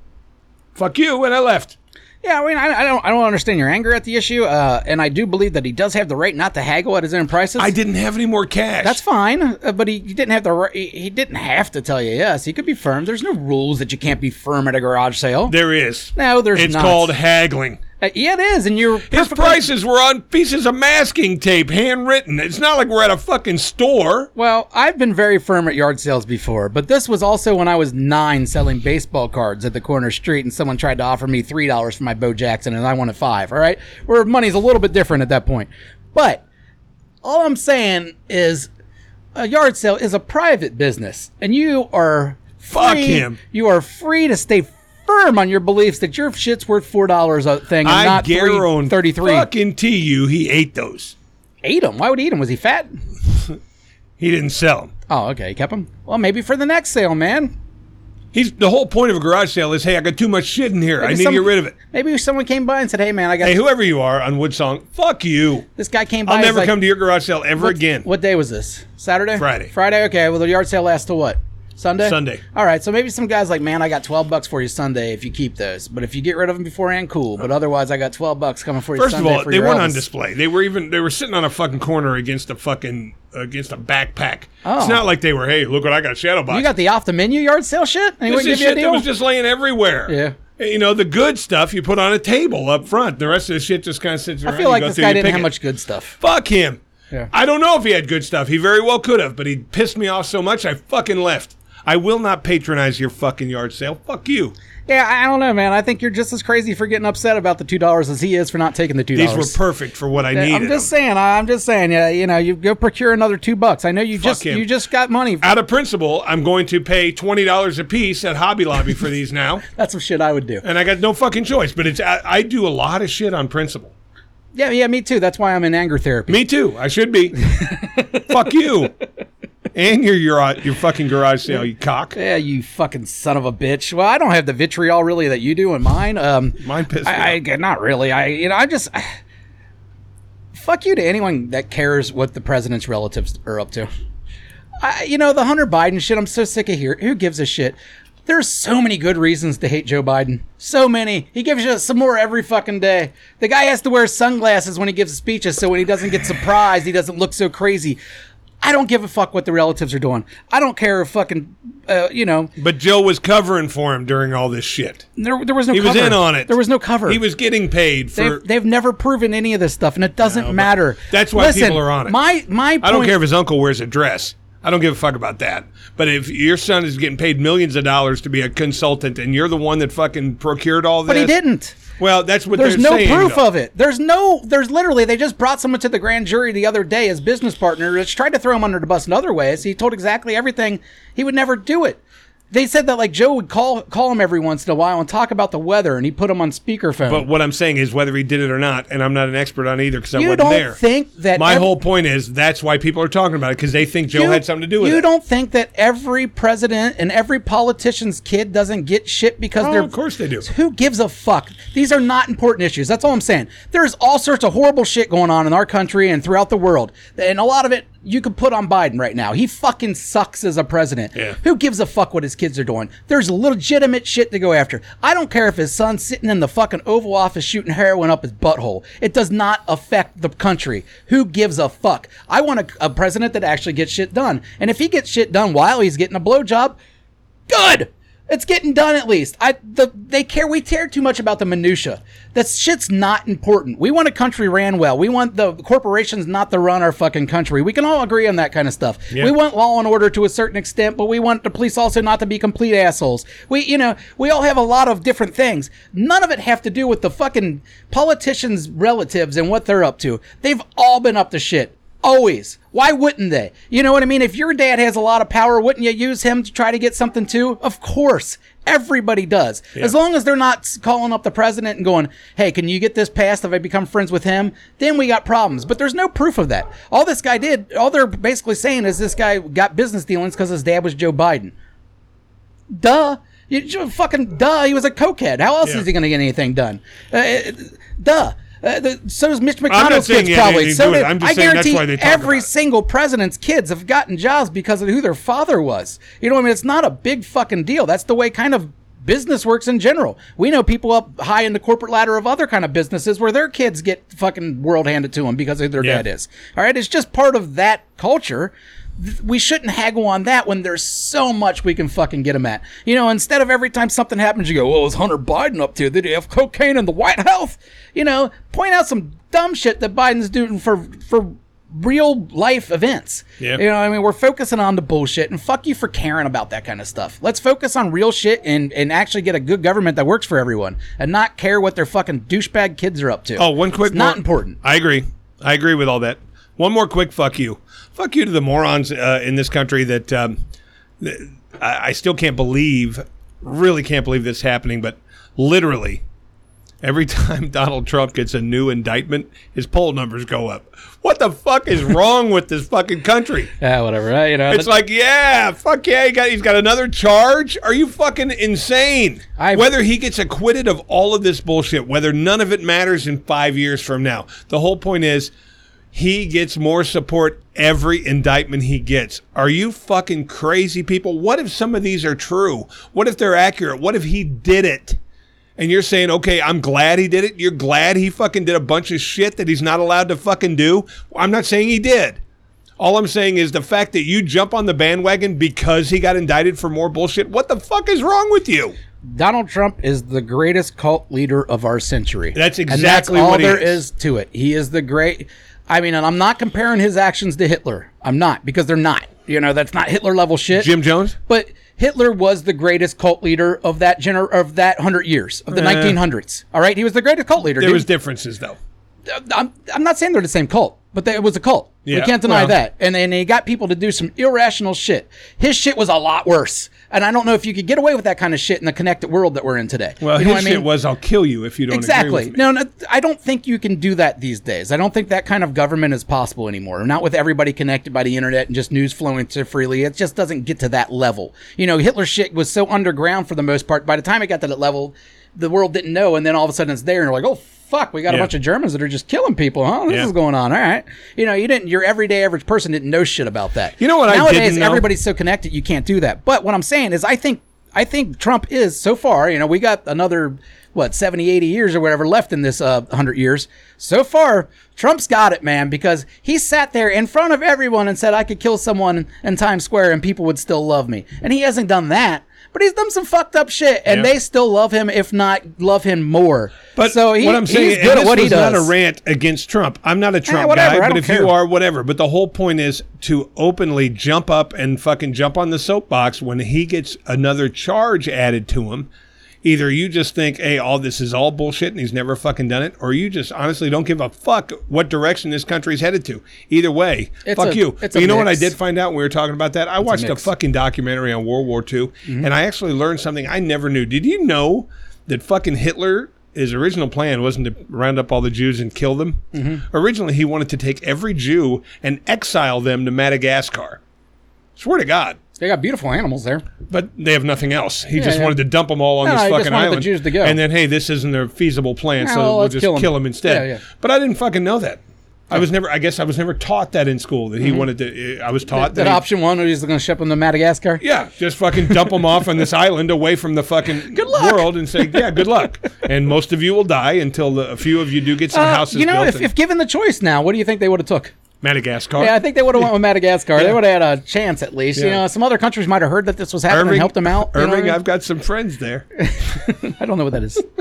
Speaker 2: Fuck you, and I left.
Speaker 1: yeah, I mean, I, I don't, I don't understand your anger at the issue, uh, and I do believe that he does have the right not to haggle at his own prices.
Speaker 2: I didn't have any more cash.
Speaker 1: That's fine, uh, but he, he didn't have the right. He, he didn't have to tell you yes. He could be firm. There's no rules that you can't be firm at a garage sale.
Speaker 2: there is.
Speaker 1: no, there's
Speaker 2: It's
Speaker 1: not.
Speaker 2: called haggling.
Speaker 1: Uh, yeah, it is, and you're
Speaker 2: His
Speaker 1: perfectly-
Speaker 2: prices were on pieces of masking tape, handwritten. It's not like we're at a fucking store.
Speaker 1: Well, I've been very firm at yard sales before, but this was also when I was nine selling baseball cards at the corner street and someone tried to offer me $3 for my Bo Jackson and I wanted five, all right? Where money's a little bit different at that point. But all I'm saying is a yard sale is a private business and you are
Speaker 2: Fuck
Speaker 1: free-
Speaker 2: him.
Speaker 1: You are free to stay firm on your beliefs that your shit's worth $4 a thing and
Speaker 2: I
Speaker 1: not
Speaker 2: guarantee
Speaker 1: 33
Speaker 2: fucking to you he ate those.
Speaker 1: Ate him. Why would he eat him? Was he fat?
Speaker 2: He didn't sell them.
Speaker 1: Oh, okay. He kept him. Well, maybe for the next sale, man.
Speaker 2: He's the whole point of a garage sale is hey, I got too much shit in here. I
Speaker 1: Maybe
Speaker 2: need
Speaker 1: some-
Speaker 2: to get rid of it.
Speaker 1: Maybe someone came by and said, "Hey, man, I got
Speaker 2: Hey, whoever you are on Woodsong, fuck you.
Speaker 1: this guy came by."
Speaker 2: I'll
Speaker 1: he's
Speaker 2: never
Speaker 1: like,
Speaker 2: come to your garage sale ever
Speaker 1: "What-
Speaker 2: again.
Speaker 1: What day was this? Saturday.
Speaker 2: Friday.
Speaker 1: Friday. Okay. Well, the yard sale lasts till what? Sunday?
Speaker 2: Sunday.
Speaker 1: All right. So maybe some guys like, man, I got 12 bucks for you Sunday if you keep those. But if you get rid of them beforehand, cool. But otherwise, I got 12 bucks coming for you
Speaker 2: First of
Speaker 1: Sunday
Speaker 2: all,
Speaker 1: for
Speaker 2: they
Speaker 1: your
Speaker 2: weren't
Speaker 1: Elvis.
Speaker 2: on display. They were even they were sitting on a fucking corner against a fucking against a backpack.
Speaker 1: Oh.
Speaker 2: It's not like they were, hey, look what I got shadow box.
Speaker 1: You got the off the menu yard sale shit? And he
Speaker 2: this
Speaker 1: wouldn't
Speaker 2: is
Speaker 1: give you a
Speaker 2: shit that
Speaker 1: deal?
Speaker 2: was just laying everywhere.
Speaker 1: Yeah.
Speaker 2: You know, the good stuff you put on a table up front. The rest of the shit just kind of sits around.
Speaker 1: I feel
Speaker 2: you
Speaker 1: like
Speaker 2: go
Speaker 1: this
Speaker 2: through,
Speaker 1: guy
Speaker 2: you
Speaker 1: didn't
Speaker 2: pick
Speaker 1: have
Speaker 2: it.
Speaker 1: much good stuff.
Speaker 2: Fuck him.
Speaker 1: Yeah.
Speaker 2: I don't know if he had good stuff. He very well could have, but he pissed me off so much I fucking left. I will not patronize your fucking yard sale. Fuck you.
Speaker 1: Yeah, I I don't know, man. I think you're just as crazy for getting upset about the two dollars as he is for not taking the two
Speaker 2: These
Speaker 1: dollars.
Speaker 2: were perfect for what I needed.
Speaker 1: I'm just saying. I- I'm just saying. Yeah, you know, you go procure another two bucks. I know you just
Speaker 2: him.
Speaker 1: you just got money.
Speaker 2: Out of principle, I'm going to pay twenty dollars a piece at Hobby Lobby for these now,
Speaker 1: That's some shit I would do.
Speaker 2: and I got no fucking choice. But it's I, I do a lot of shit on principle.
Speaker 1: Yeah, yeah, me too. That's why I'm in anger therapy.
Speaker 2: Me too. I should be. Fuck you. And your your your fucking garage sale, you cock.
Speaker 1: Yeah, you fucking son of a bitch. Well, I don't have the vitriol really that you do in mine. Um,
Speaker 2: Mine pissed me
Speaker 1: I,
Speaker 2: off.
Speaker 1: I not really. I you know I just fuck you to anyone that cares what the president's relatives are up to. I, you know the Hunter Biden shit. I'm so sick of here. Who gives a shit? There's so many good reasons to hate Joe Biden. So many. He gives you some more every fucking day. The guy has to wear sunglasses when he gives speeches, so when he doesn't get surprised, he doesn't look so crazy. I don't give a fuck what the relatives are doing. I don't care if fucking, uh, you know,
Speaker 2: But Joe was covering for him during all this shit.
Speaker 1: there, there was no
Speaker 2: He was
Speaker 1: cover.
Speaker 2: in on it.
Speaker 1: There was no cover.
Speaker 2: He was getting paid for.
Speaker 1: They've, they've never proven any of this stuff, and it doesn't
Speaker 2: but
Speaker 1: matter.
Speaker 2: that's why
Speaker 1: Listen,
Speaker 2: people are on it.
Speaker 1: My my point,
Speaker 2: I don't care if his uncle wears a dress. I don't give a fuck about that. But if your son is getting paid millions of dollars to be a consultant and you're the one that fucking procured all this,
Speaker 1: but he didn't.
Speaker 2: Well, that's what
Speaker 1: There's
Speaker 2: they're
Speaker 1: no
Speaker 2: saying,
Speaker 1: proof
Speaker 2: though.
Speaker 1: of it. There's no. There's literally they just brought someone to the grand jury the other day as business partner, which tried to throw him under the bus in other ways. He told exactly everything. He would never do it. They said that like Joe would call call him every once in a while and talk about the weather, and he put him on speakerphone.
Speaker 2: But what I'm saying is whether he did it or not, and I'm not an expert on either because I
Speaker 1: You
Speaker 2: wasn't
Speaker 1: don't
Speaker 2: there.
Speaker 1: think that
Speaker 2: my
Speaker 1: ev-
Speaker 2: whole point is that's why people are talking about it because they think Joe
Speaker 1: you-
Speaker 2: had something to do with
Speaker 1: you
Speaker 2: it.
Speaker 1: don't think that every president and every politician's kid doesn't get shit because
Speaker 2: Oh,
Speaker 1: they're
Speaker 2: of course they do.
Speaker 1: Who gives a fuck? These are not important issues. That's all I'm saying. There's all sorts of horrible shit going on in our country and throughout the world, and a lot of it you could put on Biden right now. He fucking sucks as a president.
Speaker 2: Yeah.
Speaker 1: Who gives a fuck what his kids are doing? There's legitimate shit to go after. I don't care if his son's sitting in the fucking Oval Office shooting heroin up his butthole. It does not affect the country. Who gives a fuck? I want a, a president that actually gets shit done. And if he gets shit done while he's getting a blowjob, good. It's getting done at least. I the they care we care too much about the minutia. That shit's not important. We want a country ran well. We want the corporations not to run our fucking country. We can all agree on that kind of stuff.
Speaker 2: Yeah.
Speaker 1: We want law and order to a certain extent, but we want the police also not to be complete assholes. We you know, we all have a lot of different things. None of it have to do with the fucking politicians' relatives and what they're up to. They've all been up to shit. Always. Why wouldn't they? You know what I mean? If your dad has a lot of power, wouldn't you use him to try to get something too? Of course. Everybody does. As long as they're not s- calling up the president and going, hey, can you get this passed if I become friends with him? Then we got problems. But there's no proof of that. All this guy did, all they're basically saying is this guy got business dealings because his dad was Joe Biden. Duh. You ju- fucking duh. He was a cokehead. How else
Speaker 2: Yeah.
Speaker 1: is he going to get anything done? Uh, it- duh. Uh, the, so is Mitch
Speaker 2: not
Speaker 1: McConnell's
Speaker 2: saying
Speaker 1: kids
Speaker 2: he had
Speaker 1: probably.
Speaker 2: anything to
Speaker 1: So
Speaker 2: do with
Speaker 1: did,
Speaker 2: it. I'm just
Speaker 1: I
Speaker 2: saying that's
Speaker 1: guarantee
Speaker 2: why they talk
Speaker 1: every
Speaker 2: about it.
Speaker 1: single president's kids have gotten jobs because of who their father was. You know, what I mean, it's not a big fucking deal. That's the way kind of business works in general. We know people up high in the corporate ladder of other kind of businesses where their kids get fucking world handed to them because of who their
Speaker 2: Yeah.
Speaker 1: dad is. All right, it's just part of that culture. Th- We shouldn't haggle on that when there's so much we can fucking get them at. You know, instead of every time something happens, you go, "Well, was Hunter Biden up to? Did he have cocaine in the White House?" You know, point out some dumb shit that Biden's doing for for real life events.
Speaker 2: Yep.
Speaker 1: You know, what I mean, we're focusing on the bullshit and fuck you for caring about that kind of stuff. Let's focus on real shit and and actually get a good government that works for everyone and not care what their fucking douchebag kids are up to.
Speaker 2: Oh, one quick.
Speaker 1: It's not
Speaker 2: more-
Speaker 1: important.
Speaker 2: I agree. I agree with all that. One more quick fuck you. Fuck you to the morons uh, in this country that um, th- I, I still can't believe, really can't believe this happening, but literally every time Donald Trump gets a new indictment, his poll numbers go up. What the fuck is wrong with this fucking country?
Speaker 1: Yeah, whatever. uh, You know,
Speaker 2: It's like, yeah, fuck yeah, he got, he's got another charge. Are you fucking insane?
Speaker 1: I-
Speaker 2: whether he gets acquitted of all of this bullshit, whether none of it matters in five years from now, the whole point is He gets more support every indictment he gets. Are you fucking crazy people? What if some of these are true? What if they're accurate? What if he did it? And you're saying, okay, I'm glad he did it. You're glad he fucking did a bunch of shit that he's not allowed to fucking do. I'm not saying he did. All I'm saying is the fact that you jump on the bandwagon because he got indicted for more bullshit. What the fuck is wrong with you?
Speaker 1: Donald Trump is the greatest cult leader of our century.
Speaker 2: That's
Speaker 1: and that's
Speaker 2: exactly
Speaker 1: all
Speaker 2: what he
Speaker 1: there is
Speaker 2: is.
Speaker 1: to it. He is the great. I mean, and I'm not comparing his actions to Hitler. I'm not because they're not. You know, that's not Hitler level shit.
Speaker 2: Jim Jones?
Speaker 1: But Hitler was the greatest cult leader of that gener- of that hundred years of the 1900s. All right, he was the greatest cult leader.
Speaker 2: Eh. There
Speaker 1: dude.
Speaker 2: was differences though.
Speaker 1: I'm, I'm not saying they're the same cult, but they, it was a cult.
Speaker 2: Yeah,
Speaker 1: we can't deny
Speaker 2: well.
Speaker 1: that. And then he got people to do some irrational shit. His shit was a lot worse. And I don't know if you could get away with that kind of shit in the connected world that we're in today.
Speaker 2: Well,
Speaker 1: you know
Speaker 2: his
Speaker 1: what I mean?
Speaker 2: shit was, "I'll kill you if you don't
Speaker 1: exactly.
Speaker 2: agree with me."
Speaker 1: No, no, I don't think you can do that these days. I don't think that kind of government is possible anymore. Not with everybody connected by the internet and just news flowing so freely. It just doesn't get to that level. You know, Hitler's shit was so underground for the most part. By the time it got to that level, the world didn't know. And then all of a sudden it's there, and you're like, oh. Fuck, we got
Speaker 2: Yeah.
Speaker 1: a bunch of Germans that are just killing people, huh? This
Speaker 2: Yeah.
Speaker 1: is going on. All right. You know, you didn't, your everyday average person didn't know shit about that.
Speaker 2: You know what I
Speaker 1: Nowadays,
Speaker 2: didn't know?
Speaker 1: everybody's so connected, you can't do that. But what I'm saying is, I think I think Trump is so far. You know, we got another what 70, 80 years or whatever left in this uh, 100 years. So far, Trump's got it, man, because he sat there in front of everyone and said, "I could kill someone in Times Square and people would still love me," and he hasn't done that. But he's done some fucked up shit, and
Speaker 2: Yeah.
Speaker 1: they still love him, if not love him more.
Speaker 2: But
Speaker 1: so he,
Speaker 2: what I'm saying,
Speaker 1: he's
Speaker 2: and
Speaker 1: good
Speaker 2: this
Speaker 1: at what he
Speaker 2: was
Speaker 1: does. Eh,
Speaker 2: not a rant against Trump. I'm not a Trump
Speaker 1: whatever,
Speaker 2: guy,
Speaker 1: I
Speaker 2: but
Speaker 1: don't
Speaker 2: if
Speaker 1: care.
Speaker 2: you are, whatever. But the whole point is to openly jump up and fucking jump on the soapbox when he gets another charge added to him. Either you just think, hey, all this is all bullshit and he's never fucking done it, or you just honestly don't give a fuck what direction this country's headed to. Either way,
Speaker 1: It's
Speaker 2: fuck
Speaker 1: a-
Speaker 2: you.
Speaker 1: it's
Speaker 2: But
Speaker 1: a
Speaker 2: you know what
Speaker 1: mix.
Speaker 2: I did find out when we were talking about that? I watched a
Speaker 1: mix. Mm-hmm.
Speaker 2: fucking documentary on World War II, and I actually learned something I never knew. Did you know that fucking Hitler, his original plan wasn't to round up all the Jews and kill them?
Speaker 1: Mm-hmm.
Speaker 2: Originally, he wanted to take every Jew and exile them to Madagascar. Swear to God.
Speaker 1: they got beautiful animals there.
Speaker 2: But they have nothing else. He just
Speaker 1: yeah.
Speaker 2: wanted to dump them all on
Speaker 1: No,
Speaker 2: this
Speaker 1: he just
Speaker 2: fucking
Speaker 1: wanted the
Speaker 2: island.
Speaker 1: Jews to go.
Speaker 2: And then, hey, this isn't a feasible plan, so
Speaker 1: well,
Speaker 2: we'll
Speaker 1: let's
Speaker 2: just kill
Speaker 1: kill 'em.
Speaker 2: them, instead.
Speaker 1: Yeah, yeah.
Speaker 2: But I didn't fucking know that. I was never. I guess I was never taught that in school that he wanted to. eh, I was taught
Speaker 1: Mm-hmm. That
Speaker 2: he-
Speaker 1: option one, he's going to ship them to Madagascar.
Speaker 2: yeah, just fucking dump them off on this island away from the fucking world and say, yeah, good luck. And most of you will die until the, a few of you do get some
Speaker 1: Uh,
Speaker 2: houses
Speaker 1: you know,
Speaker 2: built
Speaker 1: if,
Speaker 2: in
Speaker 1: if given the choice now, what do you think they would have took?
Speaker 2: Madagascar.
Speaker 1: Yeah, I think they would have went with Madagascar. They would have had a chance at least. You
Speaker 2: Yeah.
Speaker 1: know, some other countries might have heard that this was happening and helped them out. you know what
Speaker 2: Irving,
Speaker 1: I,
Speaker 2: I've got some friends there.
Speaker 1: mean? I don't know what that is.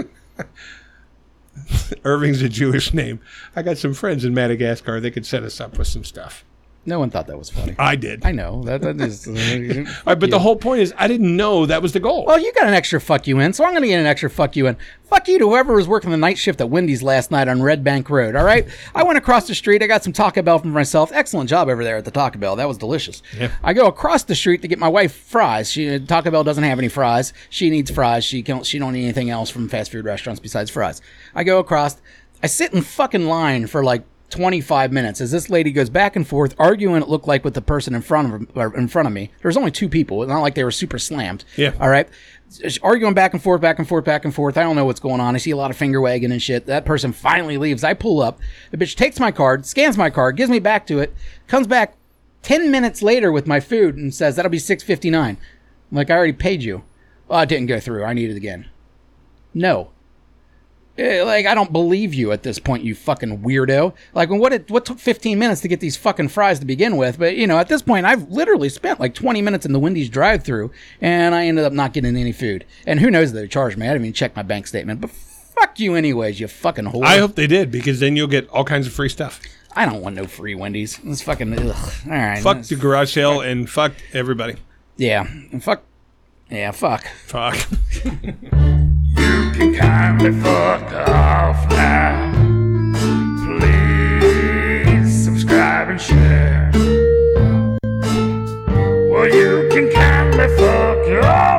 Speaker 2: Irving's a Jewish name. I got some friends in Madagascar. They could set us up with some stuff.
Speaker 1: No one thought that was funny.
Speaker 2: I did.
Speaker 1: I know that that is.
Speaker 2: All right, but the whole point is, I didn't know that was the goal.
Speaker 1: Well, Oh, you got an extra fuck you in, so I'm going to get an extra fuck you in. Fuck you to whoever was working the night shift at Wendy's last night on Red Bank Road, all right? I went across the street. I got some Taco Bell for myself. Excellent job over there at the Taco Bell. That was delicious. I go across the street to get my wife fries. She, uh, Taco Bell doesn't have any fries. She needs fries. She can't, she don't need anything else from fast food restaurants besides fries. I go across. I sit in fucking line for like 25 minutes as this lady goes back and forth arguing it looked like with the person in front of or in front of me there's only two people it's not like they were super slammed
Speaker 2: Yeah.
Speaker 1: all right She's arguing back and forth back and forth back and forth i don't know what's going on i see a lot of finger wagging and shit that person finally leaves i pull up the bitch takes my card scans my card gives me back to it comes back 10 minutes later with my food and says that'll be 659 I'm like i already paid you well it didn't go through i need it again no Eh, like I don't believe you at this point, you fucking weirdo. Like, well, what? It, what took 15 minutes to get these fucking fries to begin with? But you know, at this point, I've literally spent like 20 minutes in the Wendy's drive-through, and I ended up not getting any food. And who knows if they charged me? I didn't even check my bank statement. But fuck you, anyways, you fucking whore.
Speaker 2: I hope they did because then you'll get all kinds of free stuff.
Speaker 1: I don't want no free Wendy's. It's fucking ugh. all right.
Speaker 2: Fuck the garage sale and fuck everybody.
Speaker 1: yeah, and fuck. Yeah, fuck.
Speaker 2: Fuck.
Speaker 3: You can kindly fuck off now. Please subscribe and share. Well, you can kindly fuck off.